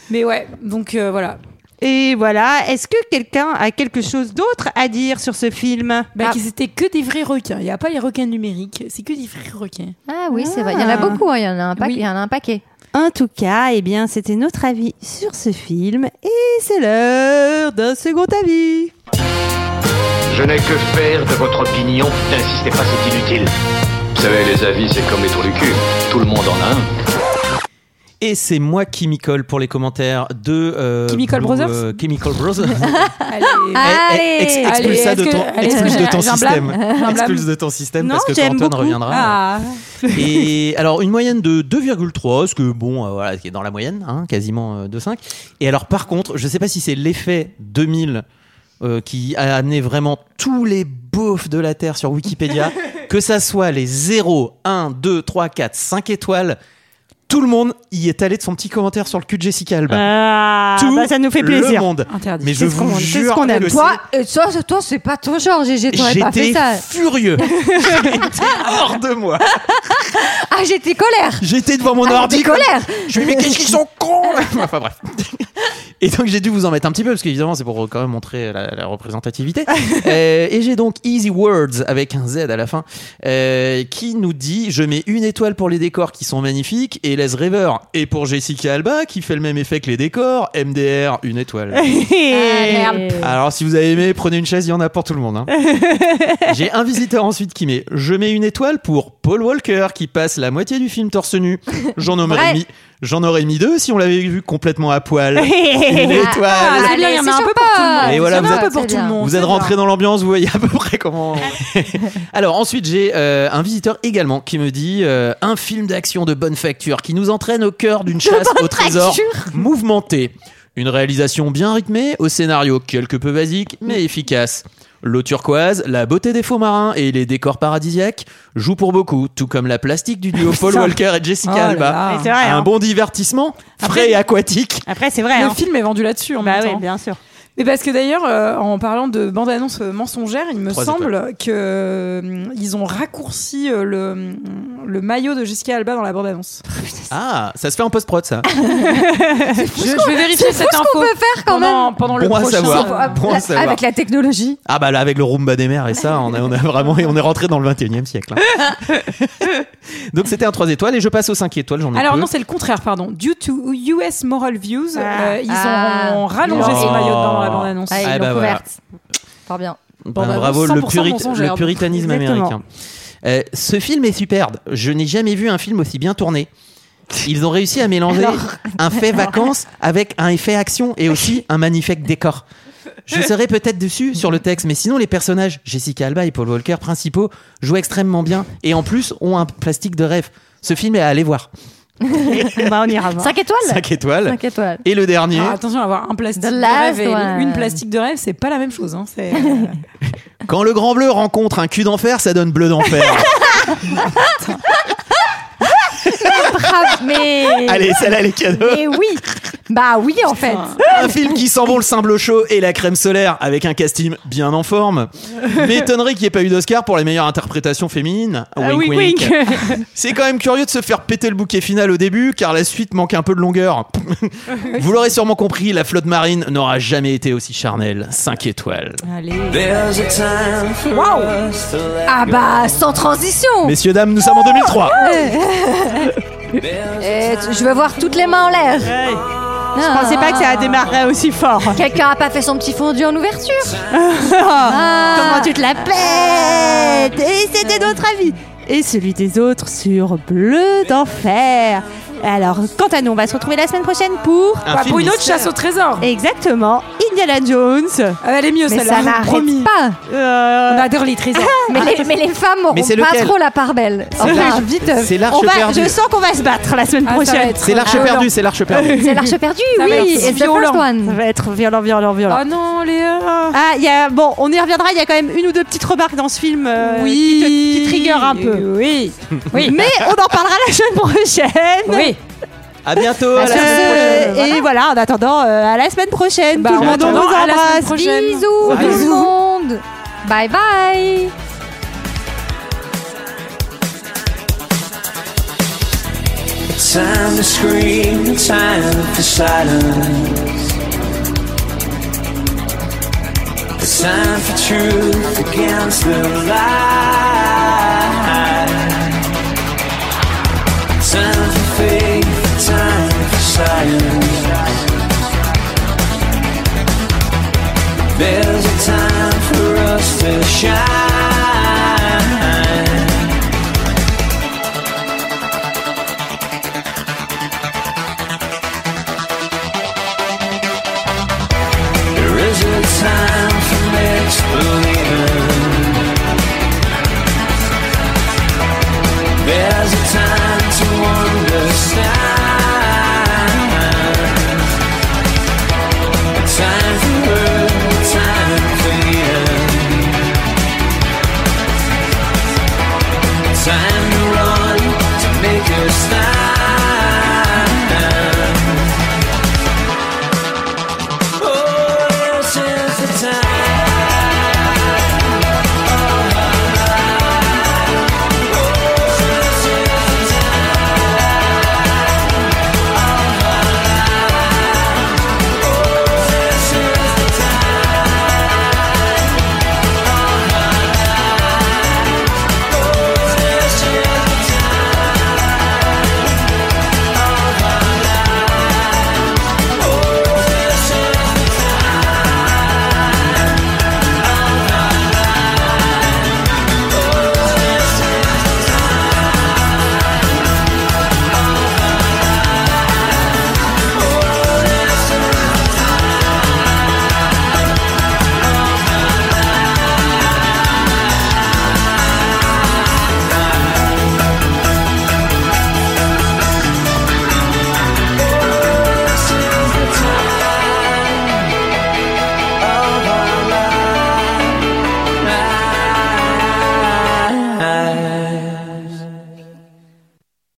J: Mais ouais, donc euh, voilà.
A: Et voilà, est-ce que quelqu'un a quelque chose d'autre à dire sur ce film
J: Bah,
F: Ah.
J: que C'était que des vrais requins. Il n'y a pas les requins numériques, c'est que des vrais requins.
F: Ah oui, c'est vrai. Il y en a beaucoup, hein, il y en a un paquet. Il y en a un paquet.
A: En tout cas, eh bien, c'était notre avis sur ce film et c'est l'heure d'un second avis.
I: Je n'ai que faire de votre opinion. N'insistez pas, c'est inutile.
E: Vous savez, les avis, c'est comme les trous du cul. Tout le monde en a un.
G: Et c'est moi qui m'y colle pour les commentaires de. euh,
J: Chemical
G: Blue,
J: Brothers
G: euh, Chemical Brothers.
J: Allez.
A: Ah,
G: Eh, eh, ex-
J: Allez,
G: Expulse ça de
J: est-ce que-
G: ton
J: allez, est-ce que
G: expulse de
J: j'ai-
G: ton
J: j'ai un blâme
G: système.
J: J'ai un blâme
G: Expulse de ton système
A: Non,
G: parce que
A: j'aime
G: quand Antoine
A: beaucoup.
G: reviendra.
J: Ah.
G: Et alors une moyenne de 2,3, ce que bon, euh, voilà, qui est dans la moyenne, hein, quasiment euh, 2,5. Et alors par contre, je sais pas si c'est l'effet 2000 euh, qui a amené vraiment tous les beaufs de la Terre sur Wikipédia, que ça soit les 0, 1, 2, 3, 4, 5 étoiles, tout le monde y est allé de son petit commentaire sur le cul de Jessica Alba.
F: Euh,
A: Ah,
G: bah, tout
A: bah, ça nous fait
G: le
A: plaisir.
G: monde.
J: Interdit.
G: Mais je
A: C'est ce qu'on-
G: vous
A: c'est ce
G: jure
A: qu'on aime.
G: que
F: Toi, euh, toi, c'est- toi, c'est pas ton genre, GG. T'aurais pas fait
G: J'étais
F: ça.
G: furieux. J'étais hors de moi.
F: Ah, j'étais colère.
G: J'étais devant mon
F: Ah,
G: ordi.
F: j'étais colère.
G: Je me dis, mais qu'est-ce qu'ils sont cons Enfin bref. Et donc j'ai dû vous en mettre un petit peu parce qu'évidemment c'est pour quand même montrer la, la représentativité. Euh, et j'ai donc Easy Words avec un Z à la fin euh, qui nous dit je mets une étoile pour les décors qui sont magnifiques et laisse rêveur. Et pour Jessica Alba qui fait le même effet que les décors, MDR une étoile.
J: Ah,
G: Alors, si vous avez aimé, prenez une chaise, il y en a pour tout le monde. hein. J'ai un visiteur ensuite qui met Je mets une étoile pour Paul Walker qui passe la moitié du film torse nu. J'en aurais,
F: Vrai.
G: mis, j'en aurais mis deux si on l'avait vu complètement à poil. Une
J: Ah,
G: étoile.
J: c'est bien, il y en a un peu pour tout le monde.
G: Et voilà,
J: Il y en a
G: vous
J: un peu
F: êtes-
J: pour tout le monde.
G: Vous êtes
J: c'est
G: rentré
J: bien.
G: dans l'ambiance, vous voyez à peu près comment. Alors ensuite j'ai euh, un visiteur également qui me dit euh, un film d'action de bonne facture qui nous entraîne au cœur d'une chasse au trésor mouvementée. Une réalisation bien rythmée, au scénario quelque peu basique mais efficace. L'eau turquoise, la beauté des faux marins et les décors paradisiaques jouent pour beaucoup, tout comme la plastique du duo Paul
J: Putain.
G: Walker et Jessica
J: Oh là
G: Alba.
J: là.
A: Mais c'est vrai,
G: Un
A: hein.
G: bon divertissement, frais
J: Après-
G: et aquatique.
A: Après, c'est vrai.
J: Le
A: hein.
J: film est vendu là-dessus en
A: Bah
J: même
A: oui,
J: temps.
A: bien sûr.
J: Mais parce que d'ailleurs, euh, en parlant de bande-annonce euh, mensongère, il me
G: Trois
J: semble que euh, ils ont raccourci euh, le, le maillot de Jessica Alba dans la bande-annonce.
G: Ah, ça se fait en post-prod ça.
J: Je, je vais vérifier cette info.
F: On peut faire quand même.
J: pendant, pendant le
G: Bon à
J: prochain.
G: savoir.
J: euh,
G: Bon à savoir.
F: Avec la technologie.
G: Ah bah là avec le Roomba des mers et ça on a, on a vraiment on est rentré dans le 21 e siècle. hein. Donc c'était un 3 étoiles et je passe au 5 étoiles, j'en ai
J: Alors
G: peu.
J: non, c'est le contraire, pardon. Due to US moral views,
A: Ah.
J: euh, ils
F: Ah.
J: ont rallongé
G: Oh.
J: ce maillot dans la bande-annonce.
F: Ah, ils
G: Ah,
F: l'ont
G: bah, voilà.
F: couverte. Fort bien.
G: Ben,
J: bah,
G: bravo le,
J: 100%
G: purit-
J: mensongère,
G: le
J: donc.
G: puritanisme
A: Exactement.
G: américain. Euh, ce film est superbe. Je n'ai jamais vu un film aussi bien tourné. Ils ont réussi à mélanger un fait vacances avec un effet action et aussi un magnifique décor. Je serai peut-être dessus sur le texte, mais sinon les personnages, Jessica Alba et Paul Walker principaux, jouent extrêmement bien et en plus ont un plastique de rêve. Ce film est à aller voir.
A: bah, on ira voir.
F: 5 étoiles
G: 5 étoiles.
F: 5 étoiles.
G: Et le dernier,
J: Ah, attention, avoir un plastique
F: The
J: de
F: last
J: rêve et
F: one.
J: une plastique de rêve, c'est pas la même chose. Hein. C'est, euh,
G: quand le grand bleu rencontre un cul d'enfer, ça donne bleu d'enfer.
F: Brave, mais.
G: Allez, celle-là, elle est cadeau.
F: Mais oui. Bah oui, en fait.
G: Un film qui sent bon le symbole chaud et la crème solaire avec un casting bien en forme. M'étonnerait qu'il n'y ait pas eu d'Oscar pour la meilleure interprétation féminine.
A: Ah,
G: Wink,
A: wink,
G: wink.
A: wink.
G: C'est quand même curieux de se faire péter le bouquet final au début car la suite manque un peu de longueur. Vous l'aurez sûrement compris, la flotte marine n'aura jamais été aussi charnelle. 5 étoiles.
J: Allez.
F: Ah bah, sans transition.
G: Messieurs, dames, nous sommes en 2003.
F: Euh, Eh, tu- je veux voir toutes les mains en l'air.
A: Hey. Je pensais pas que ça démarrerait aussi fort.
F: Quelqu'un a pas fait son petit fondu en ouverture Ah.
A: Comment tu te la pètes Et c'était notre avis et celui des autres sur Bleu d'enfer. Alors, quant à nous, on va se retrouver la semaine prochaine pour...
J: Un Bah, film pour une autre mystère. chasse au trésor.
A: Exactement, Indiana Jones.
J: elle est mieux,
A: Mais
J: celle-là,
A: ça n'arrête Euh,
J: promis.
F: pas.
J: On adore les trésors.
F: mais, les, mais les femmes auront
G: Mais c'est
F: pas
G: lequel
F: trop la part belle.
G: C'est
F: Enfin,
G: l'arche-
F: vite.
G: c'est l'arche On va- perdue. je sens
A: qu'on ah, va se battre la semaine prochaine.
G: C'est l'arche perdue, c'est l'arche perdue.
F: C'est l'arche perdue,
A: Ça va
F: oui.
A: être
F: Et c'est
A: violent.
F: first one.
A: Ça va être violent, violent, violent.
J: Oh non, Léa
A: Ah, il y a, bon, on y reviendra. Il y a quand même une ou deux petites remarques dans ce film euh, qui, te- qui trigger un peu.
J: Oui.
A: oui. Mais on en parlera la semaine prochaine.
J: Oui.
G: À bientôt. à la
A: Euh,
G: semaine prochaine.
A: Et voilà, en attendant, euh, à la semaine prochaine.
J: Bah,
A: Tout le
J: en
A: monde, on vous
J: attendant, à la semaine
A: embrasse.
J: prochaine.
F: Bisous,
A: Salut.
F: tout le monde. Bye bye.
M: It's time to scream, time for silence. It's time for truth against the lie. Time for faith, time for science. There's a time for us to shine. There is a time for mixed believing. There's a
C: Oh,